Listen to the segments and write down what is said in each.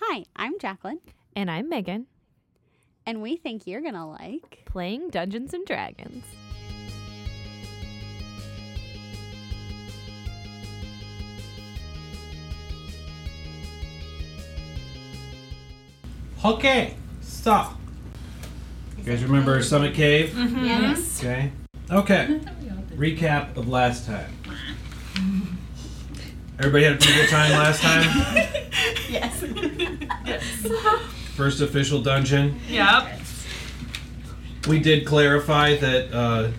Hi, I'm Jacqueline, And I'm Megan, and we think you're going to like. playing Dungeons and Dragons. Okay, so you guys remember Summit Cave? Yes. Okay. Okay. Recap of last time. Everybody had a pretty good time last time. Yes. First official dungeon. yep. We did clarify that uh,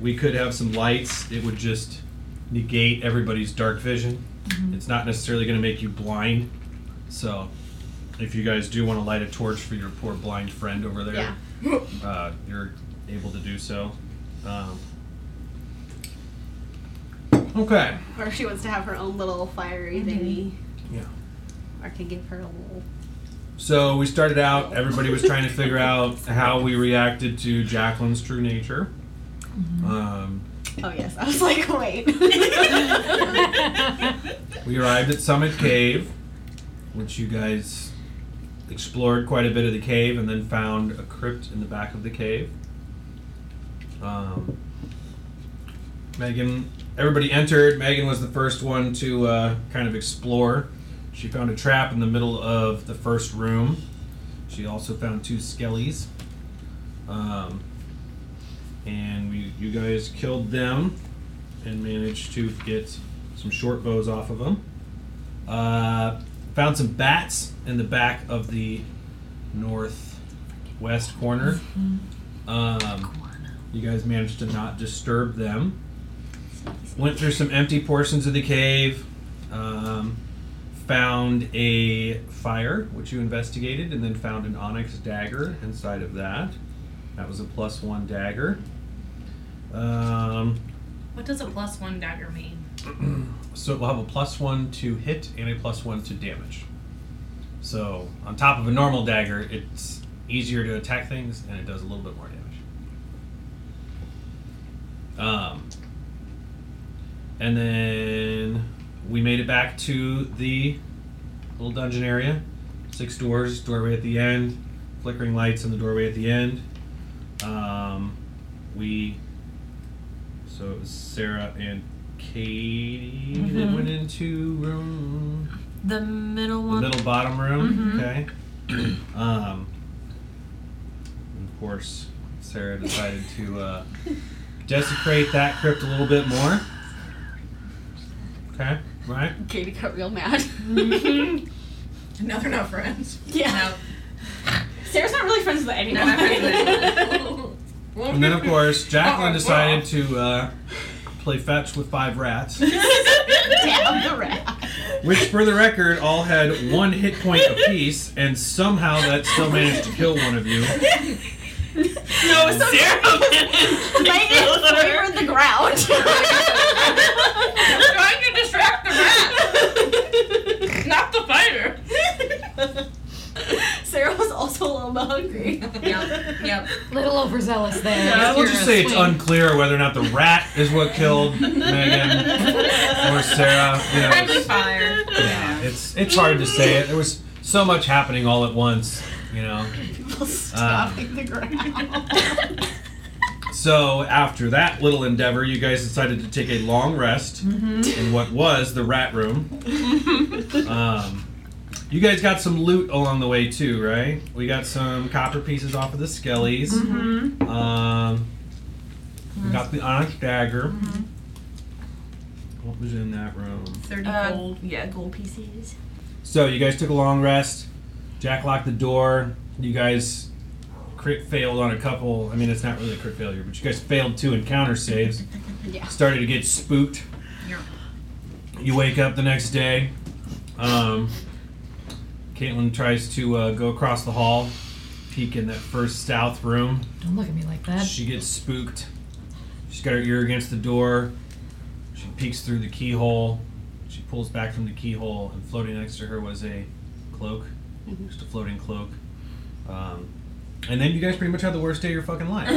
we could have some lights. It would just negate everybody's dark vision. It's not necessarily going to make you blind. So, if you guys do want to light a torch for your poor blind friend over there, uh, you're able to do so. Um, okay. Or she wants to have her own little fiery thingy. Yeah. Or can give her a little. So we started out, everybody was trying to figure out how we reacted to Jacqueline's true nature. Um, Oh, yes. I was like, wait. we arrived at Summit Cave, which you guys explored quite a bit of the cave and then found a crypt in the back of the cave. Um, Megan, everybody entered. Megan was the first one to uh, kind of explore. She found a trap in the middle of the first room. She also found two skellies. Um, and we, you guys killed them and managed to get some short bows off of them. Uh, found some bats in the back of the northwest corner. Um, you guys managed to not disturb them. Went through some empty portions of the cave. Um, found a fire, which you investigated, and then found an onyx dagger inside of that. That was a plus one dagger. Um, What does a plus one dagger mean? so it will have a plus one to hit and a plus one to damage. So on top of a normal dagger, it's easier to attack things and it does a little bit more damage. Um, and then we made it back to the little dungeon area. Six doors, doorway at the end, flickering lights in the doorway at the end. Um, we so it was Sarah and Katie that went into room Mm-hmm. The middle the one. middle bottom room. Mhm. Okay. Um, and of course, Sarah decided to uh, desecrate that crypt a little bit more. Okay. Right. Katie got real mad. No, they're not friends. yeah. Sarah's not really friends with anyone. not friends. And then of course, Jacqueline Oh, decided to uh, play fetch with five rats, Damn the rat. which, for the record, all had one hit point apiece, and somehow that still managed to kill one of you. no, Sarah. Megan flavored the ground. trying to distract the rat, not the fighter. Sarah was also a little bit hungry. Yep. Yep. Little overzealous there. Yeah, We'll just say it's unclear whether or not the rat is what killed Megan or Sarah. You know, Friendly it's, fire. yeah, it's it's hard to say it. There was so much happening all at once, you know. Um, Stopping the ground. So after that little endeavor, you guys decided to take a long rest Mm-hmm. in what was the rat room. um, you guys got some loot along the way too, right? We got some copper pieces off of the skellies. Mm-hmm. Um, we got the onyx dagger. Mm-hmm. What was in that room? Thirty Uh, gold. Yeah, gold pieces. So you guys took a long rest. Jack locked the door. You guys crit failed on a couple. I mean, it's not really a crit failure, but you guys failed two encounter saves. Yeah. Started to get spooked. Yeah. You wake up the next day. Um, Caitlin tries to uh, go across the hall, peek in that first south room. Don't look at me like that. She gets spooked. She's got her ear against the door. She peeks through the keyhole. She pulls back from the keyhole, and floating next to her was a cloak, just a floating cloak. Um, And then you guys pretty much had the worst day of your fucking life.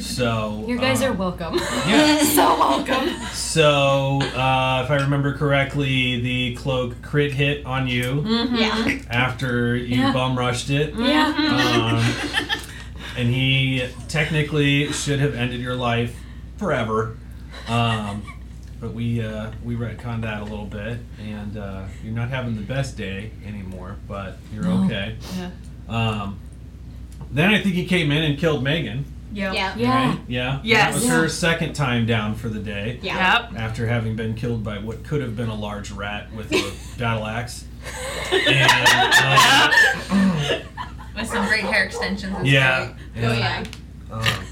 so You guys uh, are welcome. yeah. so welcome. So uh, if I remember correctly, the cloak crit hit on you Yeah. after you Yeah. bum rushed it. Yeah. Mm-hmm. Um, and he technically should have ended your life forever. Um, but we uh, we retconned that a little bit, and uh, you're not having the best day anymore, but you're No. okay. Um, then I think he came in and killed Megan. Yep. Yeah. Yeah. Right? Yeah. Yes. That was her second time down for the day. Yeah. After having been killed by what could have been a large rat with a battle axe. And, With some great hair extensions. um, It's yeah. great. Oh yeah. Um,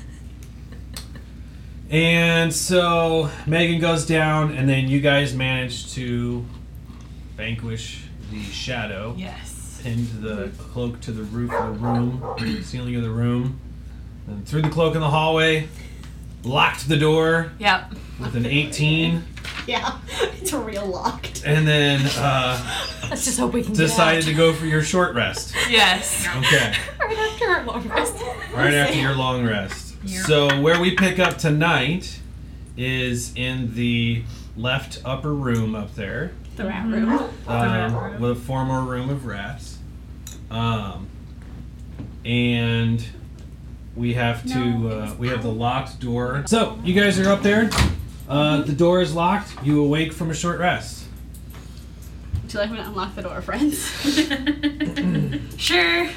and so Megan goes down, and then you guys manage to vanquish the shadow, Yes. pinned the cloak to the roof of the room, ceiling of the room, and threw the cloak in the hallway, locked the door Yep. with an 18, Yeah. It's real locked. and then uh, Let's just hope we can decided get to go for your short rest. Yes. Okay. out. right after our long rest. Right after your long rest. So where we pick up tonight is in the left upper room up there, The rat room. um, with a former room of rats, um, and we have to uh, we have the locked door. So you guys are up there. Uh, the door is locked. You awake from a short rest. Would you like me to unlock the door, friends? Sure.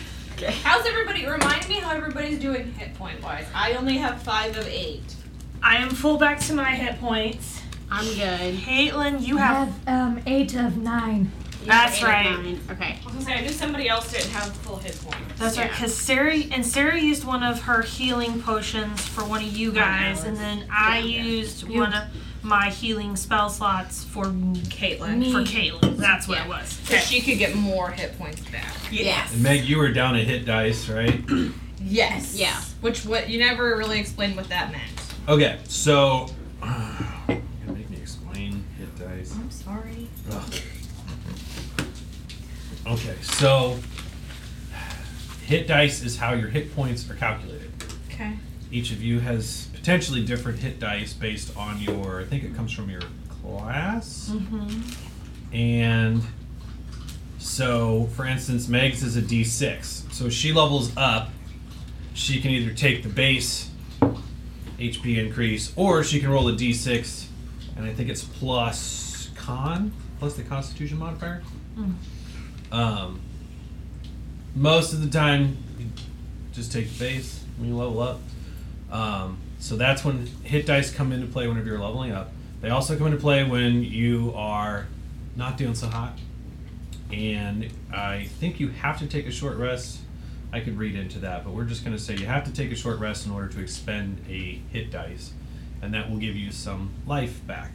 How's everybody? Remind me how everybody's doing hit point wise. I only have five of eight. I am full back to my hit points. I'm good. Caitlin, you I have. have um, eight of nine. You That's have eight of right. mine. Okay. I was gonna say I knew somebody else didn't have full hit points. That's right, because Sarah and Sarah used one of her healing potions for one of you guys, and then I used one of my healing spell slots for Caitlin. Me. For Caitlin, that's what Yeah. it was. So she could get more hit points back. Yes. And Meg, you were down a hit dice, right? Yes. Yeah. Which what you never really explained what that meant. Okay, so you're gonna make me explain hit dice. I'm sorry. Ugh. Okay, so hit dice is how your hit points are calculated. Okay. Each of you has potentially different hit dice based on your. I think it comes from your class. And so, for instance, Meg's is a d6. So she levels up. She can either take the base HP increase, or she can roll a d6, and I think it's plus con, plus the Constitution modifier. Um, most of the time, you just take the base when you level up. Um, so that's when hit dice come into play whenever you're leveling up. They also come into play when you are not doing so hot. And I think you have to take a short rest. I could read into that, but we're just going to say you have to take a short rest in order to expend a hit dice, and that will give you some life back.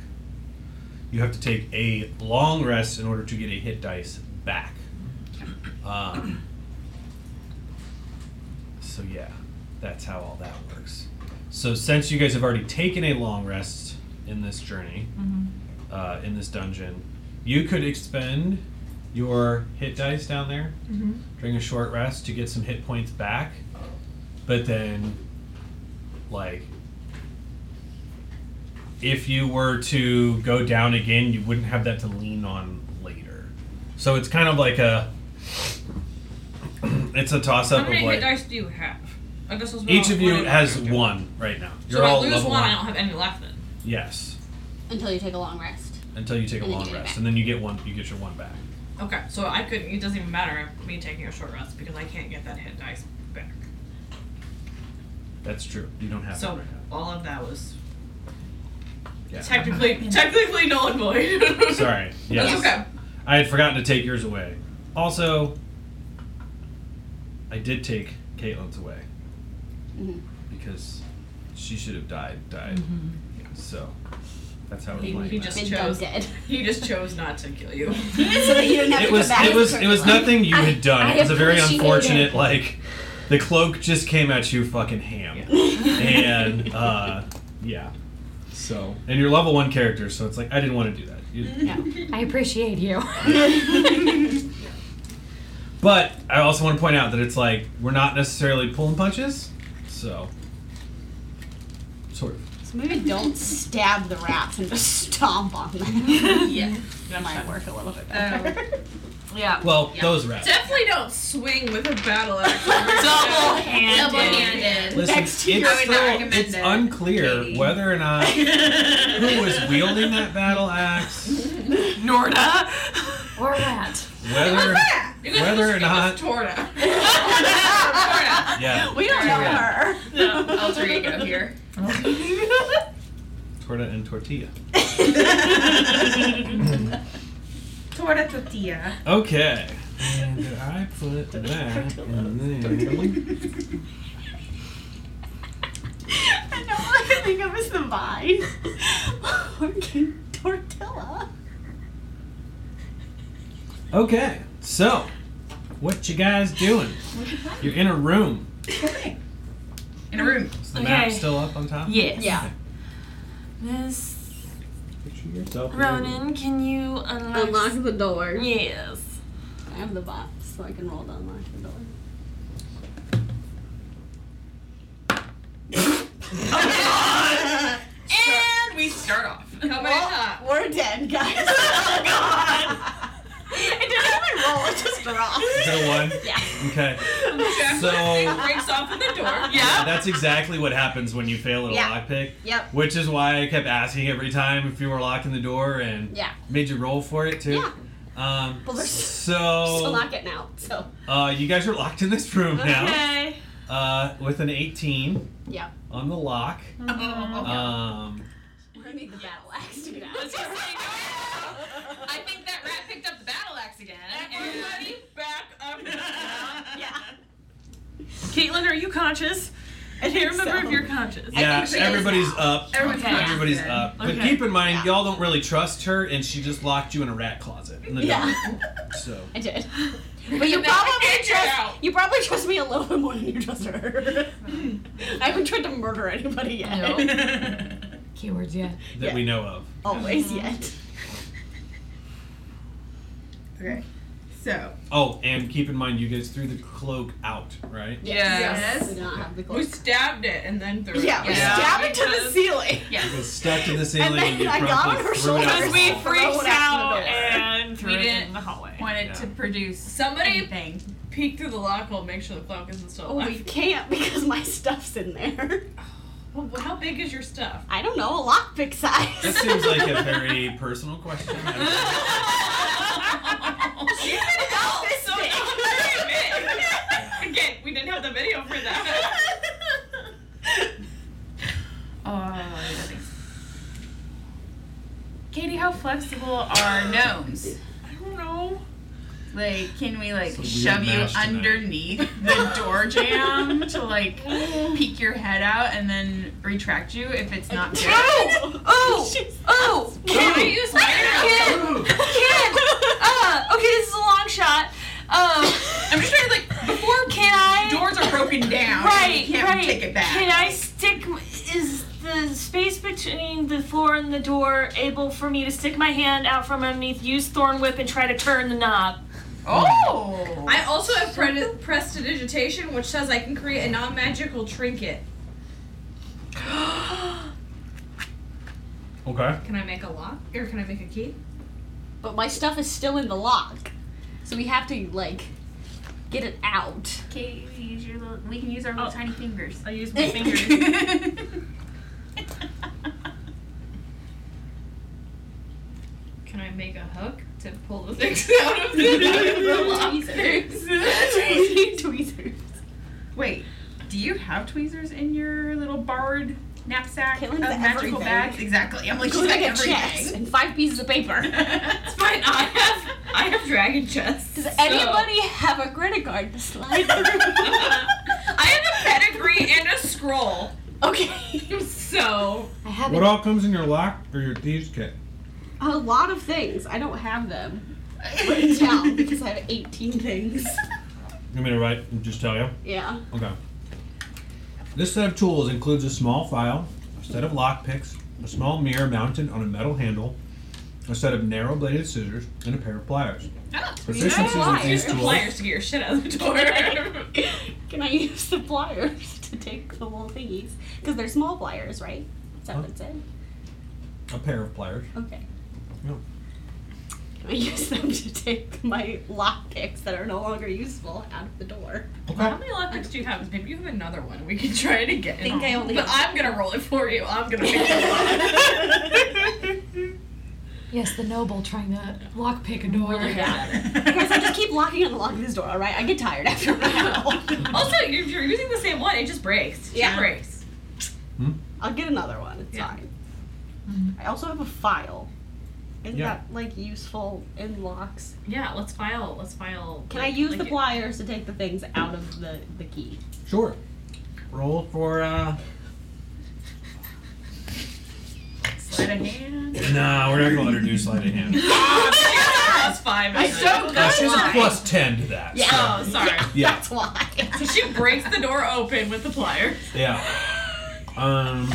You have to take a long rest in order to get a hit dice back. Um, so yeah, that's how all that works. So since you guys have already taken a long rest in this journey, Mm-hmm. uh, in this dungeon, you could expend your hit dice down there Mm-hmm. during a short rest to get some hit points back, but then, like, if you were to go down again, you wouldn't have that to lean on later. So it's kind of like a, it's a toss How up of many like hit dice do you have? I guess those were each all of you included. has one right now. You're so if all I lose level one, I don't have any left then. Yes, Until you take a long rest. until you take a And then long you get it rest, back. and then you get one. You get your one back. Okay, so I couldn't. It doesn't even matter if me taking a short rest because I can't get that hit dice back. That's true. You don't have So that right now. all of that was Yeah. technically technically null and void. Sorry. Yes. That's okay. I had forgotten to take yours away. Also, I did take Caitlin's away Mm-hmm. Mhm. because she should have died. Died. Yeah, so that's how it He- played he out. just- Been chose- dead. He just chose not to kill you. so that you don't have it to was come back it was it was nothing you I- had done. I it was a very appreciate unfortunate it. like the cloak just came at you fucking ham. and uh yeah. So and you're level one character, so it's like I Mm-hmm. didn't want to do that. You- I appreciate you. But I also want to point out that it's like we're not necessarily pulling punches, so sort of. So maybe don't stab the rats and just stomp on them. Yeah. that might work a little bit better. Yeah. Well, those rats. Definitely don't swing with a battle axe. Double Double handed. handed. Listen, it's Next to still your- I would not recommend it's it, unclear Katie. whether or not who was wielding that battle axe, Norda. Or rat. whether You guys Whether just or give us not- Torta. yeah, We don't know her. No, alter ego here. torta and tortilla. Torta tortilla. Okay. And did I put that in there? I know what I think of is the vine. Working tortilla. Okay. So, what you guys doing? You're in a room. In a room. Is the map Okay. still up on top? Yes. Yeah. Miss Picture yourself. in a room. Ronan, can you unlock? Unlock the door. Yes. I have the box, so I can roll to unlock the door. And we start off. Coming in hot. We're dead, guys. oh god! It didn't even roll, it just dropped. Is that a one? Yeah. Okay. So Breaks off at the door. yeah, that's exactly what happens when you fail at a Yeah. lockpick. Yep. Which is why I kept asking every time if you were locking the door and Yeah. made you roll for it too. Yeah. Um, Well, there's- So so lock it now. So uh, you guys are locked in this room now Okay. uh, with an 18 yeah. on the lock. Oh, okay. Um, We're gonna need the battle axe to get out. I think that rat picked up the battle axe again. Everybody back up now. yeah. Caitlin, are you conscious? I can't remember if you're conscious. yeah, she is everybody's up. Everyone's Okay. back. Everybody's up. But Okay. keep in mind, Yeah. y'all don't really trust her, and she just locked you in a rat closet in the Yeah. dark. So I did. But you probably Get your trust out. you probably trust me a little bit more than you trust her. I haven't tried to murder anybody yet. Keywords, yeah. that Yeah. we know of. Always yet. Okay. So Oh, and keep in mind, you guys threw the cloak out, right? Yes. We do not have the we gloves. stabbed it and then threw Yeah, it. we Yeah. stabbed it to the Because- ceiling. It was stuck to the ceiling, and, then you I promptly got on her threw it out. shoulders. the we hall. Throw freaked it out out the door. and threw We it didn't- in the hallway. Wanted to Yeah. produce somebody Anything. peek through the lock hole, make sure the clock isn't still Oh, we alive. can't because my stuff's in there. Well, how big is your stuff? I don't know, a lockpick size. This seems like a very personal question. I don't know. She's an adult this So not very big. Again, we didn't have the video for that. Katie, how flexible are gnomes? I don't know. Like, can we like It's a weird shove you mash tonight. underneath the door jam to like peek your head out and then retract you if it's not good? Oh! Oh! Oh! Can we use Kid! Kid! Uh, okay, this is a long shot. Um, I'm just trying to like, before can I? Doors are broken down. right, You can't right. take it back. Can I stick? Is the space between the floor and the door able for me to stick my hand out from underneath, use Thorn Whip, and try to turn the knob? Oh! I also have pre- prestidigitation, which says I can create a non-magical trinket. Okay. Can I make a lock or can I make a key? But my stuff is still in the lock. So we have to, like, get it out. Katie, use your little, we can use our little tiny fingers. I use my finger. Can I make a hook to pull the things out of the lock? Tweezers. Wait, do you have tweezers in your little barred knapsack Caitlin's of got magical everything. bags? Exactly. I'm like, she's She's got like a chest everything. and five pieces of paper. It's fine. I have I have dragon chests. Does anybody have a credit card to slide through? I have a pedigree and a scroll. okay. So I have What it. all comes in your lock or your thieves kit? A lot of things. I don't have them written down because I have 18 things. You mean to write and just tell you? Yeah. Okay. This set of tools includes a small file, a set of lock picks, a small mirror mounted on a metal handle, a set of narrow bladed scissors, and a pair of pliers. Oh, Proficiencies with these Use the tools. pliers to get your shit out of the door. Can I use the pliers to take the little thingies? Because they're small pliers, right? Is that what it said? A pair of pliers. Okay. Yeah. Can I use them to take my lock picks that are no longer useful out of the door? How many lockpicks do you have? Maybe you have another one. We can try it again. think I only But have I'm gonna roll it for you. I'm gonna pick it Yes, the noble trying to lockpick a door. Guys, I just keep locking and unlocking this door, alright? I get tired after a while. up. Also, if you're using the same one, it just breaks. It Yeah. breaks. I'll get another one. It's Yeah. fine. I also have a file. Isn't Yeah. that like useful in locks? yeah, let's file. Let's file. Can I use the pliers to take the things out of the, the key? Sure. Roll for uh Slide a hand. Nah, we're not gonna let her do sleight of hand. Plus five. I so Uh, she has a plus ten to that. Yeah. Oh, sorry. Yeah. That's why. So she breaks the door open with the plier. Yeah. Um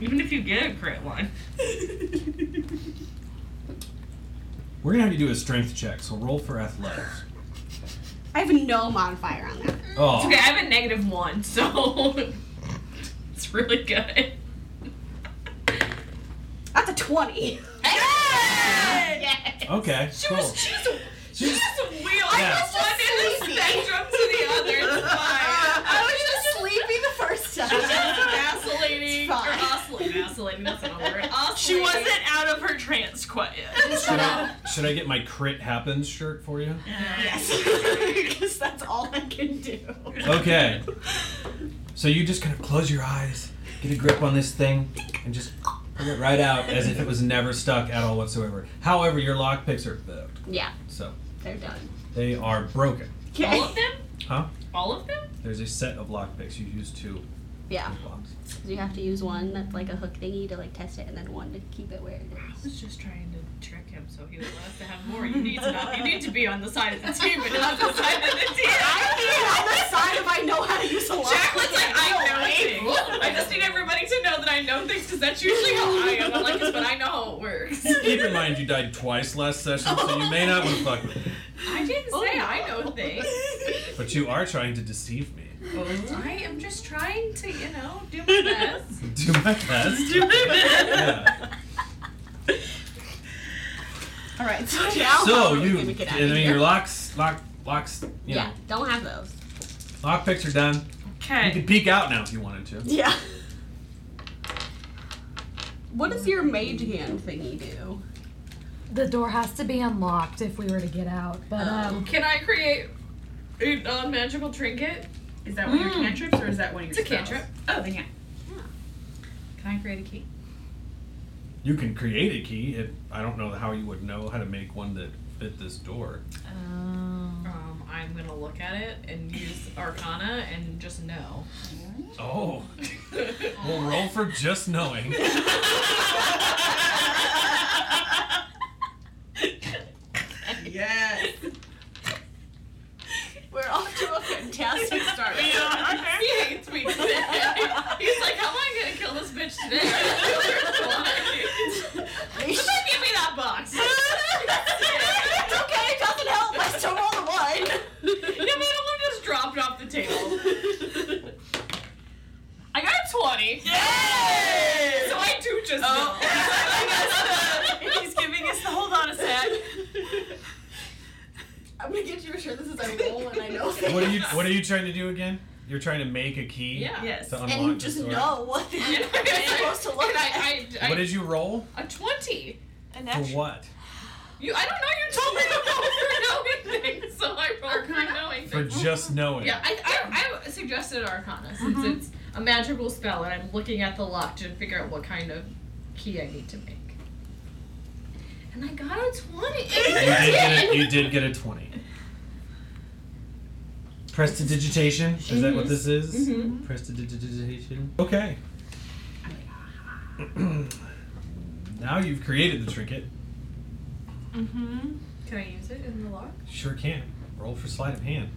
Even if you get a crit one. we're gonna have you do a strength check, so roll for athletics. I have no modifier on that. Oh Okay, I have a negative one, so it's really good. That's a 20. okay. Cool. She's wheeled Yeah. one end of the spectrum to the other. It's fine. I was just sleepy the first time. Vacillating or fine. oscillating. Vacillating, that's not a word. Oscillating. She wasn't out of her trance quite yet. Should I, should I get my crit happens shirt for you? yes. Because that's all I can do. Okay. So you just kind of close your eyes, get a grip on this thing, and just pull it right out as if it was never stuck at all whatsoever. However, your lockpicks are fucked, Yeah, so they're done. they are broken. Okay. All of them? Huh? All of them? There's a set of lockpicks. You use two Yeah. locks. So you have to use one that's like a hook thingy to like test it and then one to keep it where it I is. was just trying to trick him so he would let us to have more. You need to not, you need to be on the side of the team, but not the side of the team. on the side if I know how to use a lock. Jacqueline's like, I know things. I just need everybody to know that I know things because that's usually how I am. I'm like this, but I know how it works. Keep in mind you died twice last session, so you may not want to fuck with me. I didn't say I know things. But you are trying to deceive me. I am just trying to, you know, do my best. Do my best. Do my best. Yeah. All right, so now So how are we you, gonna get out I of mean, here? your locks, lock, locks, you yeah, know, don't have those. lockpicks are done. You Okay. could peek out now if you wanted to. Yeah. What does your mage hand thingy do? The door has to be unlocked if we were to get out. But um, Can I create a non-magical trinket? Is that one of your Mm. cantrips or is that one of your It's a spells? cantrip. Oh, then yeah. Can I create a key? You can create a key. It, I don't know how you would know how to make one that fit this door. Um, I'm gonna look at it and use Arcana and just know. Oh. we'll roll for just knowing. Yes. We're off to a fantastic start. He hates me. He's like, how am I gonna kill this bitch today? Somebody give me that box. it's okay, it doesn't help. I still roll the one. No, but one just dropped off the table. I got a 20. Yay! So I do just know. Oh. He's giving us the hold on a sec. I'm gonna get you a shirt. This is a roll, and I know things. What are you What are you trying to do again? You're trying to make a key. Yeah. Yes. To unlock And this just door. know what it's supposed to look And like. I, I, I, What did you roll? a 20. For what? You, I don't know, you told me to roll for knowing things, so I rolled for knowing For things. just knowing. Yeah, I, I, I suggested Arcana since it's a magical spell and I'm looking at the lock to figure out what kind of key I need to make. And I got a 20. You did get a, you did get a twenty. Prestidigitation. Is that what this Mm-hmm. is? Mm-hmm. Prestidigitation. Okay. now you've created the trinket. Mm-hmm. Can I use it in the lock? Sure can. Roll for sleight of hand.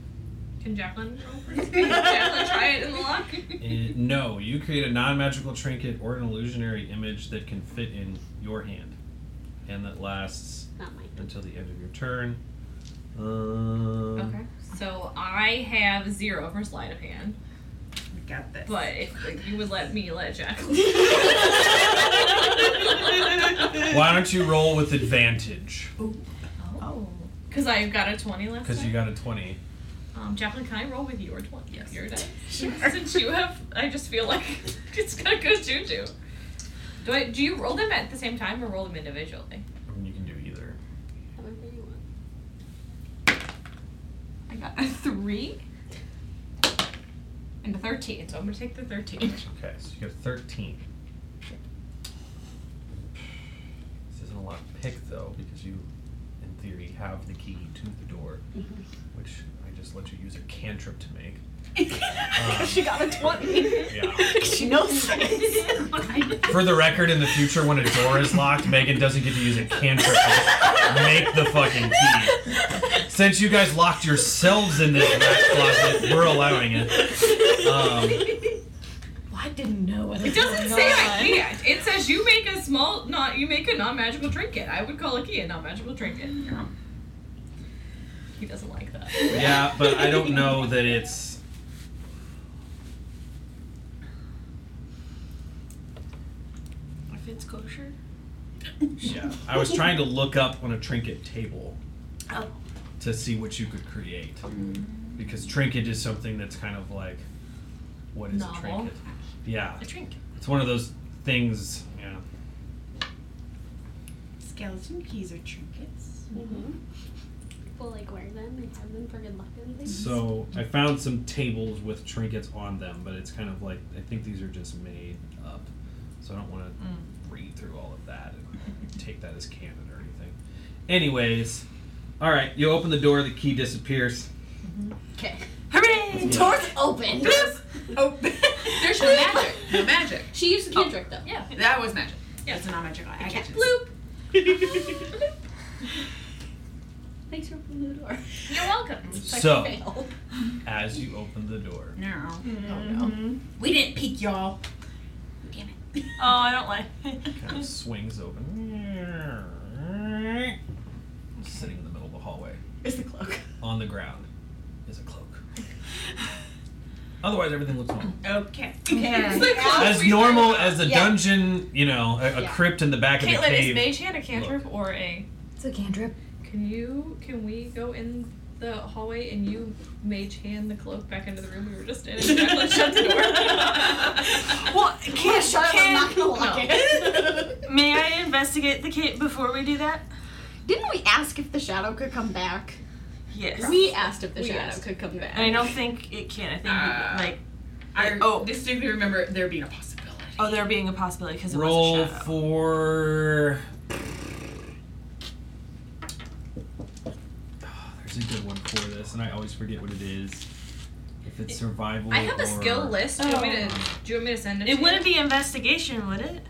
Can Jacqueline roll first? Can Jacqueline try it in the lock? Uh, no, you create a non magical trinket or an illusionary image that can fit in your hand. and that lasts Not mine. until the end of your turn. Um, Okay. So I have zero for sleight of hand. We got this. But if if you would let me let Jacqueline. Why don't you roll with advantage? Oh. Because I got a 20 last Because time. you got a 20. um, Jacqueline, can I roll with your 20? Yes. Your dice? Since you have, I just feel like it's going to go juju. Do I? Do you roll them at the same time or roll them individually? I mean, you can do either. However you want. I got a three and a 13, so I'm going to take the 13. Okay, so you got 13. This isn't a lot of pick, though, because you, in theory, have the key to the door, Mm-hmm. which I just let you use a cantrip to make. Um, She got a 20. Yeah. she knows this. For the record, in the future, when a door is locked, Megan doesn't get to use a cantrip to make the fucking key. Since you guys locked yourselves in this rat closet, we're allowing it. Um, I didn't know what it Doesn't say I can't. It says you make a small, not you make a non-magical trinket. I would call a key a non-magical trinket. He doesn't like that. yeah, but I don't know that it's. If it's kosher. Yeah, I was trying to look up on a trinket table Oh. to see what you could create, because trinket is something that's kind of like, what is a Novel. trinket? Yeah, A trinket. it's one of those things. Yeah. Skeleton keys are trinkets. People like wear them and have them for good luck and things. So I found some tables with trinkets on them, but it's kind of like I think these are just made up. So I don't want to Mm. read through all of that and take that as canon or anything. Anyways, all right, you open the door, the key disappears. Hooray! Doors open. Open. There's no magic. no magic. She used the cantrip though. Yeah. That was magic. Yeah. It's a non-magic. I, I get you. Bloop. Thanks for opening the door. You're welcome. So Fail. as you open the door, No. Oh no. We didn't peek, y'all. Damn it. Oh, I don't like. kind of swings open, sitting in the middle of the hallway. It's the cloak. On the ground is a cloak. Otherwise, everything looks normal. Okay. Yeah. as normal as a dungeon, you know, a, a crypt in the back of the Caitlin, is cave. Mage Hand a cantrip or a? It's a cantrip. Can you? Can we go in the hallway and you Mage Hand the cloak back into the room we were just in? And Jacqueline shut the door. Well, can, I'm can, not gonna lock No. it. may I investigate the kit before we do that? Didn't we ask if the shadow could come back? Yes. We asked if the We shadow asked. could come back. I don't think it can. I think Uh, Ah. like I oh distinctly remember there being a possibility. oh, there being a possibility because it Roll was a shadow. for. Oh, there's a good one for this, and I always forget what it is. If it's survival. I have or... a skill list. Do you want me to? Oh. Do you want me to send it? It to wouldn't you? be investigation, would it?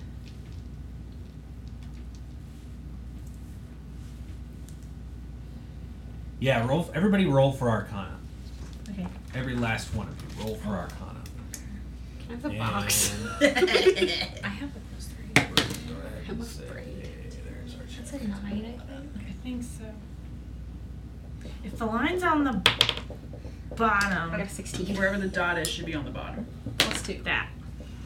Yeah, roll. f- Everybody, roll for Arcana. Okay. Every last one of you, roll for Arcana. I have the box. And- I have one of those three. I'm afraid. There's our check. That's a nine. I think so. If the line's on the bottom, I got a 16. Wherever the dot is should be on the bottom. Plus 2. that.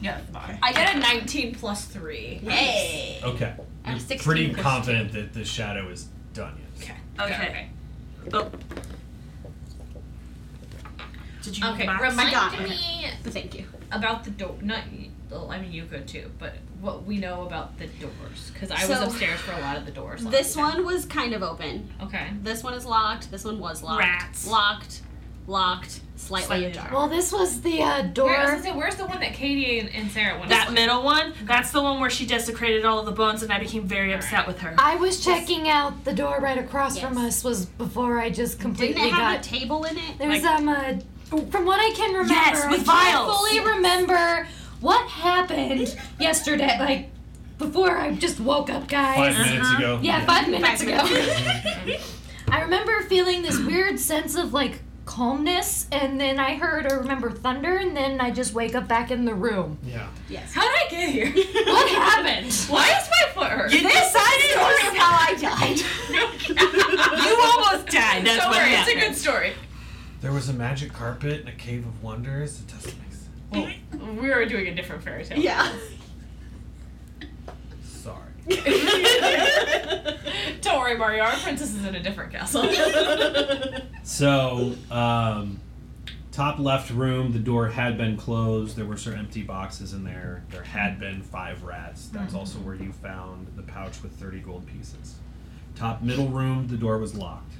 Yeah, that's the bottom. I got a 19 plus three. Hey! Okay. I have 16 pretty plus confident that the shadow is done yet. Okay. Okay. Oh. Did you Okay, box? I got remind it. me But thank you. about the door. Not, y- well, I mean, you could too, but what we know about the doors. Because I was So- upstairs for a lot of the doors. last This time. one was kind of open. Okay. This one is locked. This one was locked. Rats. Locked. Locked. Slightly, Slightly ajar. Well, this was the uh, door. Where, I was gonna say, where's the one that Katie and, and Sarah went That on? middle one, that's the one where she desecrated all of the bones, and I became very upset with her. I was checking out the door right across from Yes. us was before I just Didn't completely it have a got table in it? there was um a from what I can remember Yes, with I can't vials. fully remember what happened yesterday like before I just woke up guys. 5 minutes ago. Yeah, five minutes ago. I remember feeling this weird sense of like calmness, and then I heard or remember thunder, and then I just wake up back in the room. Yeah. Yes. How did I get here? What happened? Why is my for her. You decided That's how I died. you almost died. That's Don't what worry, it's a happened. good story. There was a magic carpet in a cave of wonders. It doesn't make sense. We are doing a different fairy tale. Yeah. Sorry. Don't worry, Mario. Our princess is in a different castle. So, um, top left room, the door had been closed. There were some empty boxes in there. There had been five rats. That's also where you found the pouch with 30 gold pieces. Top middle room, the door was locked.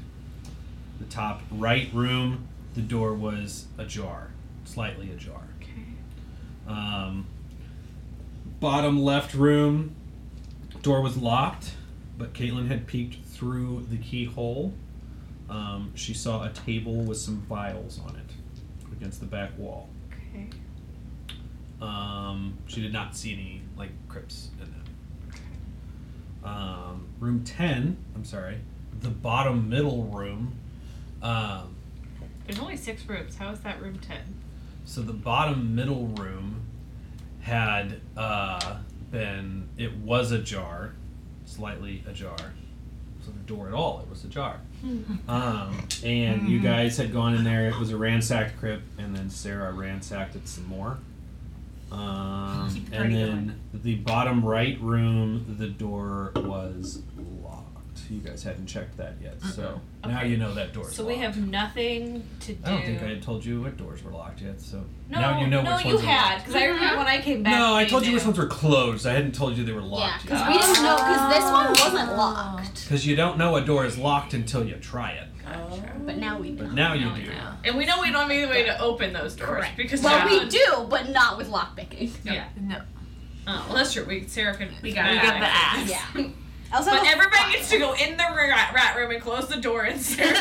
The top right room, the door was ajar, slightly ajar. Okay. Um, bottom left room, door was locked, but Caitlin had peeked through the keyhole um, she saw a table with some vials on it against the back wall. okay. Um, she did not see any like crypts in them. Um, room ten, I'm sorry, the bottom middle room. Um, There's only six rooms. How is that room ten? so the bottom middle room had uh, been it was ajar, slightly ajar. It wasn't a door at all. It was ajar. Hmm. um, and you guys had gone in there. It was a ransacked crypt, and then Sarah ransacked it some more. Um, Keep the and party then the bottom right room, the door was locked. You guys hadn't checked that yet, so now Okay. you know that door. So we have nothing to do. I don't think I had told you what doors were locked yet, so No, now you know no, which you ones had. Because I remember when I came Are back. locked. No, I they told you knew. which ones were closed. I hadn't told you they were Yeah, locked because we didn't know, because this one wasn't locked. because you don't know a door is locked until you try it. But now we know. But now you do. And we know we don't have any way to open those doors because Well, Sarah- we do, but not with lockpicking. Yeah. No. Oh, well, that's true. We Sarah can. We got it. ass. Yeah. Also, But everybody gets to go in the rat, rat room and close the door and Sarah.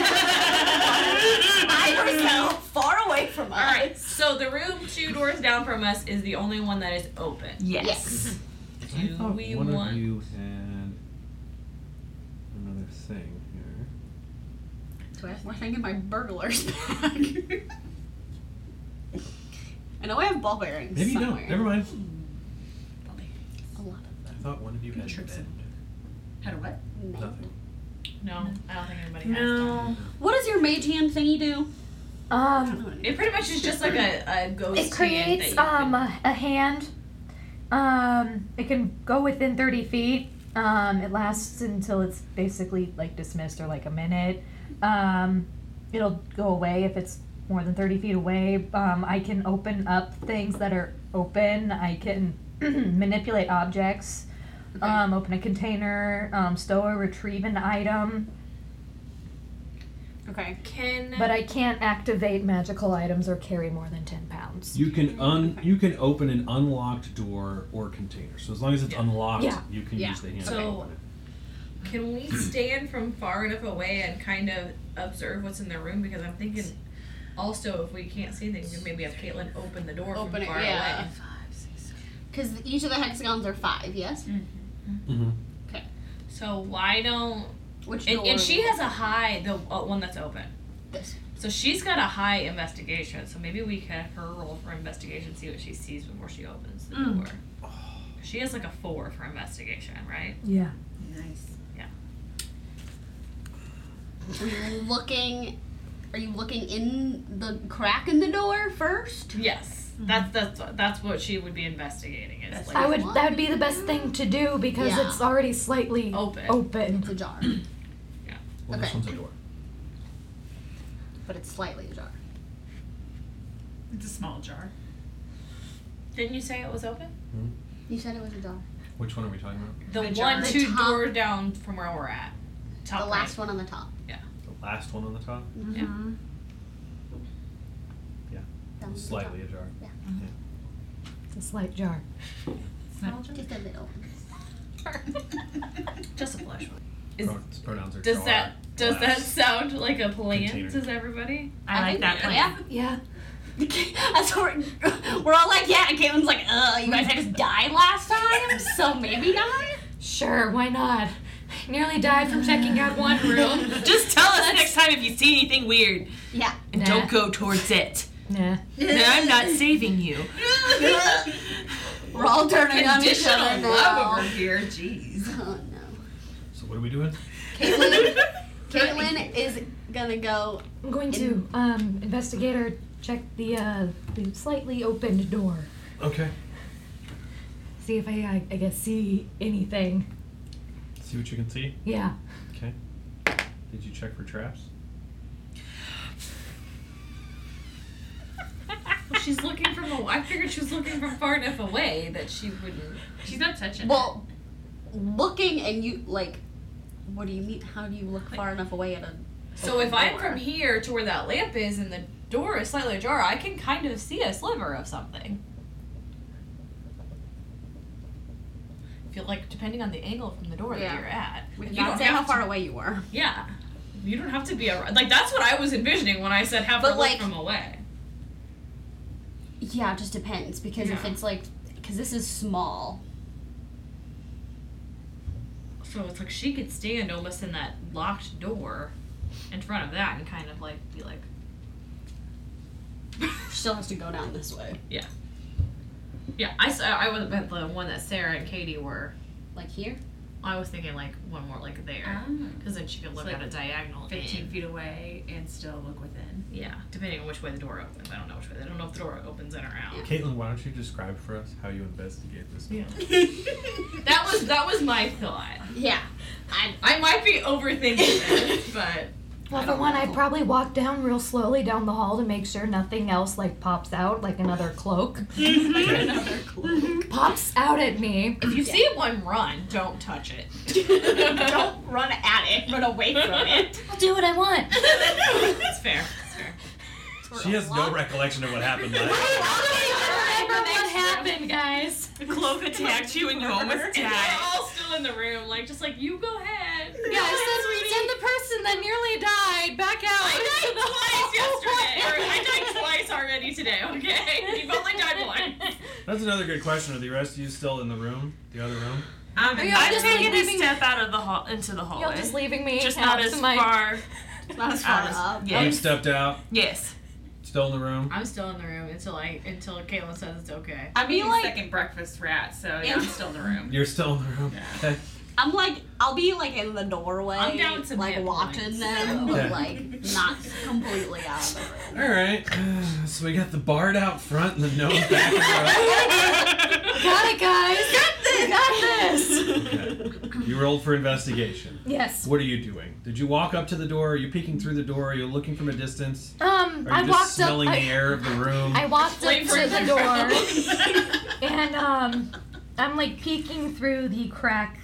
by herself, far away from us. All right. So the room two doors down from us is the only one that is open. Yes. Yes. I Do thought we one want- of you had another thing here. Do I have more thing in my burglar's bag? I know I have ball bearings Maybe you somewhere. don't. Never mind. A lot I thought one of you had bend. Had a what? of them. Nothing. No, I don't think anybody has. No. What does your mage hand thingy do? Um, It pretty much is just like a, a ghost. it creates um a, a hand. Um, it can go within thirty feet. Um, it lasts until it's basically like dismissed or like a minute. Um, it'll go away if it's more than thirty feet away. Um, I can open up things that are open. I can manipulate objects. Um, open a container. Um, stow or retrieve an item. Okay. Can But I can't activate magical items or carry more than ten pounds. You can un you can open an unlocked door or container. So as long as it's unlocked, Yeah. you can Yeah. use the hand. So- to open it. Can we stand from far enough away and kind of observe what's in the room? Because I'm thinking also if we can't see things, then maybe have Caitlin open the door Open from it, far yeah. away. Because each of the hexagons are five, yes? So why don't? Which And, door and she would- has a high the uh, one that's open. This. So she's got a high investigation. So maybe we could have her roll for investigation, see what she sees before she opens the door. She has like a four for investigation, right? Yeah. Nice. Are you looking? Are you looking in the crack in the door first? Yes, that's that's that's what she would be investigating. Is like I would. That would be the best thing to do because Yeah. it's already slightly open. open. It's ajar, Well, this Okay. one's a door. but it's slightly ajar. It's a small jar. Didn't you say it was open? You said it was ajar. Hmm? Which one are we talking about? The The jar. one The two top- door down from where we're at. Top The last one on the top. The last one on the top, That one's slightly ajar. It's a slight jar. ajar. Just a little. one. Just a flesh one. Is- Pro- pronouns are Does jar, that does that glass. sound like a plan? Container. Does everybody? I, like that plan. Yeah. Yeah. That's what we're, we're all like, yeah. And Caitlin's like, uh, you guys had us died last time, so maybe not. Sure. Why not? I nearly died from checking out one room. Just tell us next time if you see anything weird Yeah. and don't go towards it. Nah. Then I'm not saving you. Well, We're all turning on each other Conditional love over now. here, jeez. Oh no. So what are we doing? Caitlin, Caitlin is gonna go. I'm going to um, investigator check the uh, the slightly opened door. Okay. See if I, I I guess see anything. See what you can see. Yeah. Okay. Did you check for traps? She's looking from a. I figured she was looking from far enough away that she wouldn't. She's not touching. Well, looking and you like. What do you mean? How do you look far enough away at a? So if open I'm door? from Here to where that lamp is and the door is slightly ajar, I can kind of see a sliver of something. I feel like depending on the angle from the door Yeah. that you're at. We You did not don't say have how to- far away you were. yeah, you don't have to be a like. That's what I was envisioning when I said have But, her look like- from away. Yeah, it just depends because if Yeah. it's like, because this is small. So it's like she could stand almost in that locked door, in front of that, and kind of like be like, She still has to go down this way. yeah, I saw. I was at the one that Sarah and Katie were. Like here? I was thinking like one more like there, because then she could look So, at a diagonal. in. 15 feet away and still look within. Yeah, depending on which way the door opens. I don't know which way. I don't know if the door opens in or out. Caitlin, why don't you describe for us how you investigate this? Yeah. That was that was my thought. Yeah. I might be overthinking this, but Well, for one, I probably walk down real slowly down the hall to make sure nothing else like pops out like another cloak. Another clue. pops out at me. if you see one run, don't touch it. Don't run at it. Run away from it. I'll do what I want. That's fair. That's fair. She has no recollection of what happened last. I remember what happened, guys. The cloak attacked you and you almost And died. we're all still in the room, like just like you go ahead. Yeah, I send, send the person that nearly died back out. into the Twice yesterday. hallway. Or I died twice already today. Okay, you've only died once. That's another good question. Are the rest of you still in the room? The other room? I'm, Are y'all I'm just, like, taking a leaving- step out of the hall into the Y'all hallway. just leaving me Just out not as to my far. Not as far as- up. Yes. You've stepped out. Yes. Still in the room. I'm still in the room until I until Caitlin says it's okay. I Be mean, like, second breakfast rat, so yeah, I'm still in the room. You're still in the room. Okay. I'm like, I'll be like in the doorway, I'm down to like mid watching points. them, but Yeah. like not completely out of the room. All right. So we got the bard out front and the gnome back. Got it, guys. Got this. Got this. row. you rolled for investigation. Yes. What are you doing? Did you walk up to the door? Are you peeking through the door? Are you looking from a distance? Um, Are you I just walked smelling up. the air of the room? I, I walked up Flavor to the of door, and um, I'm like peeking through the crack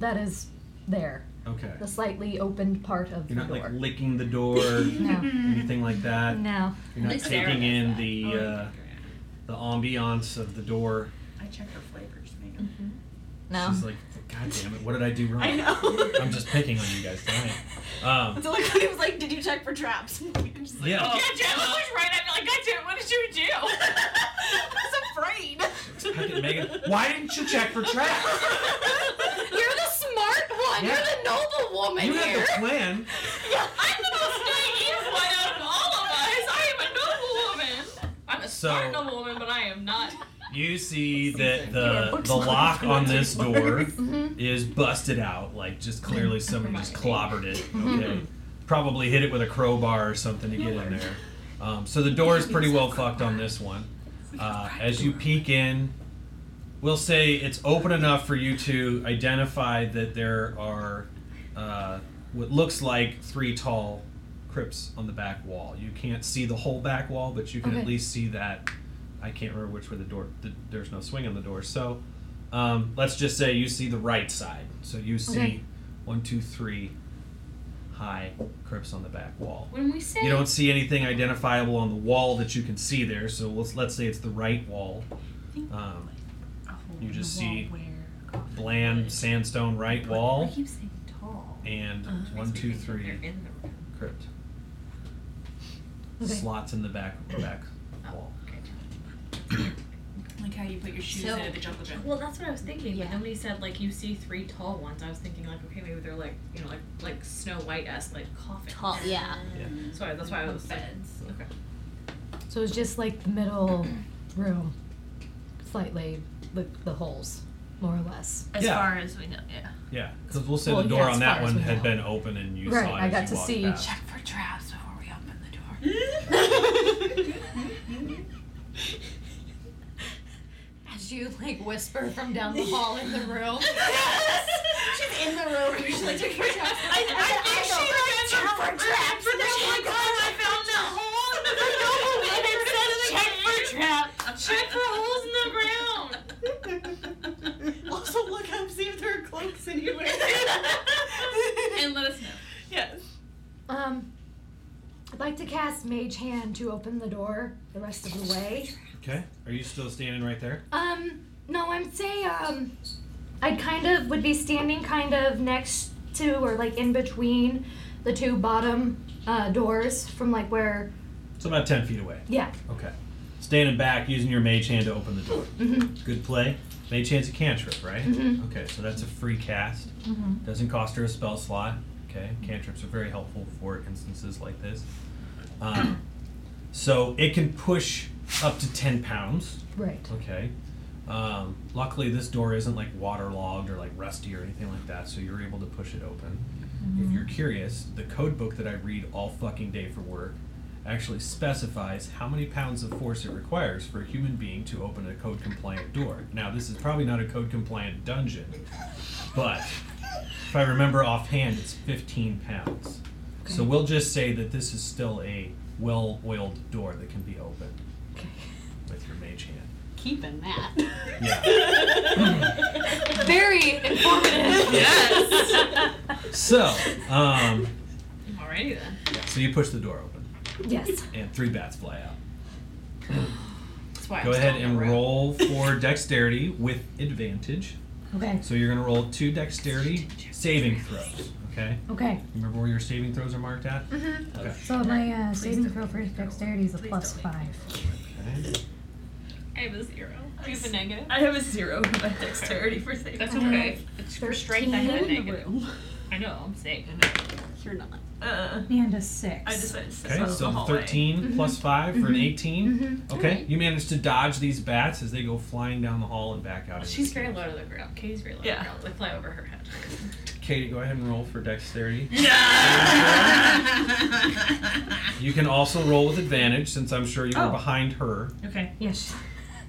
that is there, okay. the slightly opened part of the You're not like door. licking the door, no, anything like that. no. You're not Lick Sarah taking does in that. the uh, the Oh, ambiance of the door. I check her flavors, man. No. She's like, God damn it, what did I do wrong? I know. I'm just picking on you guys tonight. Um, So like, he was like, "Did you check for traps?" I'm just like, "Oh, yeah. God damn, I was right. I'd be like, God damn, what did you do? I was afraid. Fucking Megan, why didn't you check for traps? You're the smart one. Yeah. You're the noble woman You here. had the plan. I'm the most naive one out of all of us. I am a noble woman. I'm a So- smart noble woman, but I am not. You see that the the lock on this door is busted out, like just clearly someone just clobbered it. Okay, probably hit it with a crowbar or something to get in there. Um, so the door is pretty well fucked on this one. Uh, as you peek in, we'll say it's open enough for you to identify that there are uh, what looks like three tall crypts on the back wall. You can't see the whole back wall, but you can at Okay. least see that. I can't remember which way the door. The, there's no swing on the door, so um, let's just say you see the right side. So you see Okay. one, two, three high crypts on the back wall. When we say You don't see anything identifiable on the wall that you can see there, so let's let's say it's the right wall. Um, you just see bland sandstone right wall keep saying tall. and Uh-huh. one, two, three in the room. crypt Okay. slots in the back back Oh, wall. Like how you put your shoes So- in at the jungle gym. Well, that's what I was thinking. Yeah. But nobody said like you see three tall ones. I was thinking like okay maybe they're like you know like like Snow White esque like coffins. Tall, yeah. So I- that's why I was like, Beds. okay. So it's just like the middle room, slightly the, the holes, more or less. as Yeah. far as we know. Yeah. Yeah, because we'll say Well, the yeah, door as far on that as one we had know. been open, and you Right, saw it. I as got you to walked see- past. check for traps before we open the door. As you like whisper from down the hall in the room. She's in the room. and She's like, I, I think she went check for traps, and then one time I found that hole in the ground, and it said check for traps. Check for holes in the ground. also look up, see if there are cloaks anywhere. And let us know. Yes. Um, I'd like to cast Mage Hand to open the door the rest of the way. Okay, are you still standing right there? Um, no, I'm saying, um, I kind of would be standing kind of next to or like in between the two bottom uh, doors from like where, It's about ten feet away. yeah. Okay, standing back, using your mage hand to open the door. Mhm. Good play. Mage hand's a cantrip, right? Mhm. Okay, so that's a free cast. Mm-hmm. Doesn't cost her a spell slot. Okay, cantrips are very helpful for instances like this. Um, so it can push up to ten pounds. Right. Okay. Um, luckily, this door isn't like waterlogged or like rusty or anything like that, so you're able to push it open. If you're curious, the code book that I read all fucking day for work actually specifies how many pounds of force it requires for a human being to open a code compliant door. Now, this is probably not a code compliant dungeon, but if I remember offhand, it's 15 pounds. So we'll just say that this is still a well oiled door that can be opened with your mage hand. Keeping that. Yeah. Very informative. Yes. So, um, Alrighty then. so you push the door open, yes. and three bats fly out. That's why Go I'm ahead still on and the road. roll for dexterity with advantage. Okay. So you're gonna roll two dexterity saving throws. Okay. Okay. Remember where your saving throws are marked at? So my uh, saving throw for dexterity is a plus five. Okay. I have a zero. Do you have a negative? I have a zero in my dexterity for saving. That's okay. It's for strength. I had a In the negative. room. I know. I'm saying. You're not. Uh, And a six. I just went to Okay. the So hallway. 13 plus five for an 18. Okay. You manage to dodge these bats as they go flying down the hall and back out. into She's the- very low to the ground. Katie's very low to Yeah. the ground. They fly over her head. Katie, go ahead and roll for dexterity. No. You can also roll with advantage since I'm sure you were behind her. Okay. Yes.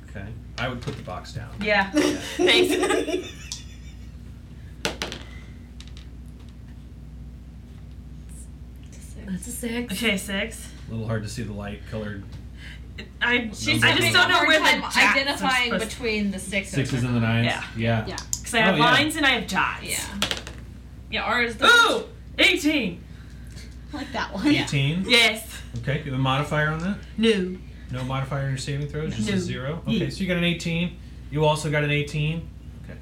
Okay. I would put the box down. Yeah. Thanks. That's a six. Okay, six. A little hard to see the light colored. I She's I just having don't know where the dots are identifying supposed- between the six Sixes and the nines. Yeah. Yeah. Yeah. Because I have Oh, yeah. lines and I have dots. Yeah. Yeah, ours. The Ooh! 18! like that one. 18. Yes. Okay. Do you have a modifier on that? No. No modifier in your saving throws? Just No. a zero? Okay, Yeah. so you got an 18. You also got an 18.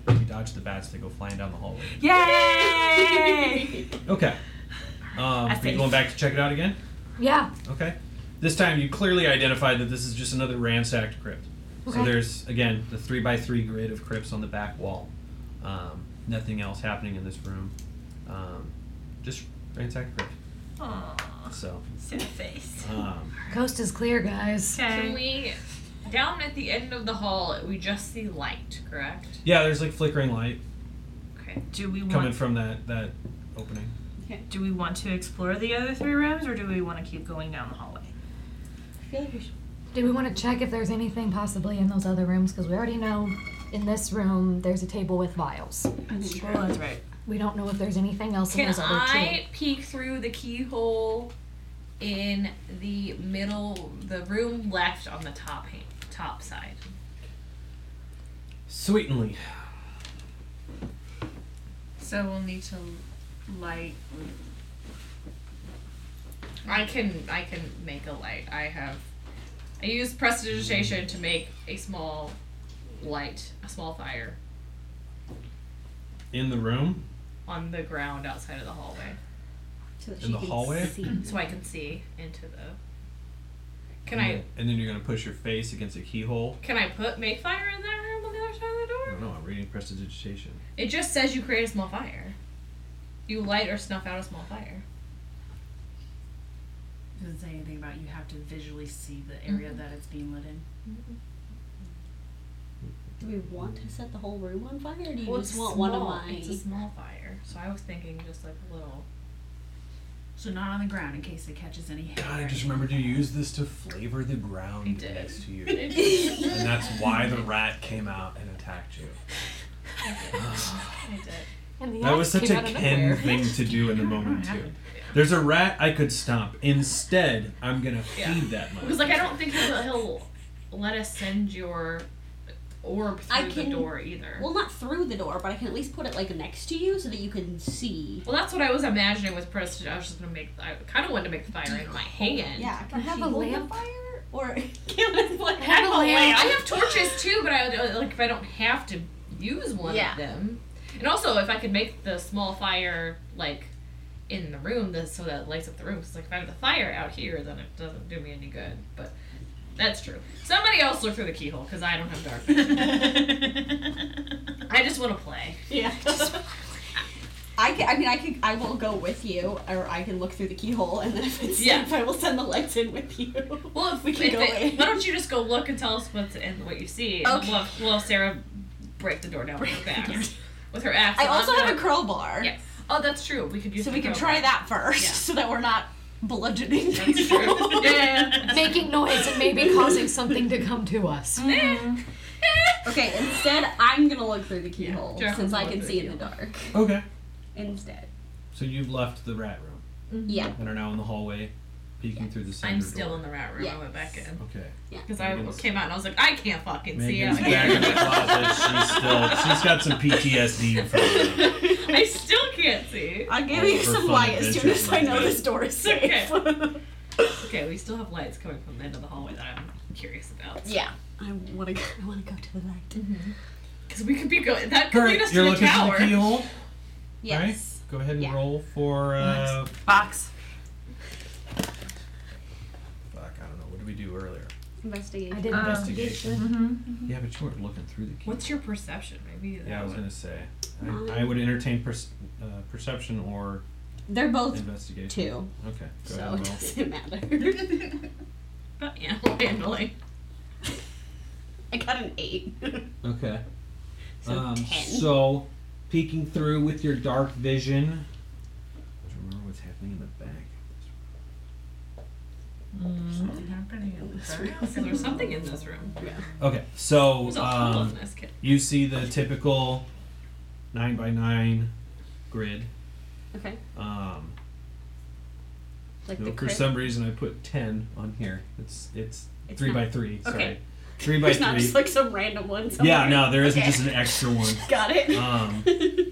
Okay, you dodge the bats, they go flying down the hallway. Yay! Okay. Um, are you think- going back to check it out again? Yeah. Okay. This time you clearly identified that this is just another ransacked crypt. So Okay. there's, again, the 3 by 3 grid of crypts on the back wall. Um, nothing else happening in this room. Um, just ransacked crypt. Aw, So, sad face. um, Coast is clear, guys. Okay. Can we down at the end of the hall? We just see light, correct? yeah, there's like flickering light Okay. do we coming want from that, that opening. do we want to explore the other three rooms or do we want to keep going down the hallway? Do we want to check if there's anything possibly in those other rooms? Because we already know in this room there's a table with vials. Well, that's right. We don't know if there's anything else in Can those other two. I peek through the keyhole in the middle, the room left on the top hand, top side? Sweetenly. So we'll need to light. I can I can make a light. I have I use prestidigitation to make a small light, a small fire In the room? on the ground outside of the hallway, So that In she the can hallway? see. so I can see into the. Can and I Then, and then you're gonna push your face against a keyhole. can I put make fire in that room on the other side of the I door? don't know. I'm reading prestidigitation. It just says you create a small fire. You light or snuff out a small fire. Doesn't say anything about Mm-hmm. you have to visually see the area that it's being lit in. Do we want to set the whole room on fire, or do you Well, it's just want one of small. mine? It's a small fire, so I was thinking just like a little. So not on the ground in case it catches any hair. God, I just remembered you used this to flavor the I ground did. next to you. It did. and that's why the rat came out and attacked you. I did. That was such a Ken thing to do in the moment too. There's a rat I could stomp. Instead, I'm gonna Yeah. feed that mother. Because like I don't think he'll, he'll let us send your orb through I can- the door either. Well, not through the door, but I can at least put it like next to you so that you can see. Well, that's what I was imagining with Prestige. I was just gonna make. I kind of wanted to make the fire in my hand. Yeah, can I have she a hold lamp? the fire? Or can I I like, have a lamp. Oh, I have torches too, but I would- like if I don't have to use one Yeah. of them. And also, if I could make the small fire like in the room, that so that it lights up the room. Because like if I have the fire out here, then it doesn't do me any good. But that's true. Somebody else look through the keyhole because I don't have dark vision. I just want to play. yeah. I can, I mean, I can. I will go with you, or I can look through the keyhole, and then if it's Yeah. safe, I will send the lights in with you. Well, if We can if go it- in. Why don't you just go look and tell us what's in what you see? And Okay. We'll, have- we'll have Sarah break the door down with her axe. With her axe. I and also I'm have a gonna- crowbar, Yes. Oh, that's true. We could use. so the we can crowbar. try that first, Yeah. so that we're not bludgeoning That's people. true. yeah. Making noise and maybe causing something to come to us. Okay, instead, I'm gonna look through the keyhole Jeff since will I look can through see the in the dark. Okay. Instead, So you've left the rat room yeah, and are now in the hallway, peeking through the center I'm still door. in the rat room. I went back in Okay. because I came out and I was like, I can't fucking see Megan's it. back in the closet. She's still. She's got some PTSD from it. I still can't see. I'll give you For some fun light as soon as adventure. I know this door is safe. Okay, we still have lights coming from the end of the hallway that I'm curious about. yeah, I wanna go. I wanna go to the light. Because we could be going. That could Alright, lead us you're to the looking tower. through the keyhole. Yes. Right? Go ahead and Yeah. roll for. Uh, Box. fuck, I don't know. What did we do earlier? Investigate. I did Um, Investigation. Mm-hmm. Yeah, but you weren't looking through the keyhole. What's your perception? Maybe. that Yeah, I was would- gonna say. Um, I, I would entertain per, uh, perception or They're both investigation. two, Okay. Go so ahead it and roll. doesn't matter. About animal handling. I got an eight. Okay. So um, 10. So, peeking through with your dark vision. I don't remember what's happening in the back. Something happening in this room. There's something in this room. Okay, so There's a hole in um, this kid. you see the typical nine by nine grid. okay, Um, like no, the for crit. some reason, I put ten on here. It's it's, It's three not- by three. Sorry, okay. three by There's not three. just like some random one. Somewhere. yeah, no, there isn't Okay. just an extra one. Got it. Um,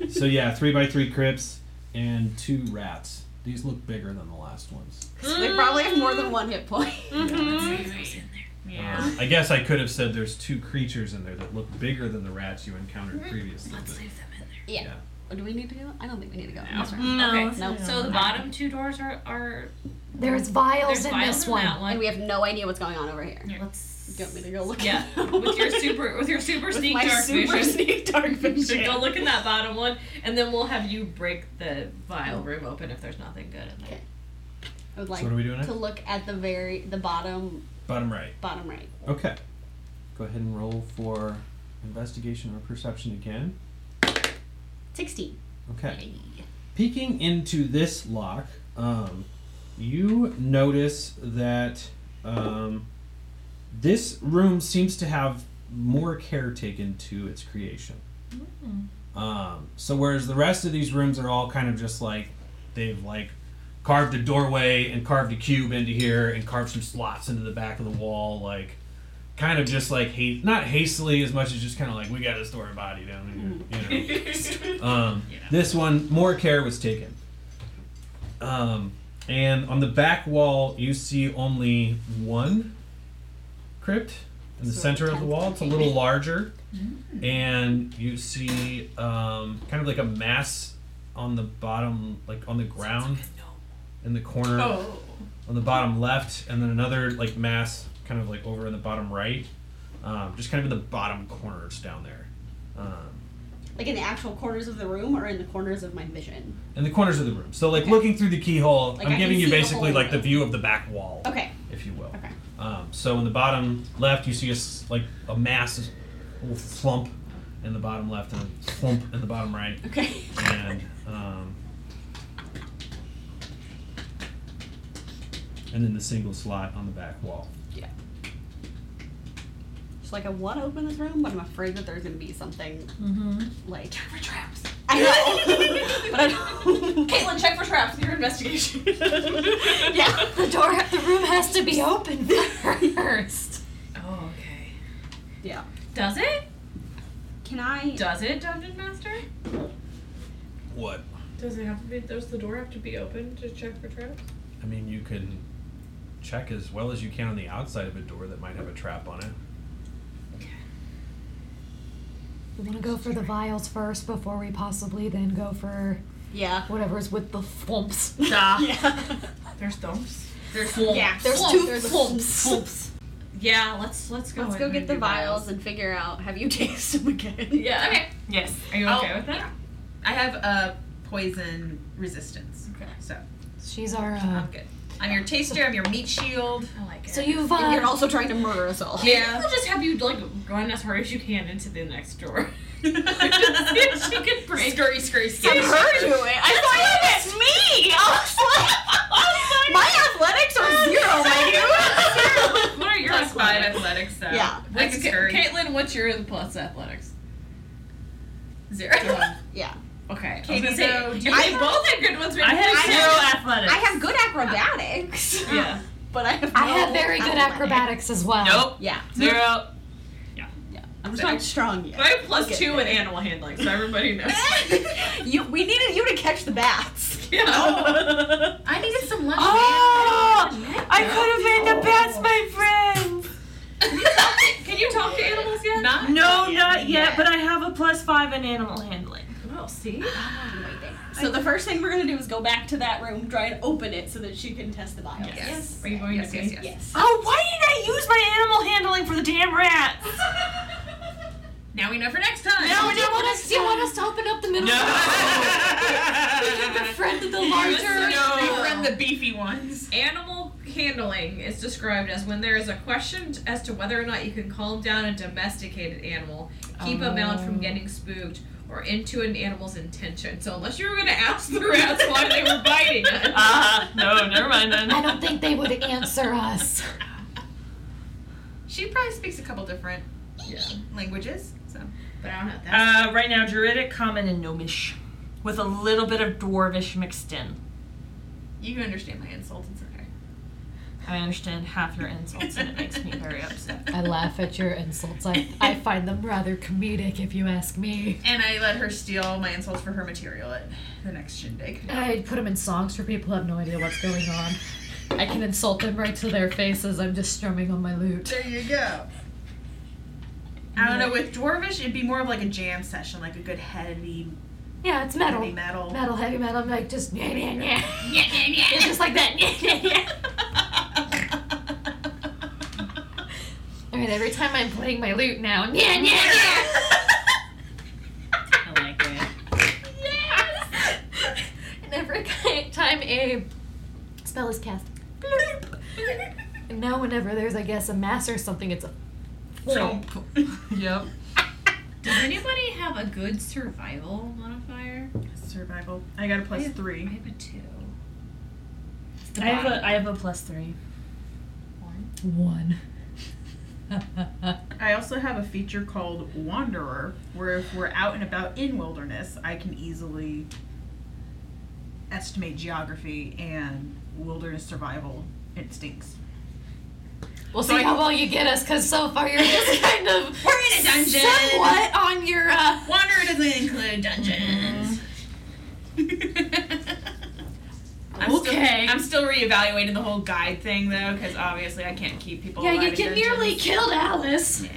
So yeah, three by three crypts and two rats. These look bigger than the last ones. So they probably have more than one hit point. Yeah. Um, I guess I could have said there's two creatures in there that look bigger than the rats you encountered previously. but- Oh, Do we need to go? I don't think we need to go. No. Okay, no. So the bottom two doors are are. There's vials There's in vials this in one. that one. And we have no idea what's going on over here. Let's. You want me to go look? Yeah, with your super with your super With sneak my dark super vision. sneak dark So vision. go look in that bottom one, and then we'll have you break the vial Mm. room open if there's nothing good in there. I would like So what are we doing to next? look at the very the bottom Bottom right. bottom right. Okay. Go ahead and roll for investigation or perception again. Sixteen. Okay. Peeking into this lock, um, you notice that um, this room seems to have more care taken to its creation. Um, so whereas the rest of these rooms are all kind of just like they've like carved a doorway and carved a cube into here and carved some slots into the back of the wall, like kind of just like ha- not hastily as much as just kind of like we got to store a body down here, you know. Um, This one, more care was taken. Um, and on the back wall, you see only one crypt in the So center of the tenth wall. It's a little larger. And you see um, kind of like a mass on the bottom, like on the ground in the corner Oh, on the bottom left, and then another like mass kind of like over in the bottom right, um, just kind of in the bottom corners down there. Um, Like in the actual corners of the room or in the corners of my vision. in the corners of the room. So like looking through the keyhole, Like, I I'm can giving you see the basically whole like the room. view of the back wall, Okay. if you will. Okay. Um, so in the bottom left, you see a s- like a mass little slump in the bottom left and a slump in the bottom right. Okay. And um, and then the single slot on the back wall. She's like, I want to open this room, but I'm afraid that there's going to be something Mm-hmm. like check for traps. I know, but I don't. Caitlin, check for traps. Your investigation. yeah. The door, the room has to be open first. Oh, okay. Yeah. Does it? Can I? Does it, Dungeon Master? What? Does it have to be? Does the door have to be open to check for traps? I mean, you can check as well as you can on the outside of a door that might have a trap on it. We want to go for the vials first before we possibly then go for Yeah. whatever's with the thumps. Duh. Yeah. There's thumps. There's yeah. There's two thumps. Yeah. Let's let's go. Let's ahead go and get the do vials and figure out have you tasted them again? Yeah. Okay. Yes. Are you Oh, okay with that? I have a poison resistance, Okay. so She's our. Uh, I'm good. I'm your taster. I'm your meat shield. I like it. so you've. And Uh, you're also trying to murder us all. Maybe We'll just have you like run as hard as you can into the next door. Just see if she can break. Scurry, scurry, I scurry. heard you. I thought you meant me. I was like, my athletics are "Oh, zero, my dude. What are your Plus five athletics? athletics, so Yeah. I What's can Ca- scurry. Caitlin, what's your plus athletics? Zero. Yeah. okay. I was Katie, gonna say, so do if you- they both had good ones. I I have zero have- athletics. I have good acrobatics. Yeah. But I have. I no have very good athletic. acrobatics as well. Nope. Yeah. Zero. I'm just not strong yet. I have plus Look at two in that. animal handling, so everybody knows. you, we needed you to catch the bats. yeah. I needed some lunch. Oh! I could have been the best, my friend. Can you talk to animals yet? Not. No, not yet. But I have a plus five in animal handling. Oh, see. So the first thing we're gonna do is go back to that room, try and open it so that she can test the vials. Yes. Are you going yes, to yes, be- yes, Oh, why did I use my animal handling for the damn rats? Now we know for next time. Now we Do you want us? Do you want us to open up the middle? Befriend the larger. They run the beefy ones. Animal handling is described as when there is a question t- as to whether or not you can calm down a domesticated animal, keep a mount Oh. from getting spooked, or into an animal's intention. So unless you were going to ask the rats why they were biting us. Ah, no, never mind then. I don't think they would answer us. She probably speaks a couple different Yeah. languages, so. But I don't have that. Uh, right now, Druidic, Common, and Gnomish, with a little bit of Dwarvish mixed in. You can understand my insults, it's okay. I understand half your insults, and it makes me very upset. I laugh at your insults. I, I find them rather comedic, if you ask me. And I let her steal my insults for her material at the next shindig. I put them in songs for people who have no idea what's going on. I can insult them right to their faces. I'm just strumming on my lute. There you go. I don't know, with Dwarvish, it'd be more of like a jam session, like a good heavy, Yeah, it's heavy metal. metal. Metal, heavy metal. I'm like, just, yeah, yeah, yeah. It's just like that. Yeah, yeah, yeah. All right, every time I'm playing my lute now, I'm, yeah, yeah, yeah. I like it. Yes! and every ki- time a spell is cast, bloop. And now, whenever there's, I guess, a mass or something, it's a. Yep. Does anybody have a good survival modifier? Survival. I got a plus I three. have a two. It's the I have bottom a I have a plus three. one. One. I also have a feature called Wanderer, where if we're out and about in wilderness, I can easily estimate geography and wilderness survival instincts. We'll see how well you get us, because so far you're just kind of. We're in a dungeon. Somewhat on your. Uh, Wanderer doesn't include dungeons. I'm Okay. Still, I'm still reevaluating the whole guide thing though, because obviously I can't keep people. yeah, alive you in get dungeons. nearly killed Alice. Yeah,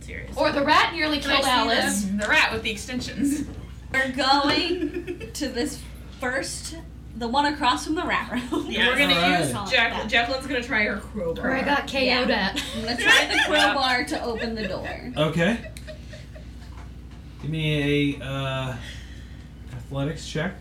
seriously. Or the rat nearly killed Alice. The, the rat with the extensions. We're going to this first, the one across from the rat room. Yeah. We're gonna Alright. use Jack- Jacqueline's gonna try her crowbar. Where I got KO'd at. I'm gonna try the crowbar to open the door. Okay. Give me a uh, athletics check.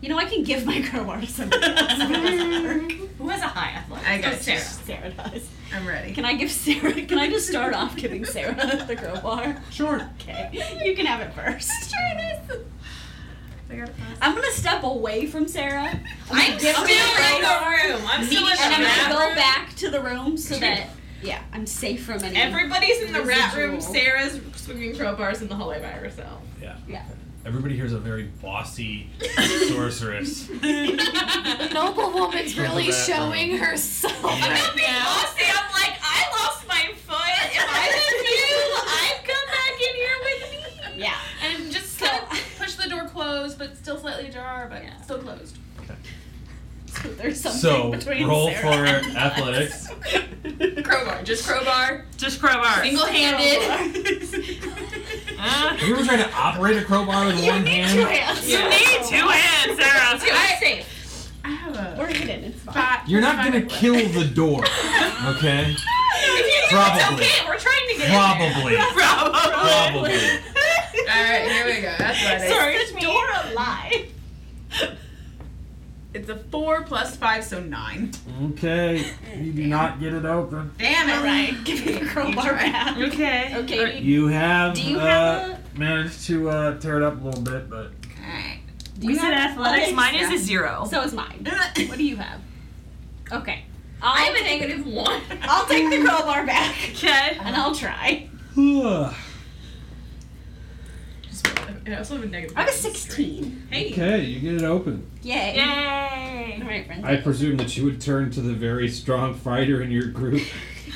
You know I can give my crowbar to somebody else. It doesn't work. Who has a high athletic? I got Sarah. Sarah does. I'm ready. Can I give Sarah? Can I just start off giving Sarah the crowbar? Sure. Okay, you can have it 1st try this. I'm gonna step away from Sarah. I'm Get still rid in of the room. I'm still in the and I'm gonna rat go room. back to the room so that yeah, I'm safe from any. Everybody's in the rat room. Residual. Sarah's swinging crowbars in the hallway by herself. Yeah. Yeah. Everybody here's a very bossy sorceress. Noblewoman's From the really back showing herself. I'm not being bossy. I'm like, I lost my foot. If I was you, I'd come back in here with me. yeah. And just So- kind of push the door closed, but still slightly ajar, but Yeah. still closed. So there's something so between roll Sarah for and us. athletics. Crowbar, just crowbar, Just crowbar. single-handed. Ah. Have you ever tried to operate a crowbar with one hand? You need two hands, Sarah. Two, it's safe. I have a We're hidden. It's fine. spot. You're not gonna kill the door, okay? If you- It's Probably. okay. We're trying to get in there. Probably. Probably. Probably. All right, here we go. That's what it is. Sorry, is the door alive? It's a four plus five, so nine. Okay. You do not get it open. Damn it! Right, give me the crowbar back. Okay. Okay. You have, Do you uh, have managed to uh, tear it up a little bit, but Alright. Do you said have athletics. Mine is a zero. So is mine. What do you have? Okay. I I'll, have a negative one. I'll take the crowbar back Okay. and I'll try. And I also have a negative I have a one. 16. Hey. okay, you get it open. Yay. Yay. All right, friends. I presume that you would turn to the very strong fighter in your group,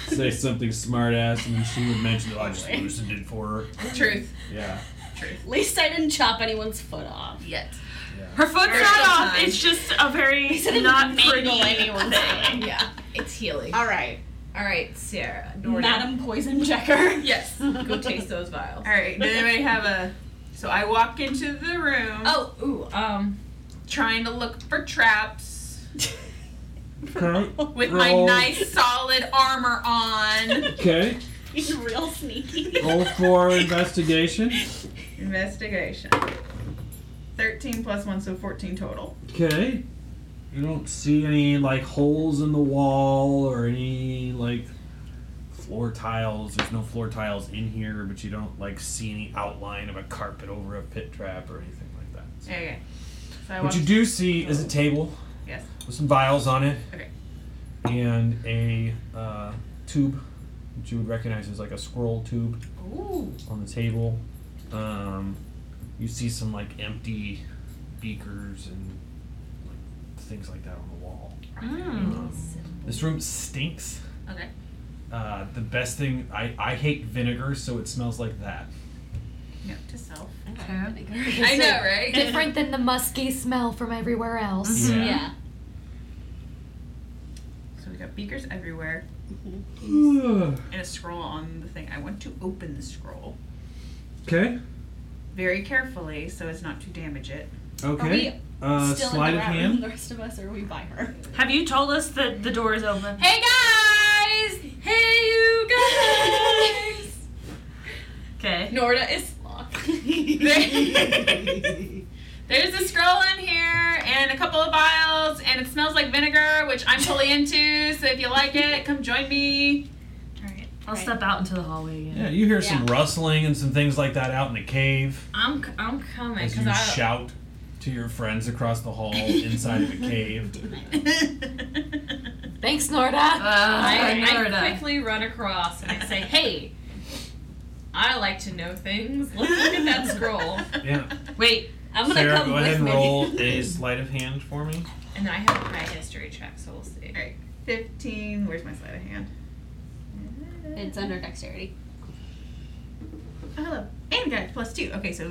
say something smart ass, and she would mention, oh, I just loosened it for her. Truth. Yeah. At least I didn't chop anyone's foot off. Yet. Her foot's Very not good off. time. It's just a very Instead of not pretty mangle anyone's thing. foot. Yeah. It's healing. All right. All right, Sarah. Madam Poison Checker. Yes. Go taste those vials. Alright, does anybody have a. So I walk into the room Oh, ooh, um, trying to look for traps Okay. with my Roll. nice solid armor on. Okay. He's real sneaky. Roll for investigation. Investigation. 13 plus 1, so 14 total. Okay. You don't see any like holes in the wall or any like floor tiles. There's no floor tiles in here, but you don't like see any outline of a carpet over a pit trap or anything like that. Okay. So I What walk. you do see is a table Yes. with some vials on it. Okay. And a uh, tube that you would recognize as like a scroll tube Ooh. on the table. Um, you see some like empty beakers and like, things like that on the wall. Um, this room stinks. Okay. Uh, the best thing I, I hate vinegar, so it smells like that. Note to self. I know, right? Different than the musky smell from everywhere else. Yeah. So we got beakers everywhere and a scroll on the thing. I want to open the scroll okay. very carefully so as not to damage it. Okay. Uh, Still sleight in of the rat room, hand. the rest of us, or are we by her? Have you told us that the door is open? Hey guys! Hey you guys! Okay. Norda is locked. There's a scroll in here and a couple of vials, and it smells like vinegar, which I'm totally into. So if you like it, come join me. I'll step out into the hallway again. Yeah, you hear some rustling and some things like that out in the cave I'm c- I'm coming as because you I shout to your friends across the hall inside of a cave. Thanks, Norda. Uh, I, I quickly run across and I say, "Hey, I like to know things. Let's look at that scroll." Yeah. Wait, I'm gonna Sarah, come go with ahead and me. roll a sleight of hand for me. And I have my history check, so we'll see. Alright, 15. Where's my sleight of hand? It's under dexterity. Oh, hello. And got plus two. Okay, so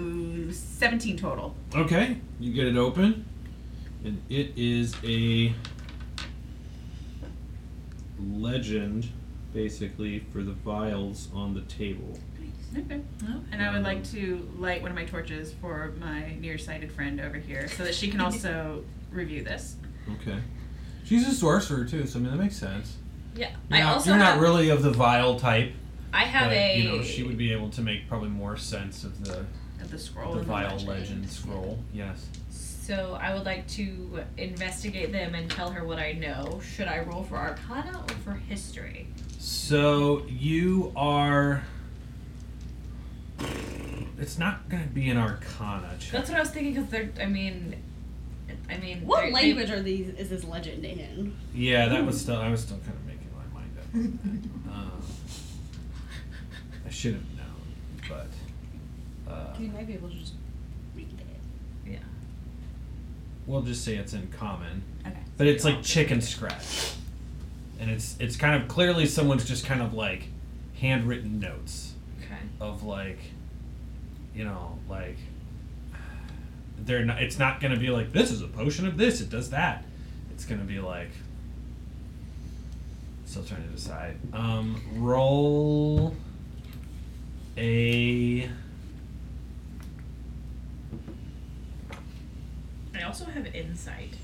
17 total. Okay, you get it open, and it is a legend, basically, for the vials on the table. Okay. Oh. And I would like to light one of my torches for my nearsighted friend over here so that she can also review this. Okay. She's a sorcerer too, so I mean that makes sense. Yeah, You're I not, also you're have. not really of the vial type, I have but a. you know she would be able to make probably more sense of the Of the scroll. the and vial legend. legend scroll. Yes. so I would like to investigate them and tell her what I know. Should I roll for Arcana or for History? So you are. It's not going to be an Arcana check. That's what I was thinking. Cause they're, I mean, I mean, What they're- language are these? Is this legend in? Yeah, that was still. I was still kind of making my mind up. um, I should have known, but uh, You might be able to just read it. we'll just say it's in common. Okay. But it's like chicken scratch, and it's it's kind of clearly someone's just kind of like handwritten notes Okay. of like, you know, like they're not. It's not gonna be like this is a potion of this. It does that. It's gonna be like. Still trying to decide. Um, roll a. I also have insight.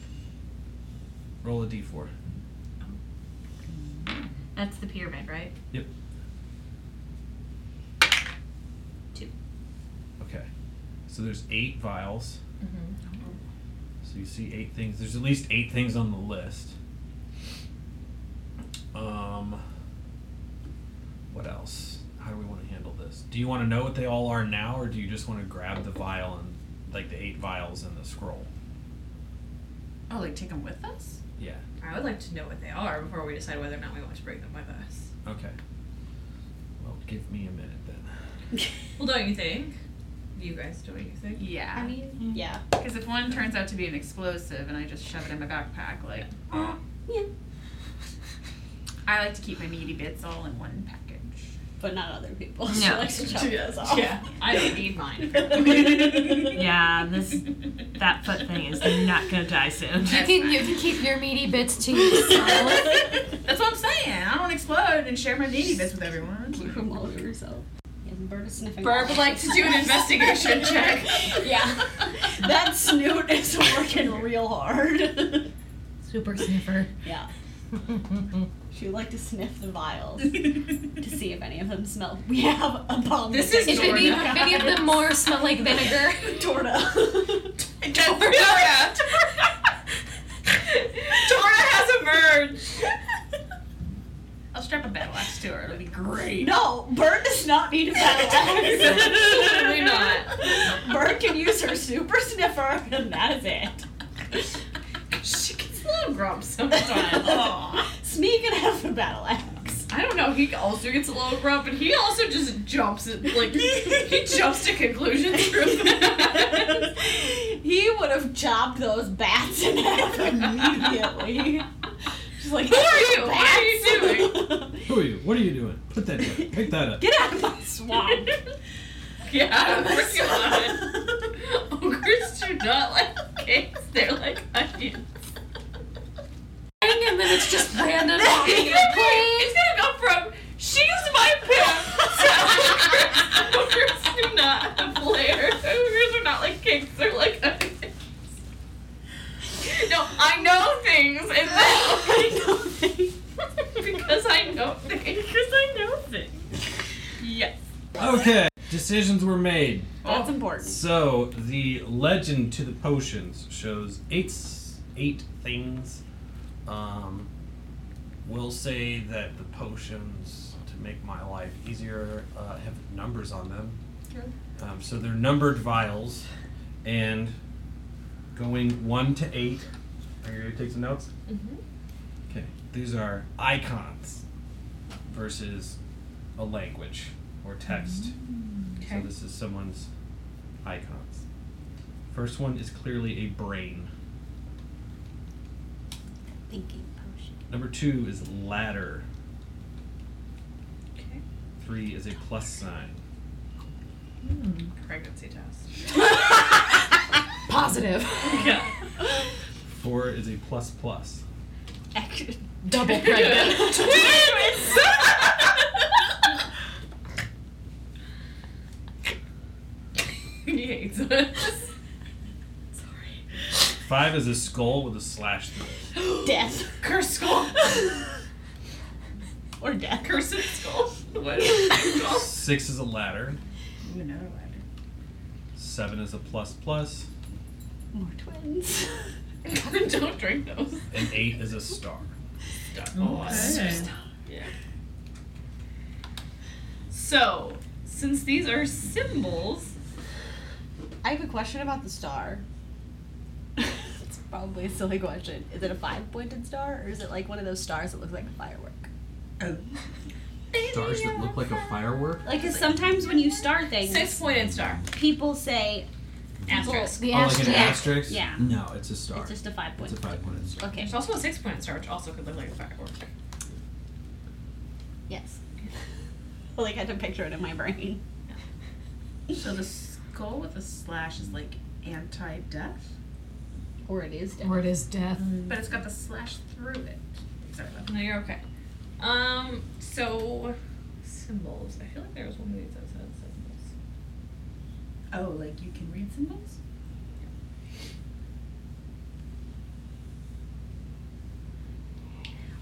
Roll a d4. That's the pyramid, right? Yep. Two. Okay. So there's eight vials. Mm-hmm. So you see eight things. There's at least eight things on the list. Um, what else? How do we want to handle this? Do you want to know what they all are now, or do you just want to grab the vial and like the eight vials and the scroll? Oh, like take them with us? Yeah. I would like to know what they are before we decide whether or not we want to bring them with us. Okay. Well, give me a minute then. Well, don't you think? You guys, don't you think? Yeah. I Mm. mean, yeah. Because if one turns out to be an explosive and I just shove it in my backpack, like, Yeah. I like to keep my meaty bits all in one package. But not other people. No. She likes to chop those off. Yeah. I don't need mine. Yeah, this that foot thing is not gonna die soon. That's you, can, fine. you can keep your meaty bits to yourself. That's what I'm saying. I don't explode and share my meaty bits with everyone. Keep them all to yourself. Yeah, the bird is sniffing. Barb would like to do an investigation check. Yeah. That snoot is working real hard. Super sniffer. yeah. She would like to sniff the vials to see if any of them smell. We have a bomb. This with is If it. any, if any of them more smell like vinegar. Torta. Dora. Dora has emerged. I'll strap a battle axe to her. It'll be great. no, Bird does not need a battle axe. Absolutely not. Bird can use her super sniffer, and that is it. She gets a little grump sometimes. Smee can have the battle axe. I don't know. He also gets a little grump, but he also just jumps at like he jumps to conclusions real fast. he would have chopped those bats in half immediately. Just like, Who are you? What are you doing? Who are you? What are you doing? Put that down. Pick that up. Get out of my swamp. Yeah, out of my Oh, Ogres do not like cakes. They're like onions. and then it's just random. It's gonna go from she's my pimp to ogres. Ogres do not have layers. Ogres are not like cakes. They're like onions. No, I know things, and then I know they- because I know things. Because I know things. Yes. Okay. Decisions were made. That's important. So the legend to the potions shows eight s- eight things. Um, we'll say that the potions to make my life easier uh, have numbers on them. Um, so they're numbered vials, and going one to eight. Are you ready to take some notes? Mm-hmm. Okay. These are icons versus a language or text. So this is someone's icons. First one is clearly a brain. Thinking potion. Number two is ladder. Okay. Three is a plus sign. Pregnancy test. Positive. Yeah. Four is a plus plus. Action. Double pregnant. he hates us. Five is a skull with a slash through it. Death. Curse skull. Or death. Cursed skull. What? Six is a ladder. Ooh, another ladder. Seven is a plus plus. more twins. Don't drink those. An eight is a star. Okay. So, since these are symbols, I have a question about the star. it's probably a silly question. Is it a five pointed star or is it like one of those stars that looks like a firework? Stars that look like a firework. Like, because sometimes when you star things, six pointed star. people say people- Asterisk. The Oh, like an asterisk. asterisk? Yeah. No, it's a star. It's just a five It's point. a five pointed star. Okay. There's also a six pointed star, which also could look like a firework. Yes. Like I had to picture it in my brain. So the skull with a slash is like anti-death, Or it is. Or it is death. but it's got the slash through it. Sorry about that. No, you're okay. Um, so symbols. I feel like there was one of these that said symbols. Oh, like you can read symbols?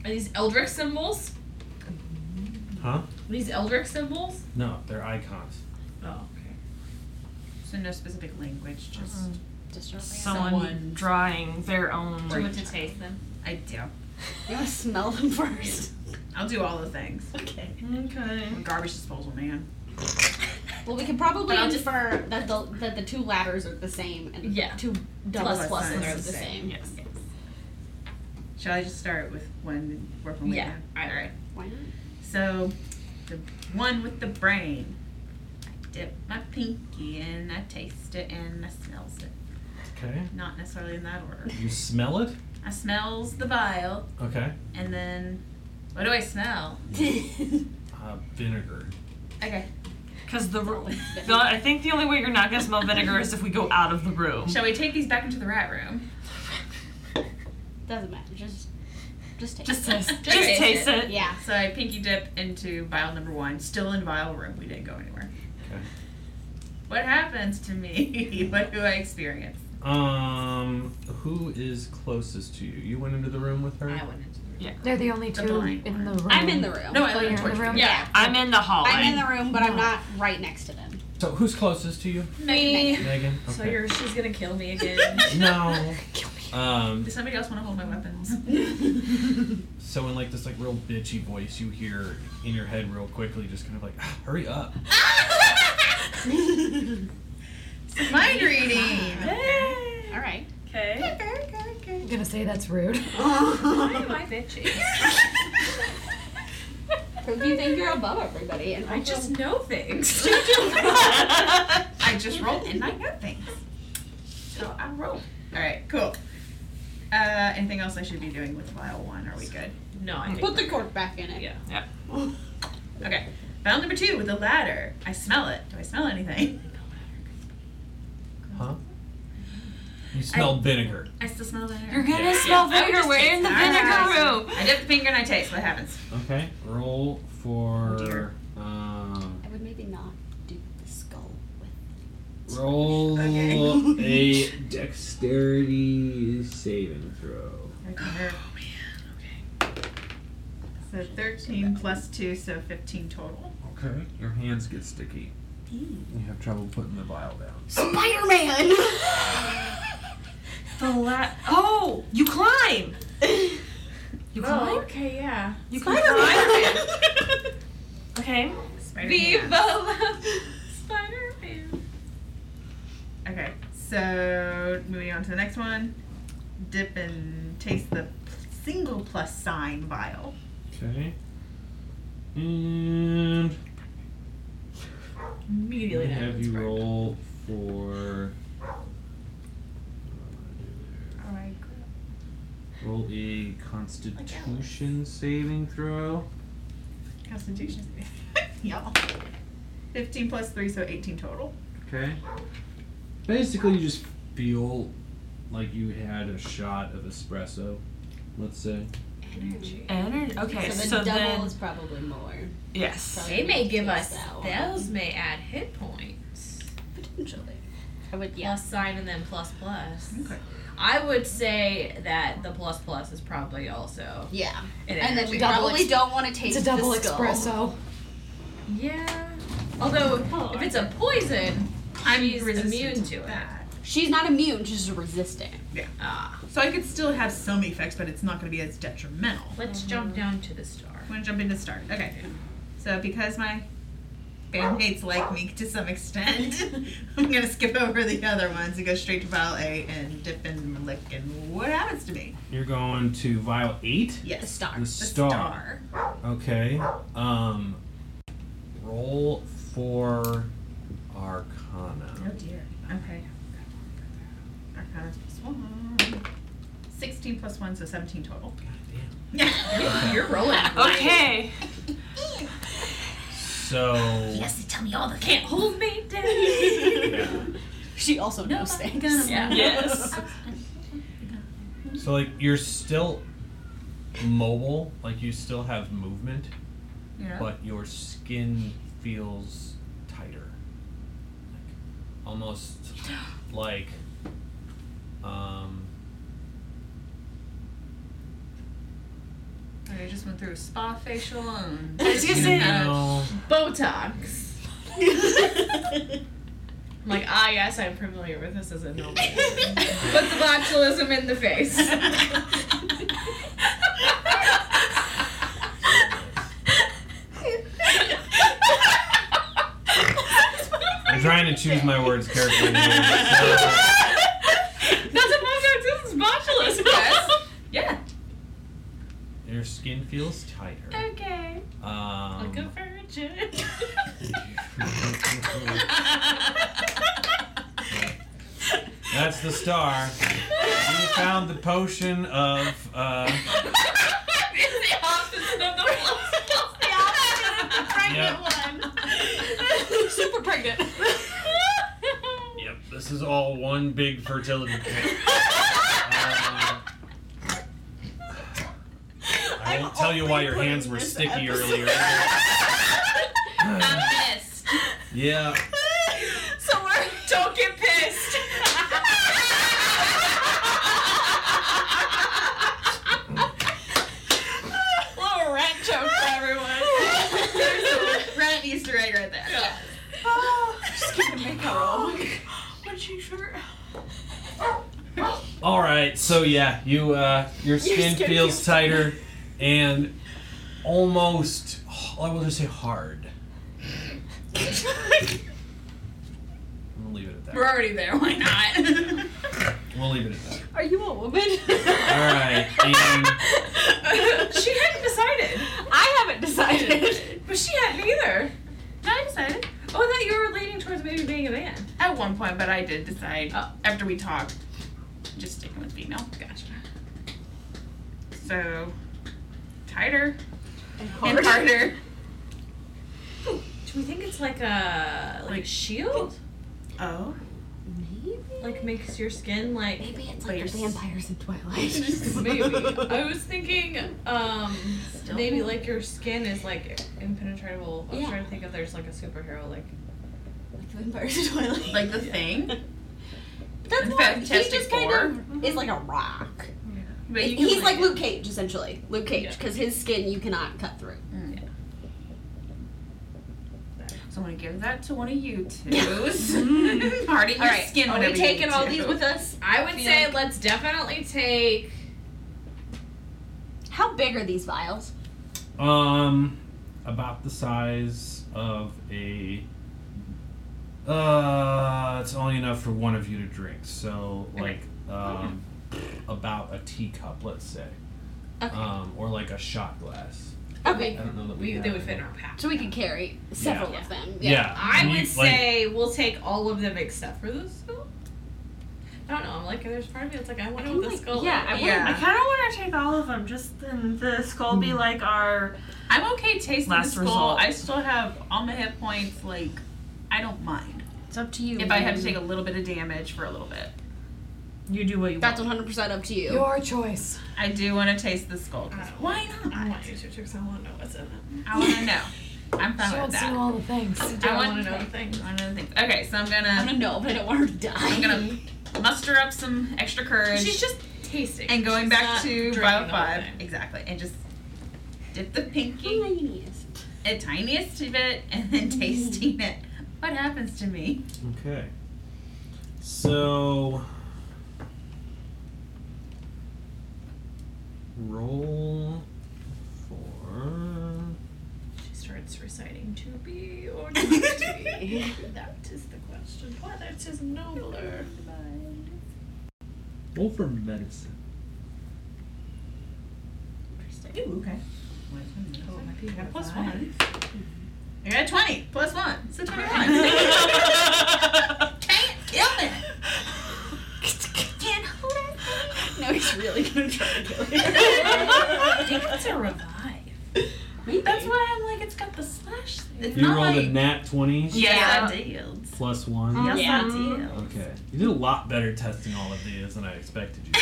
Are these Eldrick symbols? Huh? Are these Eldrick symbols? No, they're icons. Oh, okay. So no specific language, Mm-hmm. just Someone, Someone- drawing their own. Do you want to taste them? I do. You want to smell them first. I'll do all the things. Okay. Okay. I'm a garbage disposal man. Well, we can probably But I'll just- infer that the that the two ladders are the same and the Yeah. two double Plus pluses pluses are are the the same. Yes. Shall I just start with one and work my way Yeah. down? All right. Why not? So, the one with the brain. I dip my pinky and I taste it and I smells it. Okay. Not necessarily in that order. You smell it? I smells the vial Okay. and then what do I smell? Uh, vinegar. Okay. Because the, ro- the I think the only way you're not gonna smell vinegar is if we go out of the room. Shall we take these back into the rat room? Doesn't matter. Just just take. Just taste, just taste taste it. it. yeah. So I pinky dip into vial number one, still in vial room. We didn't go anywhere. Okay. What happens to me? what do I experience? Um, who is closest to you? You went into the room with her? I went into the They're the only The two blind in the one. room. I'm in the room. No, I Oh, live you're in in the Torchwood. room. Yeah. I'm in the hallway. I'm in the room, but I'm not right next to them. So who's closest to you? Me. Megan? So Okay. you're she's gonna kill me again. No. Um, Does somebody else want to hold my weapons? so in like this like real bitchy voice you hear in your head real quickly, just kind of like, "Ah, hurry up. Mind reading. All right. Okay. I'm gonna say that's rude. Why am I bitchy? Prove you think you're above everybody, and I just know things. I just rolled and I got things. So I rolled. All right, cool. Uh, anything else I should be doing with vial one? Are we good? no, I think put the cork back in it. Yeah. Okay. Vial number two with a ladder. I smell it. Do I smell anything? Huh? You smelled vinegar. I still smell ladder. You're gonna smell I would vinegar. just We're taste in the it. vinegar room. I dip the finger and I taste. What happens? Okay. Roll Oh, dear. for. Um, I would maybe not do the skull with. roll Okay. a dexterity saving throw. Oh, So 13 plus 2, so 15 total. Okay. Your hands get sticky. You have trouble putting the vial down. Spider Man. The la- Oh, you climb. Oh, You climb. okay, yeah. You can climb. Okay. Spider-Man. Viva Spider Man. Okay, so moving on to the next one. Dip and taste the single plus sign vial. Okay. And Immediately I'm gonna know have it's you right. roll for uh, roll a Constitution saving throw. Constitution. Y'all. 15 plus 3, so 18 total. Okay. Basically, you just feel like you had a shot of espresso. Let's say. Energy. Energy. Okay. So the So, double then. is probably more. Yes. They may give us Spell. spells, may add hit points. Potentially. I would. Yeah. Plus sign and then plus plus. Okay. I would say that the plus plus is probably also Yeah. an And then energy. we Double probably ex- don't want to taste It's a double the skull. espresso. Yeah. Although if it's a poison, Oh, I'm She's resistant immune to to it. that. She's not immune, she's just resistant. Yeah. So I could still have some effects, but it's not going to be as detrimental. Let's Mm-hmm. jump down to the star. I'm going to jump into start. Okay. So because my bandmates like me to some extent, I'm going to skip over the other ones and go straight to file A and dip and lick and what happens to me. You're going to vial eight. Yes. The star. The star. Okay. Um, roll for Oh Arcana. dear. Okay. Arcana's plus one. 16 plus 1, so 17 total. Yeah. You're rolling. Okay. So to tell me all the Can't hold me down. she also knows things. Yeah. Yes. so like you're still mobile, like you still have movement, Yeah. but your skin feels tighter, like, almost like um, I Oh, just went through a spa facial and. I was gonna say uh, you know, Botox. I'm like, ah, yes, I'm familiar with this as a normal. Put the botulism in the face. I'm trying to choose my words carefully. so- That's a botox. This is botulism. Yes. Yeah. Your skin feels tighter. Okay. Um, Like a virgin. That's the star. You found the potion of. Uh, It's the opposite of the It's the opposite of the pregnant one. Super pregnant. yep, this is all one big fertility pill. Um, I won't tell you why your hands were sticky earlier. Pissed. yeah. So we're don't get pissed. Little rat joke for everyone. Rat Easter egg right there. All right, so yeah, you uh, your skin feels tighter and almost I will just say hard. I'm gonna leave it at that. We're already there. Why not? We'll leave it at Are you a woman? that. All right, and she hadn't decided. I haven't decided. But she hadn't either. No, I decided. Oh, I thought you were leaning towards maybe being a man. At one point, but I did decide uh, after we talked, just sticking with female. Gotcha. So, tighter and, harder. Do we think it's like a like, a shield? Oh. Like makes your skin like Maybe it's like like the the vampires in Twilight. maybe. I was thinking um maybe like your skin is like impenetrable. I'm Yeah. trying to think if there's like a superhero like Vampires Twilight. Like the thing. That's In more, he Fantastic just Four. kind of is like a rock. But you can He's like blend Luke Cage, essentially. Luke Cage, Yeah. because his skin you cannot cut through. it. So I'm gonna give that to one of you two. Harden your skin. Are we whenever you taking need all to. these with us? I would feel say like- let's definitely take. How big are these vials? um, about the size of a. Uh, it's only enough for one of you to drink. So like, um, about a teacup, let's say, Okay. um, or like a shot glass. I Okay. don't know that we. We have they would any. fit in our pack. So we can carry several Yeah. of them. Yeah. I and would you, like- say we'll take all of them except for the skull. I don't know. I'm like, there's part of me that's like, I wonder what the skull. yeah, I is. wouldn't- I Yeah. kind of want to take all of them, just and the skull be like our. I'm okay tasting Last the skull. result. I still have all my hit points. Like, I don't mind It's up to you. if I have to take a little bit of damage for a little bit. you do what you That's want. 100% up to you. Your choice. I do want to taste the skull. 'cause Why Oh. I not? want you to because I want to know what's in it. I want to know. I'm fine She with wants to know that. all the things. I, I want want to know the things. One of the things. Okay, so I'm I'm gonna gonna know, but I don't want her to die. I'm gonna muster up some extra courage She's just tasting. and going She's back not to drinking bio the whole five thing. exactly, and just dip the pinky Tiniest. a Mm-hmm. tiniest bit and then tasting it. What happens to me? Okay. So roll for She starts reciting to be or not to be. that is the question. What that is nobler. roll for medicine. Ooh, okay. Oh, my God. Plus Five. one. I got a 20 plus 1. It's a 21. Can't kill me. Can't hold Now he's really gonna try to kill it. I think it's a revive. That's why I'm like, it's got the slash thing. It's You not rolled like, a nat twenty yeah, deals. plus one. Yes, I Okay. You did a lot better testing all of these than I expected you to.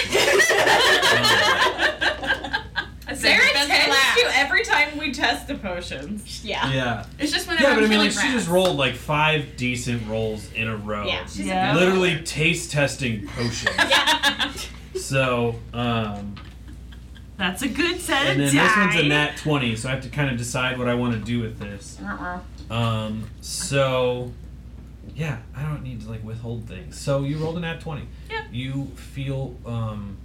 Sarah tends to every time we test the potions. Yeah. Um, yeah. It's just whenever Yeah, but I'm I mean, feeling like, she just rolled like five decent rolls in a row. Yeah, she's Yeah. Literally taste testing potions. So, um, That's a good set and then of this one's a dice. nat 20, so I have to kind of decide what I want to do with this. Uh-uh. Um, so, yeah, I don't need to like withhold things. So you rolled a nat 20. Yeah. You feel, um,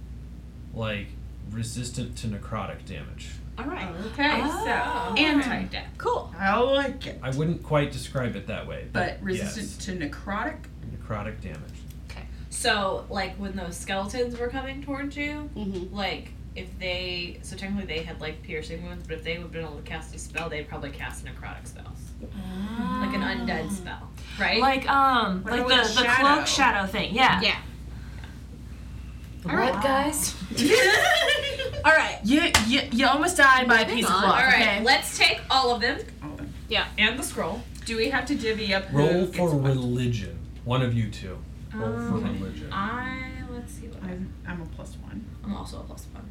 like resistant to necrotic damage. All right. Okay, Oh. so. anti death. Cool. I like it. I wouldn't quite describe it that way, but, But resistant yes, to necrotic? necrotic damage. So, like when those skeletons were coming towards you, Mm-hmm. like if they, so technically they had like piercing wounds, but if they would have been able to cast a spell, they'd probably cast necrotic spells, Ah. like an undead spell, right? Like um, What like about the, with the shadow? cloak shadow thing. Yeah. yeah. All right, guys. All right. You, you you almost died by a piece of All cloth. right, Okay. let's take all of them. All of them. Yeah, and the scroll. Do we have to divvy up who Roll gets for what? religion. One of you two. Roll for religion. Um, I let's see what I'm. I'm, I'm a plus one. I'm also a plus one.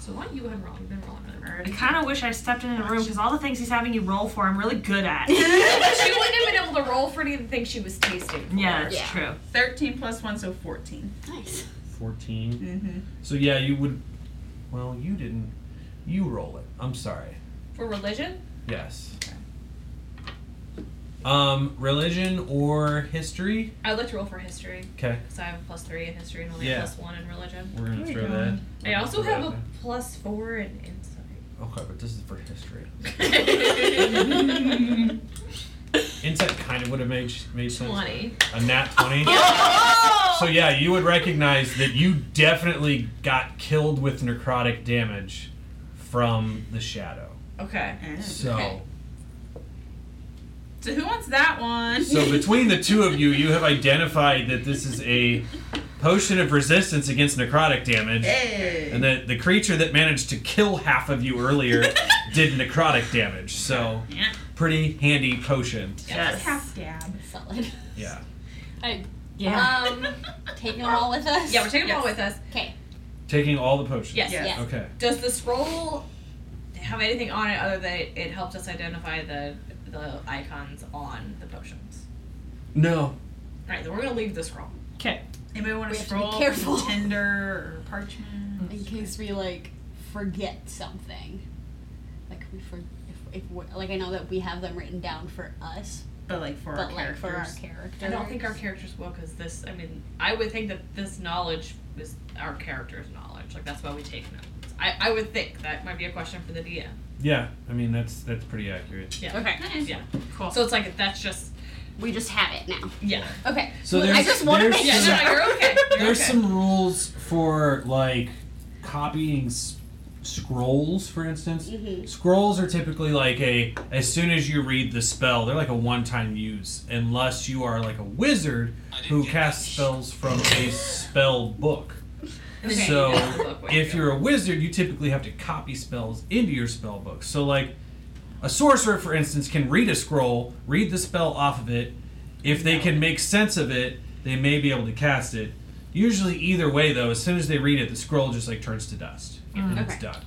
So why you and Ron? You've been rolling for them. I kind of wish I stepped into the room because all the things he's having you roll for, I'm really good at. she wouldn't have been able to roll for any of the things she was tasting. For. Yeah, that's Yeah. true. 13 plus 1, so 14. Nice. 14. Mm-hmm. So yeah, you would. Well, you didn't. You roll it. I'm sorry. For religion, Yes. Um, religion or history? I would like to roll for history Okay, because I have a plus three in history and only Yeah. a plus one in religion. we're gonna throw that. I also throw have that a plus four in insight. there. Okay, but this is for history. Insight kind of would have made made sense. Twenty. A nat twenty. So yeah, you would recognize that you definitely got killed with necrotic damage from the shadow. Okay. Mm, So. Okay. So who wants that one? So between the two of you, you have identified that this is a potion of resistance against necrotic damage, Hey. and that the creature that managed to kill half of you earlier did necrotic damage. So Yeah. pretty handy potion. Half stab. Solid. Yeah. Yeah. Um, taking them all with us. Yeah, we're taking them all with us. Okay. Taking all the potions. Yes. Yes. Yeah. Okay. Does the scroll have anything on it other than it helped us identify the the icons on the potions? No. All right, then we're gonna leave the scroll. Okay. Anybody want We to have to be scroll careful. Tinder or parchment? In case we like forget something, like we for if, if we're, like I know that we have them written down for us, But like for our but like characters. for our characters. I don't think our characters will, because this. I mean, I would think that this knowledge is our character's knowledge. Like that's why we take notes. I, I would think that might be a question for the DM. Yeah. I mean that's that's pretty accurate. Yeah. Okay. Yeah. Cool. So it's like that's just We just have it now. yeah. Okay. So Well, I there's- just want to there's make Yeah. sure. No, no, you're okay. You're There's okay. some rules for like copying s- scrolls, for instance. Mhm. Scrolls are typically like a as soon as you read the spell, they're like a one-time use, unless you are like a wizard who casts spells from a spell book. Okay, So that's the book way to if go. you're a wizard, you typically have to copy spells into your spell book. So like a sorcerer, for instance, can read a scroll, read the spell off of it. If they can make sense of it, they may be able to cast it. Usually, either way though, as soon as they read it, the scroll just like turns to dust and it's Mm, Okay. done.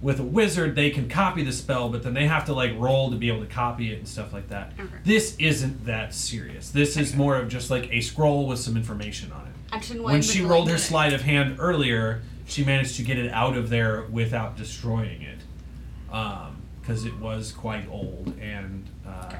With a wizard, they can copy the spell, but then they have to like roll to be able to copy it and stuff like that. Okay. This isn't that serious. This is more of just like a scroll with some information on it Action one. when she but rolled like- her sleight of hand earlier, she managed to get it out of there without destroying um, it, because it was quite old and uh,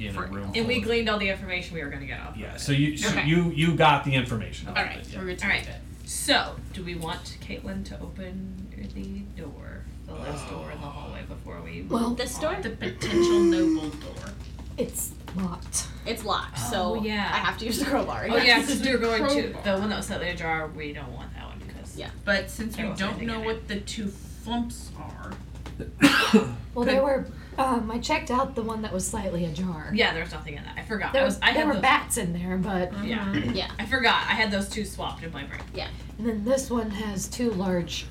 in a For- room. And full we of- gleaned all the information we were going to get off. Yeah. So you so Okay. you you got the information. All right. Yeah. We're gonna All right. take it. So, do we want Caitlin to open the door, the last door in the hallway, before we? Well, move this on? door? The potential noble door. It's locked. It's locked, so Oh, yeah. I have to use the crowbar. Oh yeah, because you're going to Crowbar. the one that was slightly ajar. We don't want that one because Yeah. But since There we wasn't don't anything know in what the two flumps are, Well, they were. Um, I checked out the one that was slightly ajar. yeah, there's nothing in that. I forgot. There, I was I there had were those, bats in there, but Yeah, Yeah. I forgot. I had those two swapped in my brain. and then this one has two large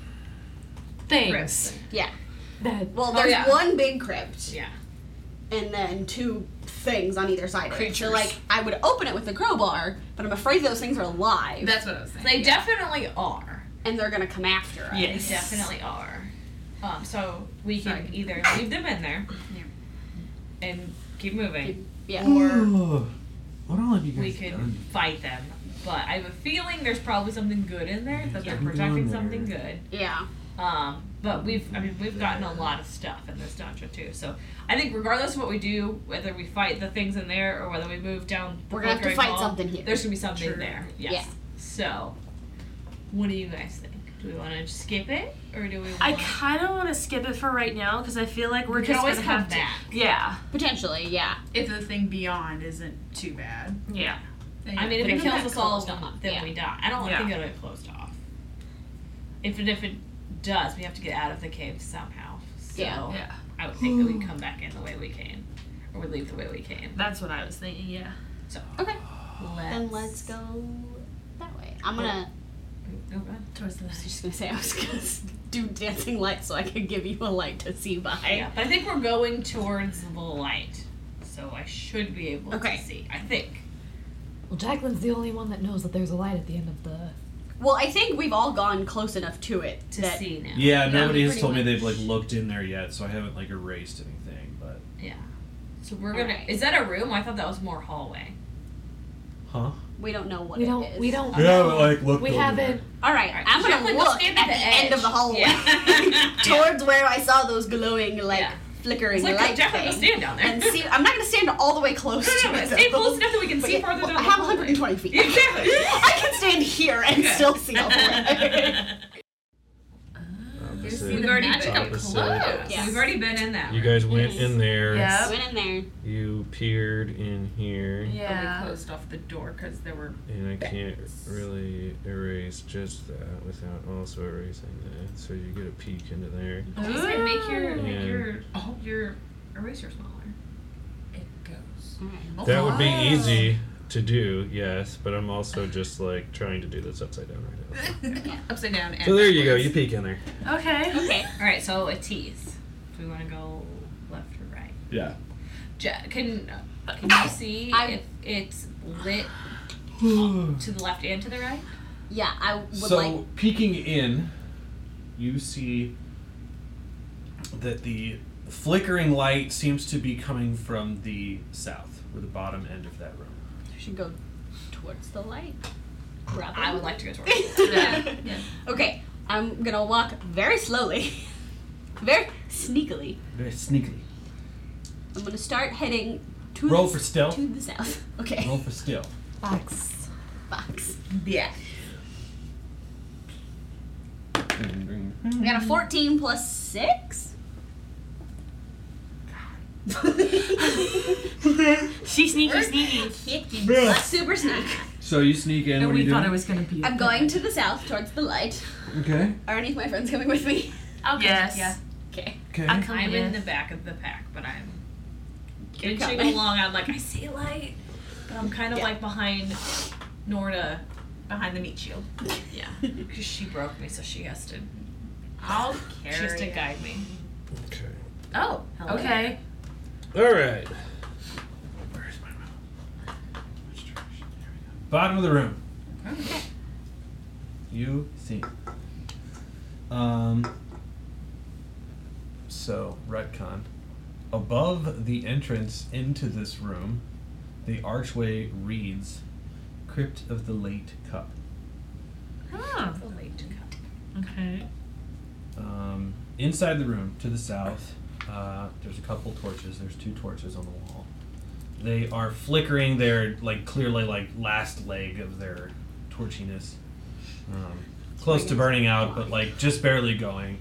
things Yeah. that Well, Oh, there's yeah. one big crypt Yeah. and then two things on either side. of it. So Creatures. like I would open it with the crowbar, but I'm afraid those things are alive that's what I was saying. They definitely are. and they're gonna come after us. They definitely are. Um, so we can Sorry. either leave them in there and keep moving, Yeah. or what all have you guys we could done? fight them. But I have a feeling there's probably something good in there that they're Something protecting there. something good. Yeah. Um, but we've, I mean, we've gotten a lot of stuff in this dungeon too. So I think regardless of what we do, whether we fight the things in there or whether we move down, the We're gonna have to flickering fight wall, something here. There's gonna be something True. there. Yes. Yeah. So, what do you guys think? Do we want to skip it or do we? Want I kind of want to skip it for right now because I feel like we're We can just always gonna come have back. to. Yeah, Potentially, yeah. if the thing beyond isn't too bad. yeah. then I yeah, mean, if put it in kills that us all, closed off. then Yeah. we die. I don't want Yeah. to think it'll get closed off. If it, if it does, we have to get out of the cave somehow. So Yeah. Yeah. I would think that we come back in the way we came, or we leave the way we came. That's what I was thinking. Yeah. So Okay. let's Then let's go that way. I'm gonna Go ahead. towards the I was just gonna say I was gonna do dancing lights so I could give you a light to see by. Yeah, but I think we're going towards the light, so I should be able Okay. to see. I think. well, Jacqueline's the only one that knows that there's a light at the end of the. Well, I think we've all gone close enough to it To that see now. Yeah, nobody has pretty told me they've much. like looked in there yet, so I haven't like erased anything. But Yeah. So we're gonna. Alright. Is that a room? I thought that was more hallway. huh? we don't know what we it don't. is. We don't. like looked. we haven't. All right, Alright, I'm gonna Jacqueline, go look at stand the, at the end of the edge. hallway Yeah. towards where I saw those glowing, like Yeah. flickering It's like light definitely things. stand down there. And see, I'm not gonna stand all the way close no, no, to no, it. Stay though. close enough that we can But see yeah, farther well, down. I the have hallway. 120 feet. Exactly. I can stand here and still see all the way. Opposite. We've already Magic been. of Opposite. clothes. Yeah. We've already been in that. You room. guys went in there. Yeah. Went in there. You peered in here, But we closed off the door because there were and I can't really erase just that without also erasing that. So you get a peek into there. Just like make your Yeah. Oh make your your eraser smaller. That would be easy to do, yes, but I'm also just like trying to do this upside down right now. upside down. And So there you go. You backwards. peek in there. Okay. Okay. All right, so a tease. Do we want to go left or right? Yeah. Ja- can can you see I- if it's lit to the left and to the right? Yeah, I would so like. peeking in you see that the flickering light seems to be coming from the south or the bottom end of that room We should go towards the light. Grab I it. would like to go towards. it. Okay, I'm gonna walk very slowly, very sneakily. very sneakily I'm gonna start heading to roll the, for stealth to the south. Okay. roll for stealth Box. Box. Yeah. I got a 14 plus six. She sneaky sneaky. Super sneak. so you sneak in what are you doing was gonna be. I'm going to the south towards the light. okay Are any of my friends coming with me? Yes. Yeah. Okay. okay I'm coming I'm in the with. back of the pack, but I'm You're inching coming. along. I'm like I see light, but I'm kind of Yeah. like behind Norda Behind the meat shield. because she broke me, so she has to I'll carry. she has to it. guide me. okay Oh. Hello. Okay. all right where's my roll? Which direction? There we go. bottom of the room Okay. you see um so retcon above the entrance into this room the archway reads crypt of the late cup Huh. The late cup. Okay. um, inside the room to the south uh, there's a couple torches there's two torches on the wall They are flickering their like clearly like last leg of their torchiness, um, close to burning out, but like just barely going.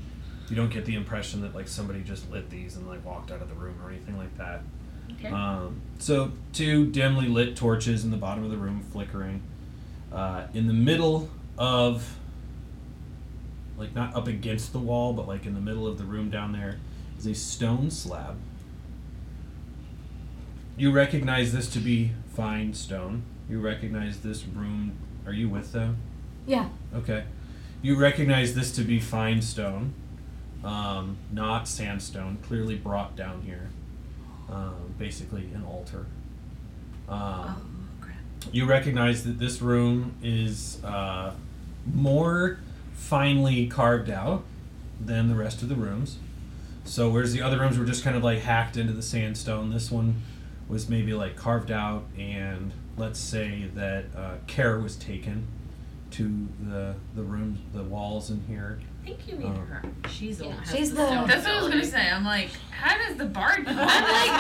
You don't get the impression that like somebody just lit these and like walked out of the room or anything like that. Okay. Um, so two dimly lit torches in the bottom of the room flickering. Uh, in the middle of like not up against the wall, but like in the middle of the room down there is a stone slab. You recognize this to be fine stone. You recognize this room. Are you with them? Yeah. Okay. You recognize this to be fine stone, um, not sandstone, clearly brought down here. Um, basically, an altar. Um, You recognize that this room is uh, more finely carved out than the rest of the rooms. So, whereas the other rooms were just kind of like hacked into the sandstone, this one was maybe like carved out, and let's say that uh, care was taken to the the room, the walls in here. I think you mean Um, her. She's the one. who has She's the. stone the. That's what I was gonna say. I'm like, how does the bard know? I'm like,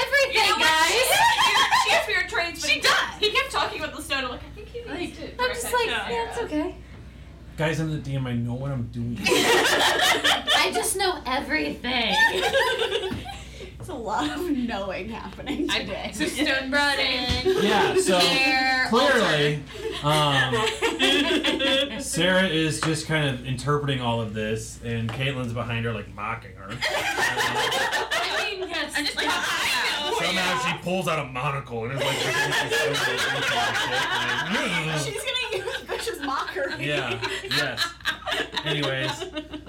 everything, she has weird traits, but she does. He kept talking about the stone. I'm like, I think he needs to. I'm just like, yeah, it's okay. Guys, I'm the DM. I know what I'm doing. I just know everything. It's a lot of knowing happening today. I, so stone brought in. yeah. So Hair, clearly, um, Sarah is just kind of interpreting all of this, and Caitlin's behind her, like mocking her. I mean, yes. just like, "Ah, I know. Somehow she pulls out a monocle and is like, "This is so good." She's gonna use Bishop's mocker. yeah, yes. Anyways,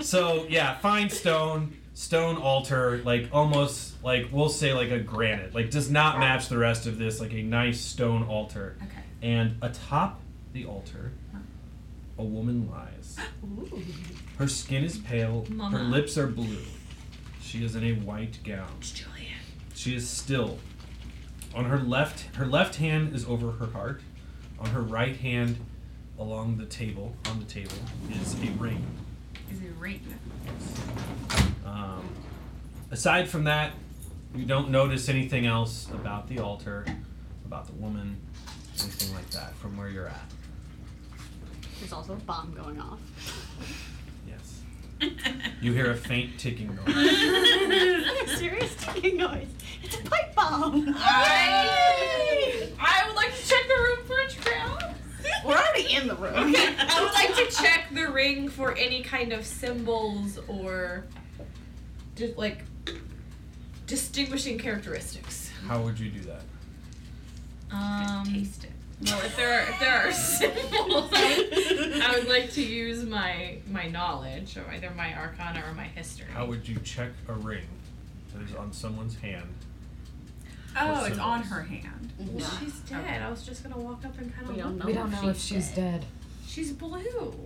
so yeah, fine stone, stone altar, like almost like we'll say like a granite, like does not match the rest of this, like a nice stone altar. Okay. And atop the altar, a woman lies. Her skin is pale, her lips are blue. She is in a white gown. She is still. On her left, her left hand is over her heart. On her right hand, along the table, on the table, is a ring. Is it rape? Um, aside from that, you don't notice anything else about the altar, about the woman, anything like that from where you're at. There's also a bomb going off. Yes. You hear a faint ticking noise. Serious ticking noise. It's a pipe bomb. I would like to check the room for a trail. We're already in the room. I would like to check the ring for any kind of symbols or just like distinguishing characteristics. How would you do that? Um, taste it. Well, if there are if there are symbols, I would, I would like to use my my knowledge or either my arcana or my history. How would you check a ring that is on someone's hand? Oh, it's on her hand. Well, she's dead. I was just gonna walk up and kind of. We don't know. We don't know if she's dead. She's blue.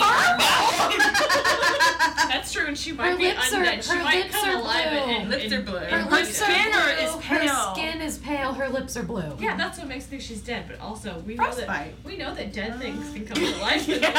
Her Uh, That's true, and she might Her be lips are- undead. she her might lips come are alive blue. and, and lips are and- blue. and- Her lips are Banner blue. is Her pale. skin is pale. Her lips are blue. Yeah, that's what makes me think she's dead. But also, we know that Frostbite. we know that dead things can come to life. and everything.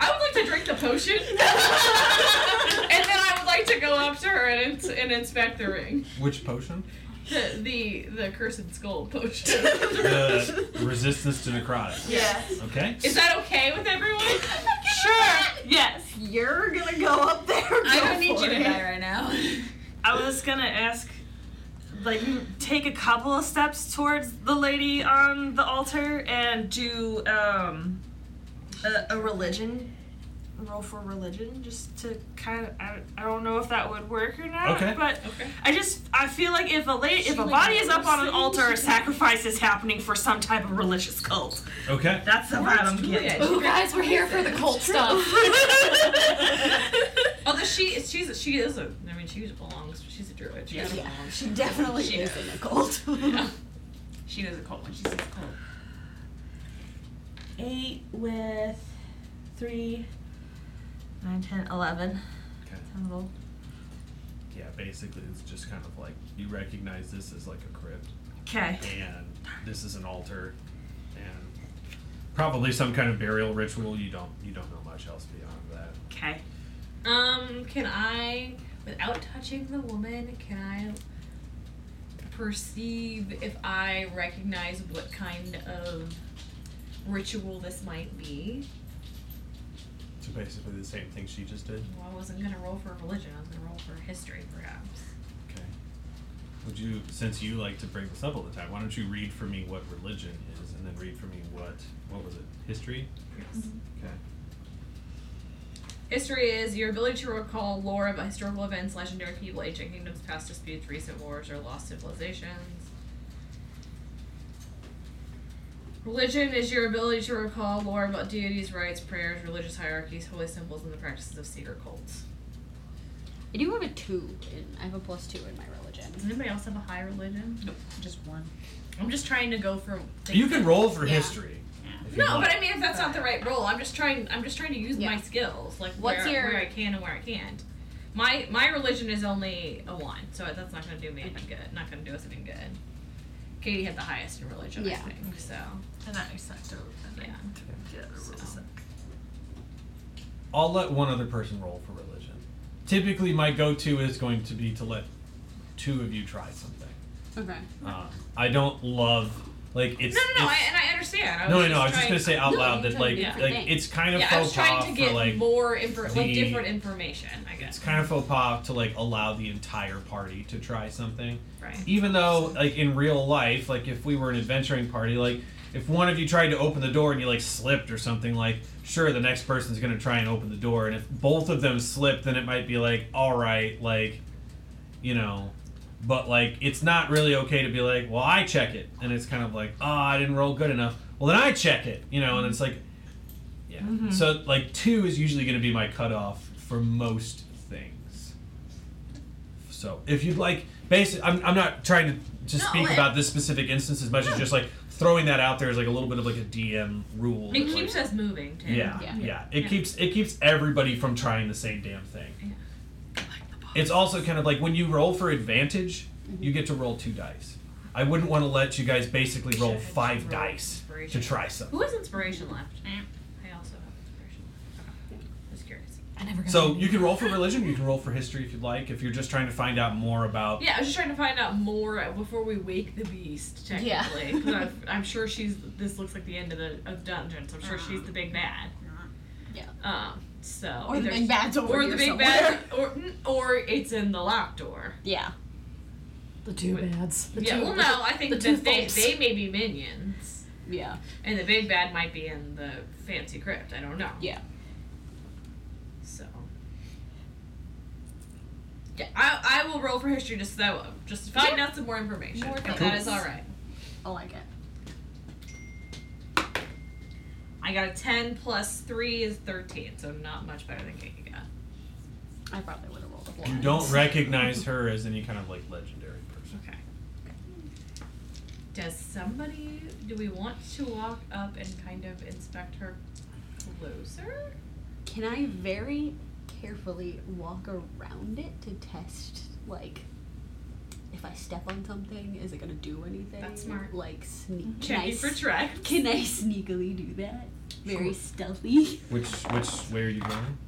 I would like to drink the potion, and then I would like to go up to her and ins- and inspect the ring, Which potion? the the, the cursed skull potion. The resistance to necrotic. yeah, Okay. is that okay with everyone? Sure. Yes. You're gonna go up there. I don't need you to die right now. I was gonna ask, like, take a couple of steps towards the lady on the altar and do um, a, a religion roll for religion, just to kind of. I, I don't know if that would work or not. Okay. But Okay. I just I feel like if a lady, if a body is up on an altar, a sacrifice is happening for some type of religious cult. Okay. That's the vibe I'm getting. Ooh, guys, we're here for the cult stuff. Although she is, she's a, she is a. I mean, she belongs. She's a druid. She Yeah, kinda belongs. she definitely She is does. in a cult. She knows a cold when she sees cold. Eight with three. Nine, ten, eleven. Okay. Total. Yeah, basically, it's just kind of like you recognize this as like a crypt, Okay. and this is an altar, and probably some kind of burial ritual. You don't you don't know much else beyond that. Okay. Um, can I without touching the woman, can I perceive if I recognize what kind of ritual this might be? So basically the same thing she just did. Well, I wasn't gonna roll for religion. I was gonna roll for history, perhaps. Okay. Would you, since you like to bring this up all the time, why don't you read for me what religion is, and then read for me what what was it? History. Yes. Okay. History is your ability to recall lore about historical events, legendary people, ancient kingdoms, past disputes, recent wars, or lost civilizations. Religion is your ability to recall lore about deities, rites, prayers, religious hierarchies, holy symbols, and the practices of secret cults. I do have a two. In, I have a plus two in my religion. Does anybody else have a high religion? Nope. Just one. I'm just trying to go for. You can roll for Yeah. history. if you No, want. but I mean, if that's not the right role, I'm just trying. I'm just trying to use my skills, like What's where, your- where I can and where I can't. My my religion is only a one, so that's not going to do me any good. Not going to do us any good. Katie had the highest in religion, Yeah. I think. So And I sucked over. And Yeah. I, yeah, I really So. suck. I'll let one other person roll for religion. Typically, my go-to is going to be to let two of you try something. Okay. Um, I don't love like it's. no, no, no, it's- I, and I understand. I no, was no, no. I was trying, just gonna say out No, loud you're that trying like, to do like different it's kind of Yeah, I faux was trying pas to for get like more info, like the- different information. I guess. it's kind of faux pas to like allow the entire party to try something. right. Even though like in real life, like if we were an adventuring party, like if one of you tried to open the door and you like slipped or something, like sure the next person's gonna try and open the door, and if both of them slip, then it might be like all right, like you know. But like, it's not really okay to be like, well, I check it, and it's kind of like, oh, I didn't roll good enough. Well, then I check it, you know, and it's like, yeah. Mm-hmm. So like, two is usually going to be my cutoff for most things. So if you'd like, basically, I'm, I'm not trying to just No, speak I- about this specific instance as much as just like throwing that out there as like a little bit of like a DM rule. It that, keeps like, us moving too. yeah, yeah, Yeah. It Yeah. keeps it keeps everybody from trying the same damn thing. Yeah. It's also kind of like when you roll for advantage, Mm-hmm. you get to roll two dice. I wouldn't want to let you guys basically roll Should I five roll dice to inspiration? try something. Who has inspiration left? I also have inspiration left. Okay. Just curious. I never got So it. you can roll for religion, you can roll for history if you'd like. If you're just trying to find out more about Yeah, I was just trying to find out more before we wake the beast, Yeah. technically. Because I'm sure she's. This looks like the end of the of dungeon, so I'm sure she's the big bad. Yeah. Um. So. Or the either- big bad's over Or here the big somewhere. bad. Or or it's in the locked door. Yeah. The two Wait. bads. The yeah. two, Well, no, I think the two that they folks. they may be minions, Yeah. and the big bad might be in the fancy crypt. I don't know. Yeah. So. Yeah, I, I will roll for history just so that just to find out some more information. More But that things. is all right. I like it. I got a 10 plus 3 is 13, so not much better than Kiki got. I probably would have rolled a you one. don't recognize her as any kind of like legendary person. Okay. Does somebody, do we want to walk up and kind of inspect her closer? Can I very carefully walk around it to test, like, if I step on something, is it gonna do anything? That's smart. Like sneak. can, I Checking for s- track. can I sneakily do that? Very stealthy. Which which where are you going?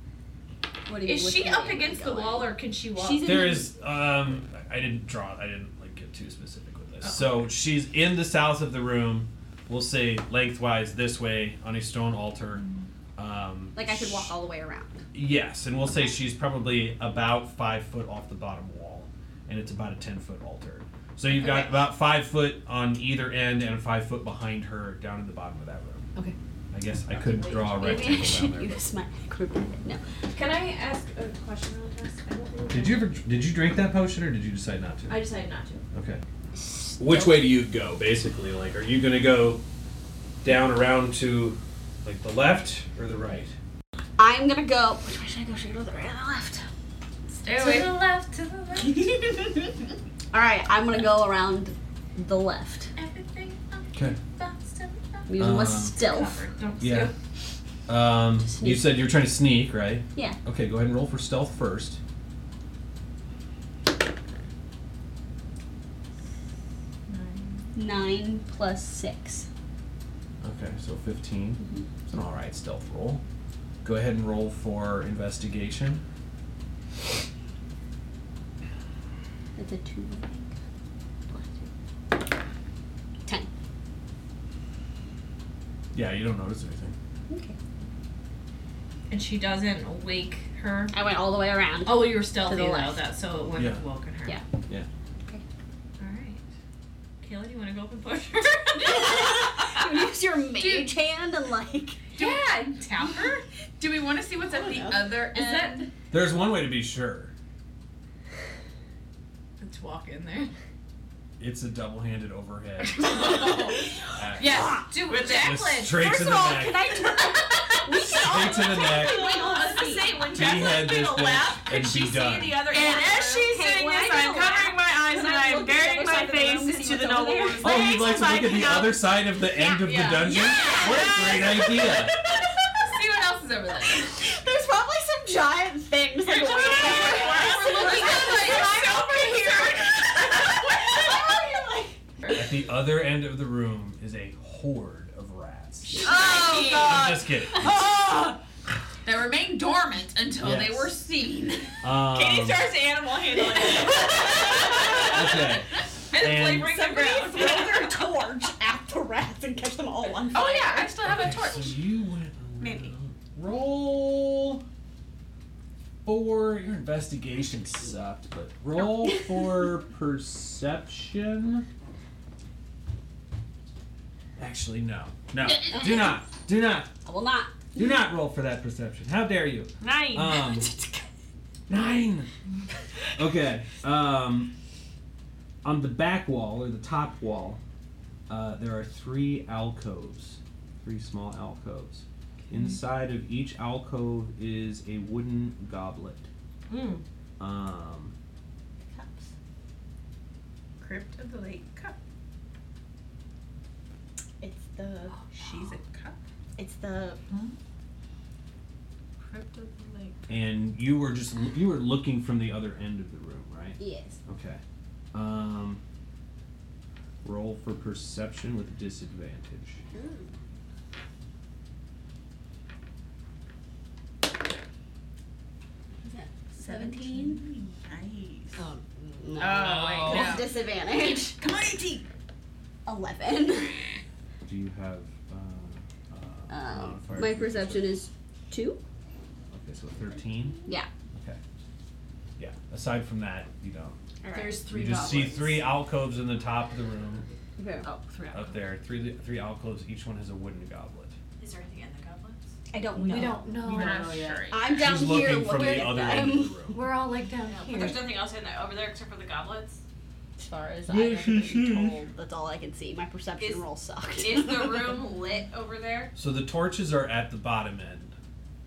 What do you mean, Is which she way up am I against the going? wall or can she walk? She's in- There is um I didn't draw I didn't like get too specific with Oh, this. So she's in the south of the room, we'll say lengthwise this way on a stone altar. Um Like I could walk all the way around. Yes, and we'll say she's probably about five foot off the bottom wall, and it's about a ten foot altar. So you've got Okay. about five foot on either end and five foot behind her down at the bottom of that room. Okay. I guess I couldn't draw a Maybe rectangle I should down there. use my acrobat. No. Can I ask a question really fast? I don't really but- Did you ever did you drink that potion or did you decide not to? I decided not to. Okay. Which way do you go, basically? Like, are you going to go down around to, like, the left or the right? I'm gonna go. Which way should I go? Should I go to the right or the left? Stay away. left, to the left. All right, I'm gonna go around the left Everything Okay. using my Um, stealth. covered. Don't Yeah. scoop. Um, sneak. you said you were trying to sneak, right? Yeah. Okay, go ahead and roll for stealth first. Nine plus six. Okay, so 15. Mm-hmm. It's an alright stealth roll. Go ahead and roll for investigation. It's a two, I think. Plus two. Ten. Yeah, you don't notice anything. Okay. And she doesn't wake her. I went all the way around. Oh, you were To stealthy the though, left. that so it wouldn't Yeah. have woken her. Yeah. Yeah. All right. Kayla, do you want to go up and push her? You Use your mage hand and like. yeah. Tap her. Oh, Do we want to see what's at the other Is that? end? There's one way to be sure. Let's walk in there. It's a double-handed overhead. axe. Yeah. Oh. Do With that- Just Jacqueline. straight to the neck. I we can straight to the neck. I was gonna say when Behead Jacqueline's this doing a lap, bitch could and she be see done. the other And end? as she's Hey, saying when this, I I'm go covering my eyes and when I I'm look at the burying other my side of the room to face to see the what's over noble there. woman's Oh, face you'd like to so I look at can the go- other side of the end of yeah. the dungeon? Yes! What a great idea! see what else is over there. There's probably some giant things. Like, We're looking at At the other end of the room is a horde of rats. Oh I'm god. just kidding. They remained dormant until they Yes. were seen. Um, Katie starts animal handling. okay. And like somebody their torch at the rats and catch them all on fire. Oh yeah, I still have a torch. so you went Maybe. roll for your investigation sucked, but roll for perception. Actually, no, no, do not, do not, I will not. do not roll for that perception. How dare you? Nine. Um, nine. Okay. Um, on the back wall or the top wall, uh, there are three alcoves, three small alcoves. Inside of each alcove is a wooden goblet. Mm. Um, Cups. Crypt of the Lake Cup. It's the. She's a cup. It's the. Crypt of the Lake. and you were just you were looking from the other end of the room, right? Yes. Okay. Um, roll for perception with disadvantage. Seventeen. Nice. Oh no. Oh, With no. disadvantage. Come on, 18. Eleven. Do you have uh, uh, Um, modifier my for your perception is two. Okay, so 13? Yeah. Okay. Yeah. Aside from that, you don't. There's you just see three alcoves in the top of the room Oh. up there. Three three alcoves, each one has a wooden goblet. Is there anything in the goblets? I don't know. We don't know. Not sure. I'm down She's here looking from looking the at other them. end of the room. We're all like down But here. there's nothing else in there over there except for the goblets. As far as Yeah, I've she- been she- told, that's all I can see. My perception Is- roll sucked. Is the room lit over there? So the torches are at the bottom end.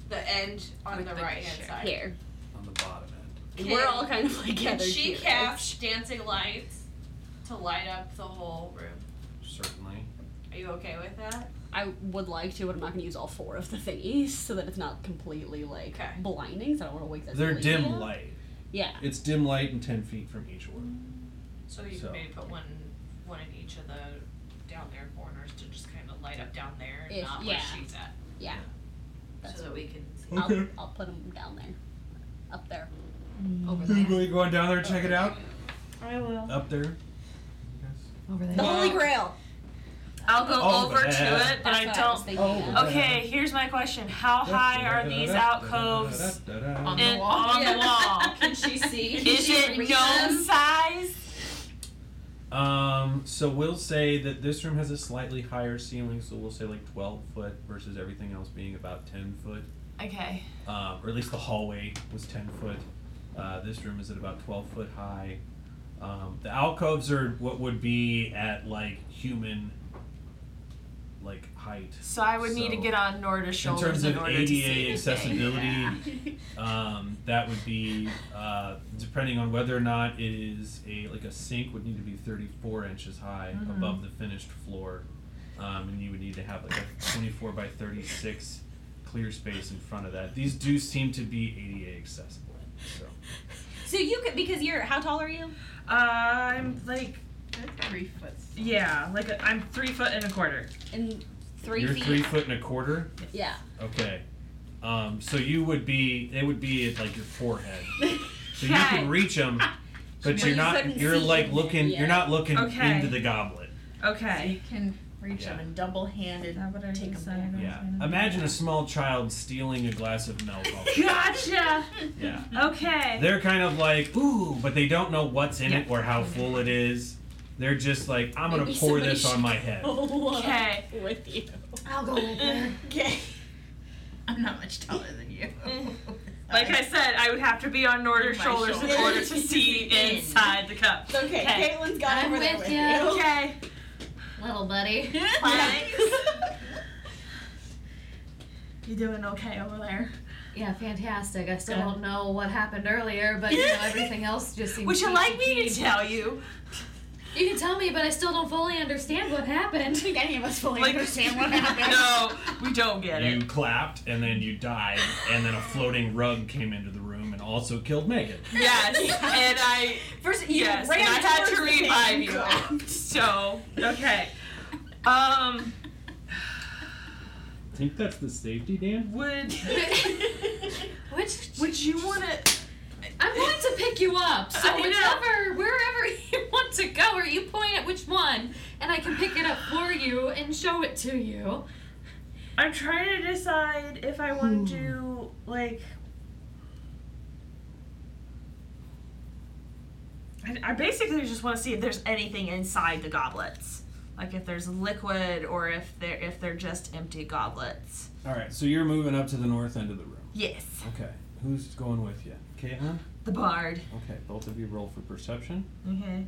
The end on With the the right hand chair. side. here? On the bottom end. And Can- We're all kind of like Can gathered she here. cast dancing lights to light up the whole room? Certainly. Are you okay with that? I would like to, but I'm not going to use all four of the thingies so that it's not completely like Okay. blinding. So I don't want to wake that. They're lady dim up. light. Yeah. It's dim light and 10 feet from each one. So you So- can maybe put one one in each of the down there corners to just kind of light up down there, and If- not where yeah. she's at, Yeah. so that we can. See. I'll, I'll put them down there, up there, over You there. really going down there and check it out? I will. Up there? Over there. The Holy Grail. I'll go Oh, over yeah. to it, but I That's what I was don't. thinking Oh, of. okay. Okay, here's my question: How high are these alcoves On in, the wall. on the wall? Can she see? Is it reach gnome them? size? Um, so we'll say that this room has a slightly higher ceiling, so we'll say like 12 foot versus everything else being about 10 foot. Okay. Um, or at least the hallway was 10 foot. Uh, this room is at about 12 foot high. Um, the alcoves are what would be at like human like height. So I would need to So, get on Norda's In terms shoulders of order to see ADA anything. accessibility, um, that would be uh, depending on whether or not it is a like a sink would need to be 34 inches high Mm-hmm. above the finished floor, um, and you would need to have like a 24 by 36 clear space in front of that. These do seem to be ADA accessible. So So you could because you're how tall are you? Uh, I'm like, That's three foot. yeah, like a, I'm three foot and a quarter. In 3 you're feet. three foot and a quarter. Yeah. Okay. Um, so you would be, they would be at like your forehead. So you Okay. can reach them. But Well, you're you not. couldn't You're see like him looking. yet. You're not looking Okay. into the goblet. Okay. you can reach up and double handed take them back. Yeah. Imagine a small child stealing a glass of milk. all- Gotcha. yeah. Okay. They're kind of like ooh, but they don't know what's in it or how full it is. They're just like, I'm gonna Maybe pour somebody this on should my head. Okay. With you. I'll go with her. Okay. I'm not much taller than you. Like I said, I would have to be on Norder's My shoulders in shoulders. order to see In. inside the cup. Okay, Caitlin's got I'm over there with with you. Okay. Little buddy. You doing okay over there? Yeah, fantastic. I still Good. don't know what happened earlier, but you know everything else just seems. Would you like me to peachy-keen. tell you? You can tell me, but I still don't fully understand what happened. think any of us fully Like- understand what happened. No, we don't get it. You clapped and then you died, and then a floating rug came into the room and also killed Megan. Yes, and I First, you yes, ran and I had to towards the revive thing. you. So okay, um, I think that's the safety, Dan. would Which would you want to? I'm going to pick you up. So I know. whichever, wherever you want to go, or you point at which one, and I can pick it up for you and show it to you. I'm trying to decide if I want to do like. I, I basically just want to see if there's anything inside the goblets, like if there's liquid or if they're if they're just empty goblets. All right, so you're moving up to the north end of the room. Yes, Okay, who's going with you? Caitlin. the bard. Okay, both of you roll for perception. Okay.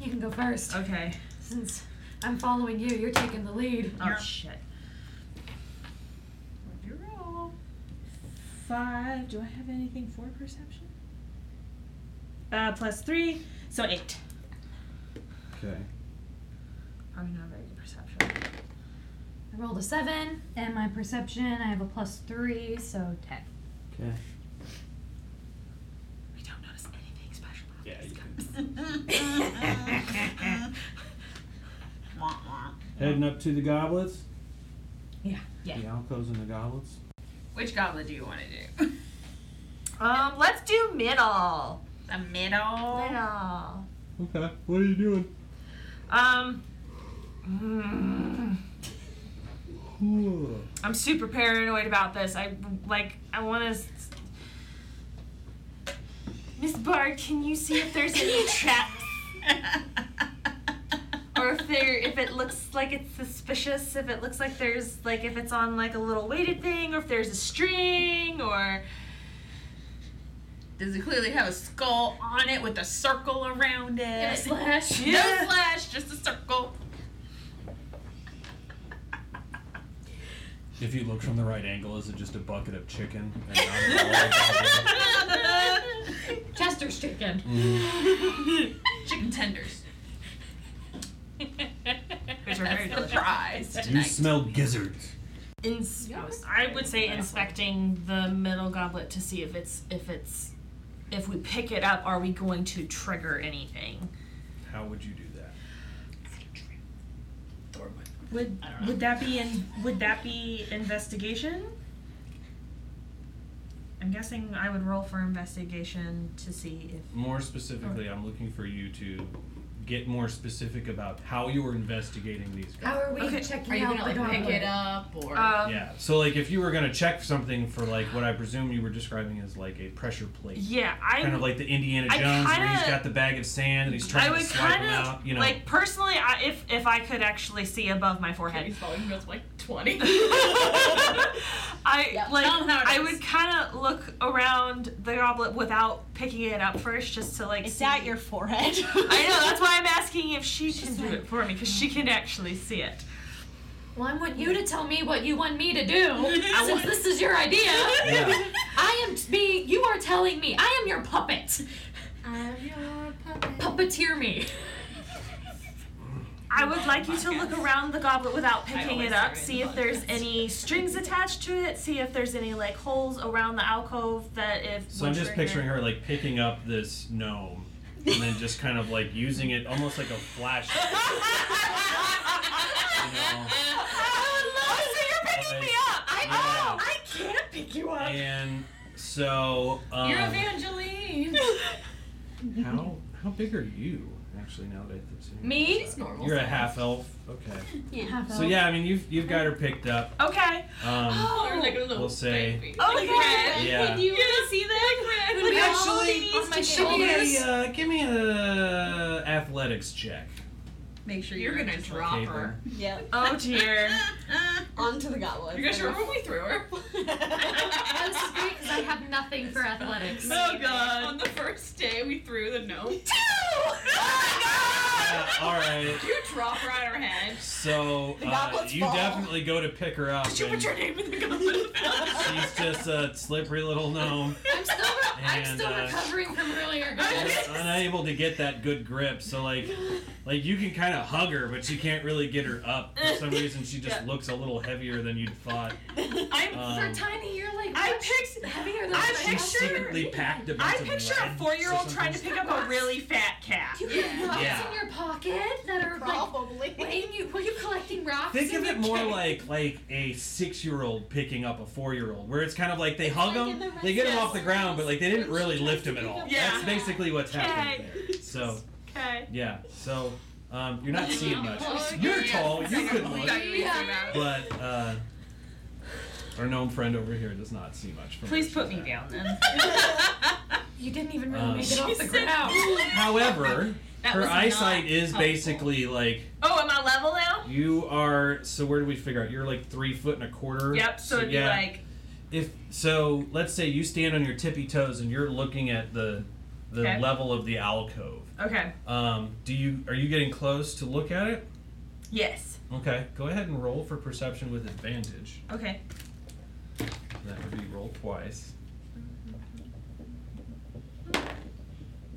You can go first, Okay. since I'm following you. You're taking the lead. Oh shit. What'd you roll? Five. Do I have anything for perception? Uh, plus three, so eight. Okay. I'm not very good perception. I rolled a seven. And my perception, I have a plus three, so ten. Okay. We don't notice anything special. about Yeah, these you guys. Wah, wah. Heading up to the goblets. Yeah. Yeah. The alcoves and the goblets. Which goblet do you want to do? Um, let's do middle. The middle. Middle. Okay. What are you doing? Um. mm, I'm super paranoid about this. I like. I want to. Miss Bard, can you see if there's any traps? or if there if it looks like it's suspicious if it looks like there's like if it's on like a little weighted thing or if there's a string or Does it clearly have a skull on it with a circle around And a it? slash. No flash, just a circle. If you look from the right angle, is it just a bucket of chicken? And not all the goblets? Chester's chicken. Chicken tenders. which are very delicious Fries you tonight. smell gizzards. Ins- I would say inspecting the middle goblet to see if it's if it's if we pick it up, are we going to trigger anything? How would you do that? Would would that be in would that be investigation? I'm guessing I would roll for investigation to see if More specifically, I'm looking for you to get more specific about how you were investigating these How guys. are we Okay. checking Are you out gonna the like pick goblet? it up or? Uh, um, Yeah. So like, if you were gonna check something for like what I presume you were describing as like a pressure plate, yeah, I kind of like the Indiana I Jones where he's kinda- got the bag of sand and he's I trying would to swipe kind him out. of You know. like personally, I, if if I could actually see above my forehead, He's following me up to like 20. I Yeah, like tell 'em how it I is. would kind of look around the goblet without picking it up first, just to like. It's see. at your forehead. I know that's why I'm asking if she can do it for me because she can actually see it. Well, I want you to tell me what you want me to do, since this is your idea. Yeah. I am me. You are telling me. I am your puppet. I'm your puppet. Puppeteer me. I would like you to look around the goblet without picking always it up, do it in see if there's any strings attached to it, see if there's any like holes around the alcove that if. So I'm just picturing her like picking up this gnome and then just kind of like using it almost like a flashlight. you I love know, me like- up. Yeah. I can't pick you up. And So um, You're Evangeline. how how big are you actually? Now that I think so? Me? She's normal You're a size. half elf. Okay. Yeah. Half So yeah, I mean you've you've got her picked up. Okay. Um, Oh. You're like a little we'll say. Oh my god. Yeah. You gonna see that? When Look we at all all these these my shoulders. Give me a uh, give me a athletics check. Make sure You're gonna drop Okay, her. Yep. Oh dear. Onto the goblin. You're gonna remember we threw her. Oh, this is great because I have nothing for athletics. Oh god. On the first day we threw the gnome. Uh, all right. You drop her on her head. So uh, you definitely go to pick her up. You put and your name in the goblin. she's just a slippery little gnome. I'm still, re- I'm And, still uh, recovering from earlier, guys. Just unable to get that good grip. So like, like you can kind of hug her, but she can't really get her up. For some reason, she just looks a little heavier than you'd thought. I'm. For Um, tiny, you're like I much picked. heavier than I my she's picture- secretly packed a bunch I of picture a lead four-year-old or trying to something. pick up a really fat cat. You have rocks Yeah. in your pocket that are like. Probably. Wayne, you were you collecting rocks? Think in of the it more cave? like like a six year old picking up a four year old, where it's kind of like they hug like them, in the they get them recess. off the ground, but like they didn't really lift them at all. Yeah. That's basically what's happening Okay. there. So Okay. yeah, so um, you're not seeing much. You're tall, you could look, but uh, our gnome friend over here does not see much. From Please where put me she's at. down then. You didn't even really Um, make it off the ground. However, That her was not eyesight is helpful. basically like Oh, am I level now? you are. So where do we figure out? You're like three foot and a quarter. Yep. So it'd be yeah, like if so let's say you stand on your tippy toes and you're looking at the the Okay. level of the alcove okay. um, do you are you getting close to look at it Yes. okay go ahead and roll for perception with advantage Okay. that would be roll twice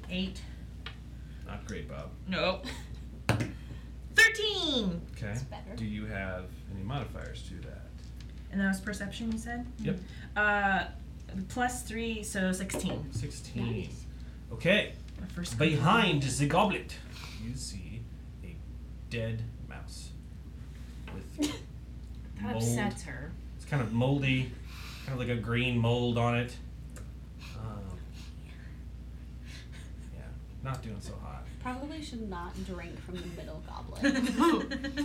Eight. not great bob Nope. Thirteen. okay better. do you have any modifiers to that And that was perception. You said. Yep. Uh, plus three, so sixteen. 16 okay My first. behind the goblet you see a dead mouse with That mold upsets her. It's kind of moldy, kind of like a green mold on it. Um, yeah, not doing so hot. Probably should not drink from the middle goblet.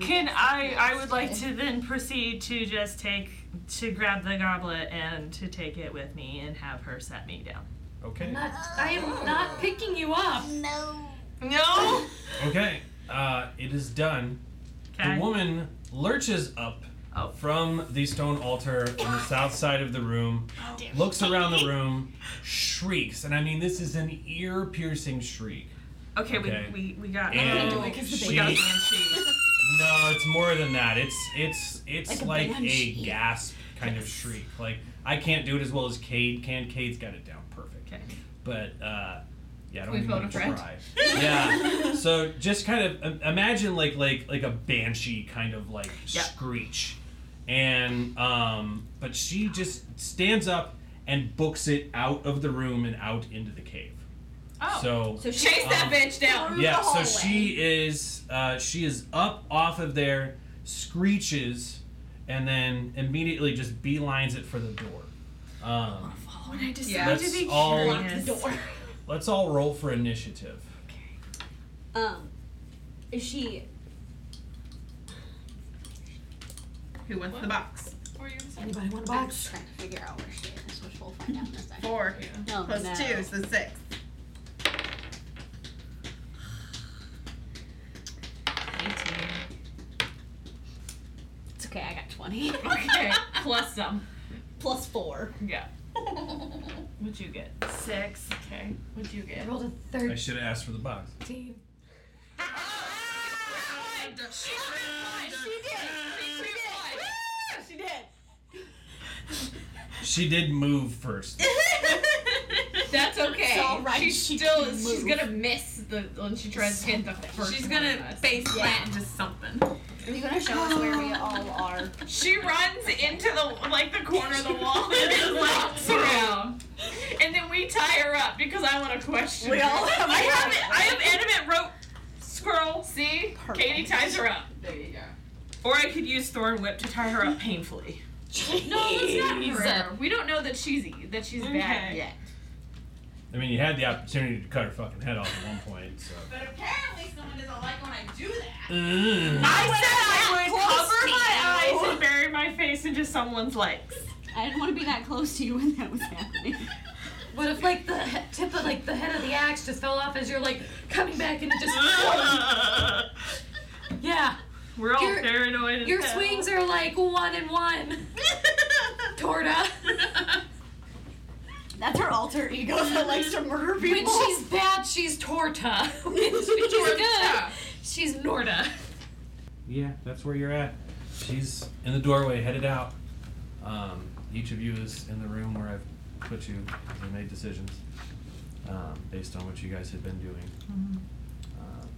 Can I? I would like to then proceed to just take to grab the goblet and to take it with me and have her set me down. Okay. Not, I am not picking you up. No. No. Okay. Uh, it is done. Okay. The woman lurches up Oh. from the stone altar on the Ah. south side of the room, Oh, looks around the room, shrieks, and I mean this is an ear-piercing shriek. Okay. Okay. We, we we got. And we she- got a banshee. No, it's more than that. It's it's it's Like like a a, banshee. gasp kind of shriek. Like I can't do it as well as Cade can. Cade's got it down perfect. Okay. But uh, yeah, I don't We even phone want a friend. to try. yeah. So just kind of im- imagine like like like a banshee kind of like Yeah. screech, and um, but she just stands up and books it out of the room and out into the cave. Oh. So So she Chase that Um, bitch down. yeah, so hallway. she is uh, she is up off of there, screeches, and then immediately just beelines it for the door. Um, When I decided Yeah. to be Let's all- curious. let's all roll for initiative. Um, is she? Who wants the box? Anybody want a I'm box? just trying to figure out where she is, which we'll find out in a second. Four. Oh, Plus no. two, so six. It's okay. I got twenty. Okay. Plus some. Plus four. Yeah. What'd you get? Six. Okay. What'd you get? I rolled a I thirteen. should have asked for the box. She did move first. That's okay. all right, She's she still can she's move. gonna miss the when she tries to hit the first. She's one of gonna us. face plant into something. Oh. Are you gonna show us where we all are? She runs into the like the corner of the wall and just walks around. And then we tie her up because I want to question. We all have. I have it. I have animate rope squirrel. See, Perfect. Katie ties her up. There you go. Or I could use Thorn Whip to tie her up painfully. No, it's not Jeez. forever. We don't know that she's that she's bad Okay. yet. I mean, you had the opportunity to cut her fucking head off at one point, so. But apparently someone doesn't like when I do that. I said I would cover to my you. eyes and bury my face into someone's legs. I didn't want to be that close to you when that was happening. What if like the he- tip of like the head of the axe just fell off as you're like coming back and it just yeah. We're all Your- paranoid. as Your hell. swings are like one and one. Torta. That's her alter ego that likes to murder When people. she's bad, she's Torta. When she's good, she's Norda. Yeah, that's where you're at. She's in the doorway, headed out. Um, each of you is in the room where I've put you and made decisions um, based on what you guys had been doing. Mm-hmm. Um,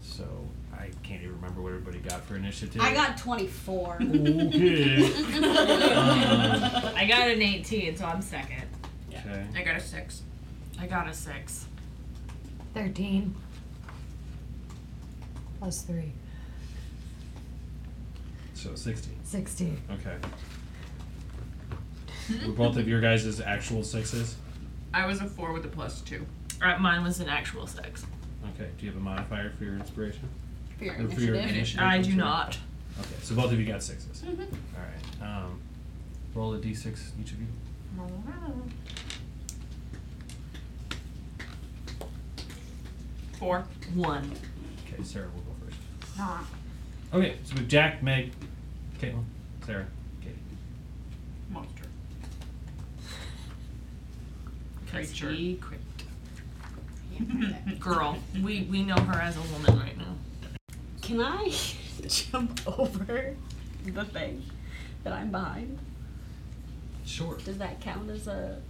so I can't even remember what everybody got for initiative. I got 24. Okay. um, I got an 18, so I'm second. okay. I got a six. I got a six. Thirteen. Plus three. So 60. Sixteen. Okay. Hmm? Were both of your guys' actual sixes? I was a four with a plus two. All right, mine was an actual six. Okay. Do you have a modifier for your inspiration? For your Or for your initiative. initiative? I I'm do sorry. not. Mm-hmm. Okay, so both of you got 6s All right. Um, roll a d6, each of you. Four. One. Okay, Sarah will go first. Okay, so we've Jack, Meg, Caitlin, Sarah, Katie. Monster. Creature. Yeah. Girl. We we know her as a woman right now. Can I jump over the thing that I'm behind? Sure. Does that count as a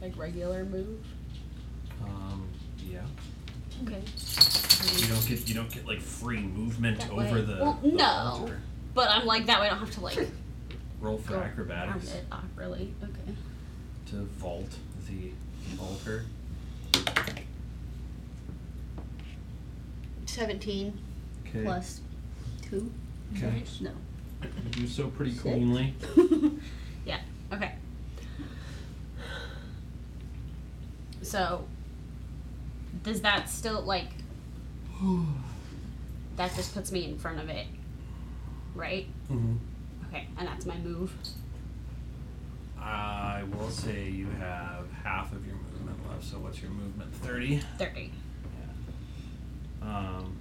like regular move? Um, yeah. Okay. You don't get you don't get like free movement That over way- the, well, the no. altar. But I'm like that way. I don't have to like Roll for go around acrobatics it awkwardly. Okay. to vault the altar. 17 Okay. plus two. Okay. right? No. You do so pretty cleanly. yeah. Okay. So, does that still like? that just puts me in front of it, right? Mm-hmm. Okay, and that's my move. I will say you have half of your movement left. So what's your movement? Thirty. Thirty. Um,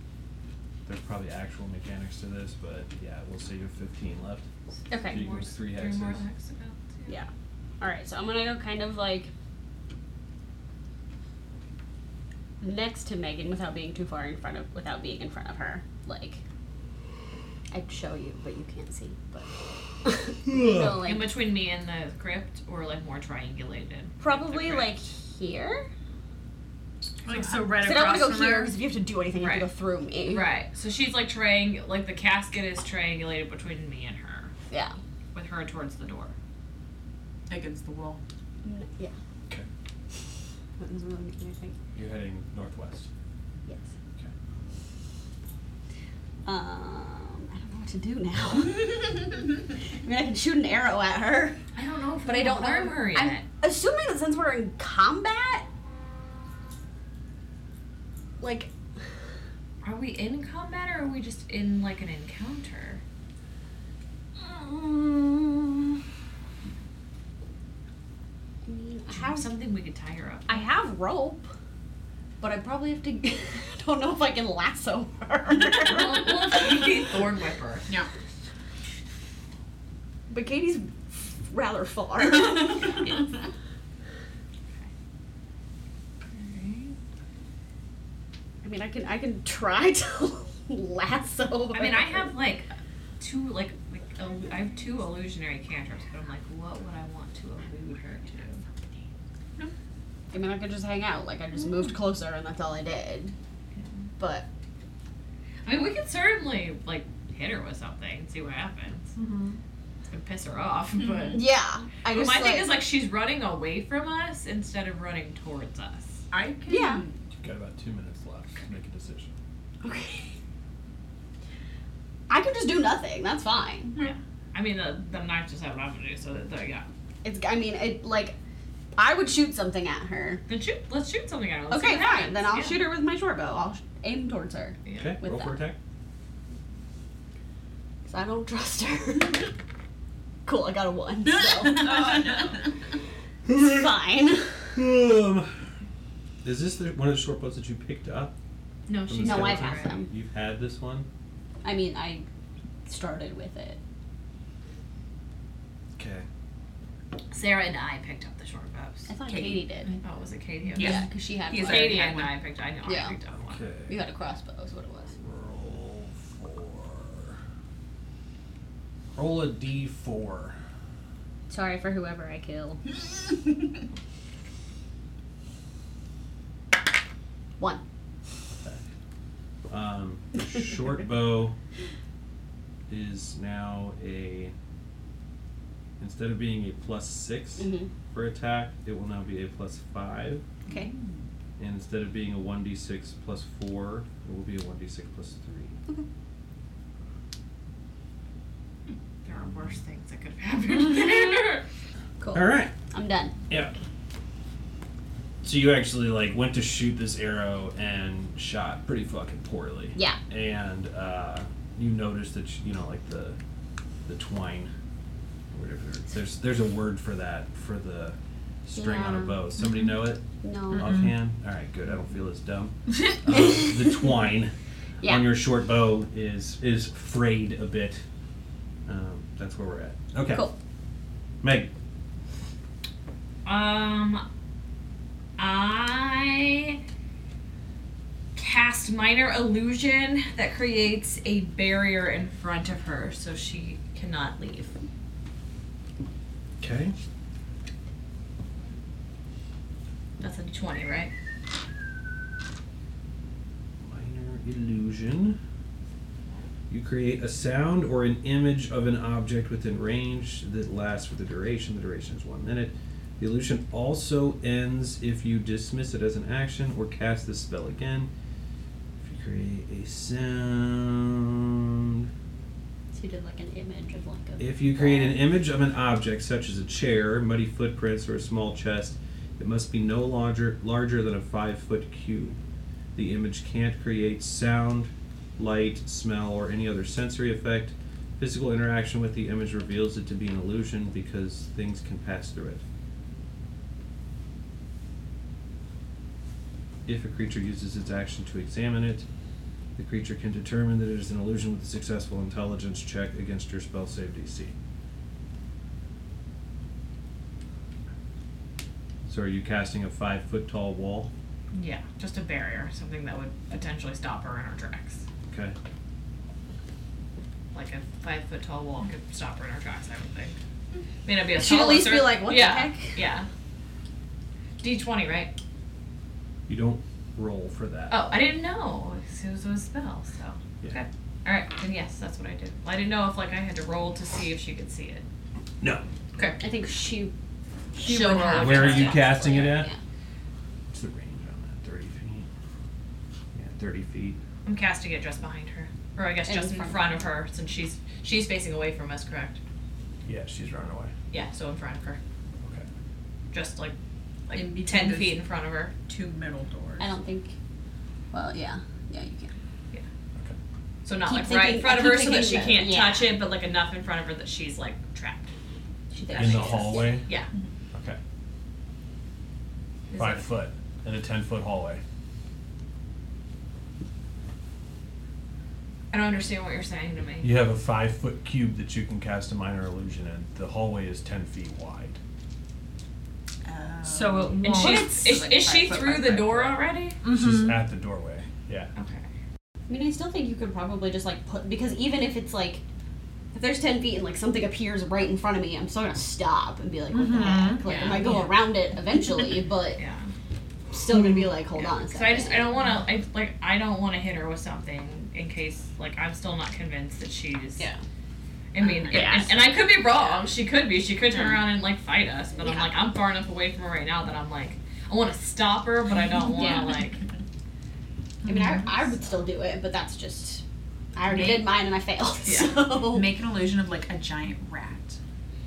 there's probably actual mechanics to this, but yeah, we'll say you have 15 left. So Okay. you can make three Three more hexes. hexagons. Yeah. All right. So I'm gonna go kind of like next to Megan without being too far in front of without being in front of her. Like I'd show you, but you can't see. But In so like between me and the crypt, or like more triangulated. probably the like here. Like so right So I don't across want to go from here her. because if you have to do anything, you have to go Right. through me. Right. So she's like triang, like the casket is triangulated between me and her, Yeah. with her towards the door. Against the wall. N- Yeah. Okay. That doesn't really make anything. You're heading northwest. Yes. Okay. Um, I don't know what to do now. I mean, I can shoot an arrow at her. I don't know, if But I don't know. harm her yet. I'm assuming that since we're in combat, like Are we in combat or are we just in like an encounter? um, I mean, I Have have something we could tie her up. I have rope, but I probably have to. I don't know if I can lasso her. Well, well, if you be thorn whipper. Yeah. but Katie's rather far. I mean, I can I can try to lasso. I mean, I her. have like two like like el- I have two illusionary cantrips, but I'm like, what would I want to elude her to? I mean, I could just hang out. Like, I just moved closer, and that's all I did. But I mean, we could certainly like hit her with something and see what happens. It's gonna piss her off, but. yeah, I But Mm-hmm. just my like, thing is like she's running away from us instead of running towards us. I can. Yeah. You've got about two minutes left to make a decision. okay. I could just do nothing. That's fine. Yeah. I mean, the, the knife just have what I'm gonna do. So there you go. It's. I mean, it like, I would shoot something at her. Then shoot. Let's shoot something at her. Let's see okay, what fine. happens. Then I'll Yeah. shoot her with my short bow. I'll sh- aim towards her. Okay, With roll for that. attack. Cause I don't trust her. cool. I got a one. So. Oh, It's fine. Um, is this the, one of the short bows that you picked up? No, from she's- the No, I've skeleton? had them. You've had this one. I mean, I started with it. Okay. Sarah and I picked up the short bows. I thought Katie, did. Oh, was it Katie? Yeah, because she had. He's one. Katie and I picked. I know. Yeah. I picked up one. Okay. You had a crossbow, is what it was. Roll four. Roll a d4. Sorry for whoever I kill. One. Um, short bow is now a. Instead of being a plus 6 Mhm. for attack, it will now be a plus five. Okay. And instead of being a 1d6 plus 4, it will be a 1d6 plus 3. There are worse things that could have happened there. Cool. All right. I'm done. Yeah. So you actually like went to shoot this arrow and shot pretty fucking poorly. Yeah. And uh, you noticed that you know like the the twine, or whatever. There's there's a word for that for the string on a Yeah. bow. Somebody know it? No. Offhand. All right, good. I don't feel as dumb. Uh, the twine Yeah. on your short bow is is frayed a bit. Um, that's where we're at. Okay. Cool. Meg. Um, I cast minor illusion that creates a barrier in front of her, so she cannot leave. Okay. That's a twenty, right? Minor illusion. You create a sound or an image of an object within range that lasts for the duration. The duration is one minute. The illusion also ends if you dismiss it as an action or cast the spell again. If you create a sound. So you did like an image of like a. If you create an image of an object, such as a chair, muddy footprints, or a small chest, it must be no larger larger than a five foot cube. The image can't create sound, light, smell, or any other sensory effect. Physical interaction with the image reveals it to be an illusion because things can pass through it. If a creature uses its action to examine it, the creature can determine that it is an illusion with a successful intelligence check against your spell save DC. So are you casting a five foot tall wall? Yeah, just a barrier, something that would potentially stop her in her tracks. Okay. Like a five foot tall wall could stop her in her tracks. I would think. May not be as She'd tall at as least her- be like, "What the yeah, heck?" Yeah. D twenty, right? You don't roll for that. Oh, I didn't know. It was a spell, so. Yeah. Okay. Alright, then yes, that's what I did. Well, I didn't know if like I had to roll to see if she could see it. No. Okay. I think she. She showed would have. Where are Yeah. you casting it at? Yeah. What's the range on that? Thirty feet. Yeah, thirty feet. I'm casting it just behind her. Or I guess In just in front of front of her, since she's she's facing away from us, correct? Yeah, she's running away. Yeah, so in front of her. Okay. Just like In like between ten those- feet in front of her. Two metal doors. I don't think. Well, yeah. Yeah, you can. So not like Keep right in thinking- front of I her keep so that she thinking can't that- yeah. touch it, but like enough in front of her that she's like trapped. She That thinks In the makes sense. hallway? Yeah. Okay. Is Five it- foot in a ten foot hallway. I don't understand what you're saying to me. You have a five foot cube that you can cast a minor illusion in. The hallway is ten feet wide. So it won't. And she's, is, like is she five foot through by the five door foot. already? She's Mm-hmm. at the doorway. Yeah. Okay. I mean, I still think you could probably just like put because even if it's like if there's ten feet and like something appears right in front of me, I'm still gonna stop and be like, what the heck? Like, I Mm-hmm. Yeah. might go around it eventually, but Yeah. still gonna be like, hold on. a So I just I second. don't want to I like I don't want to hit her with something in case like I'm still not convinced that she's. Yeah. I mean, and- Yeah. and, I could be wrong. She could be. She could turn around and like fight us, but I'm like I'm far enough away from her right now that I'm like I want to stop her, but I don't want to Yeah. like. I mean, I, I would still do it, but that's just I already Make- did mine and I failed. Yeah. So Make an illusion of like a giant rat.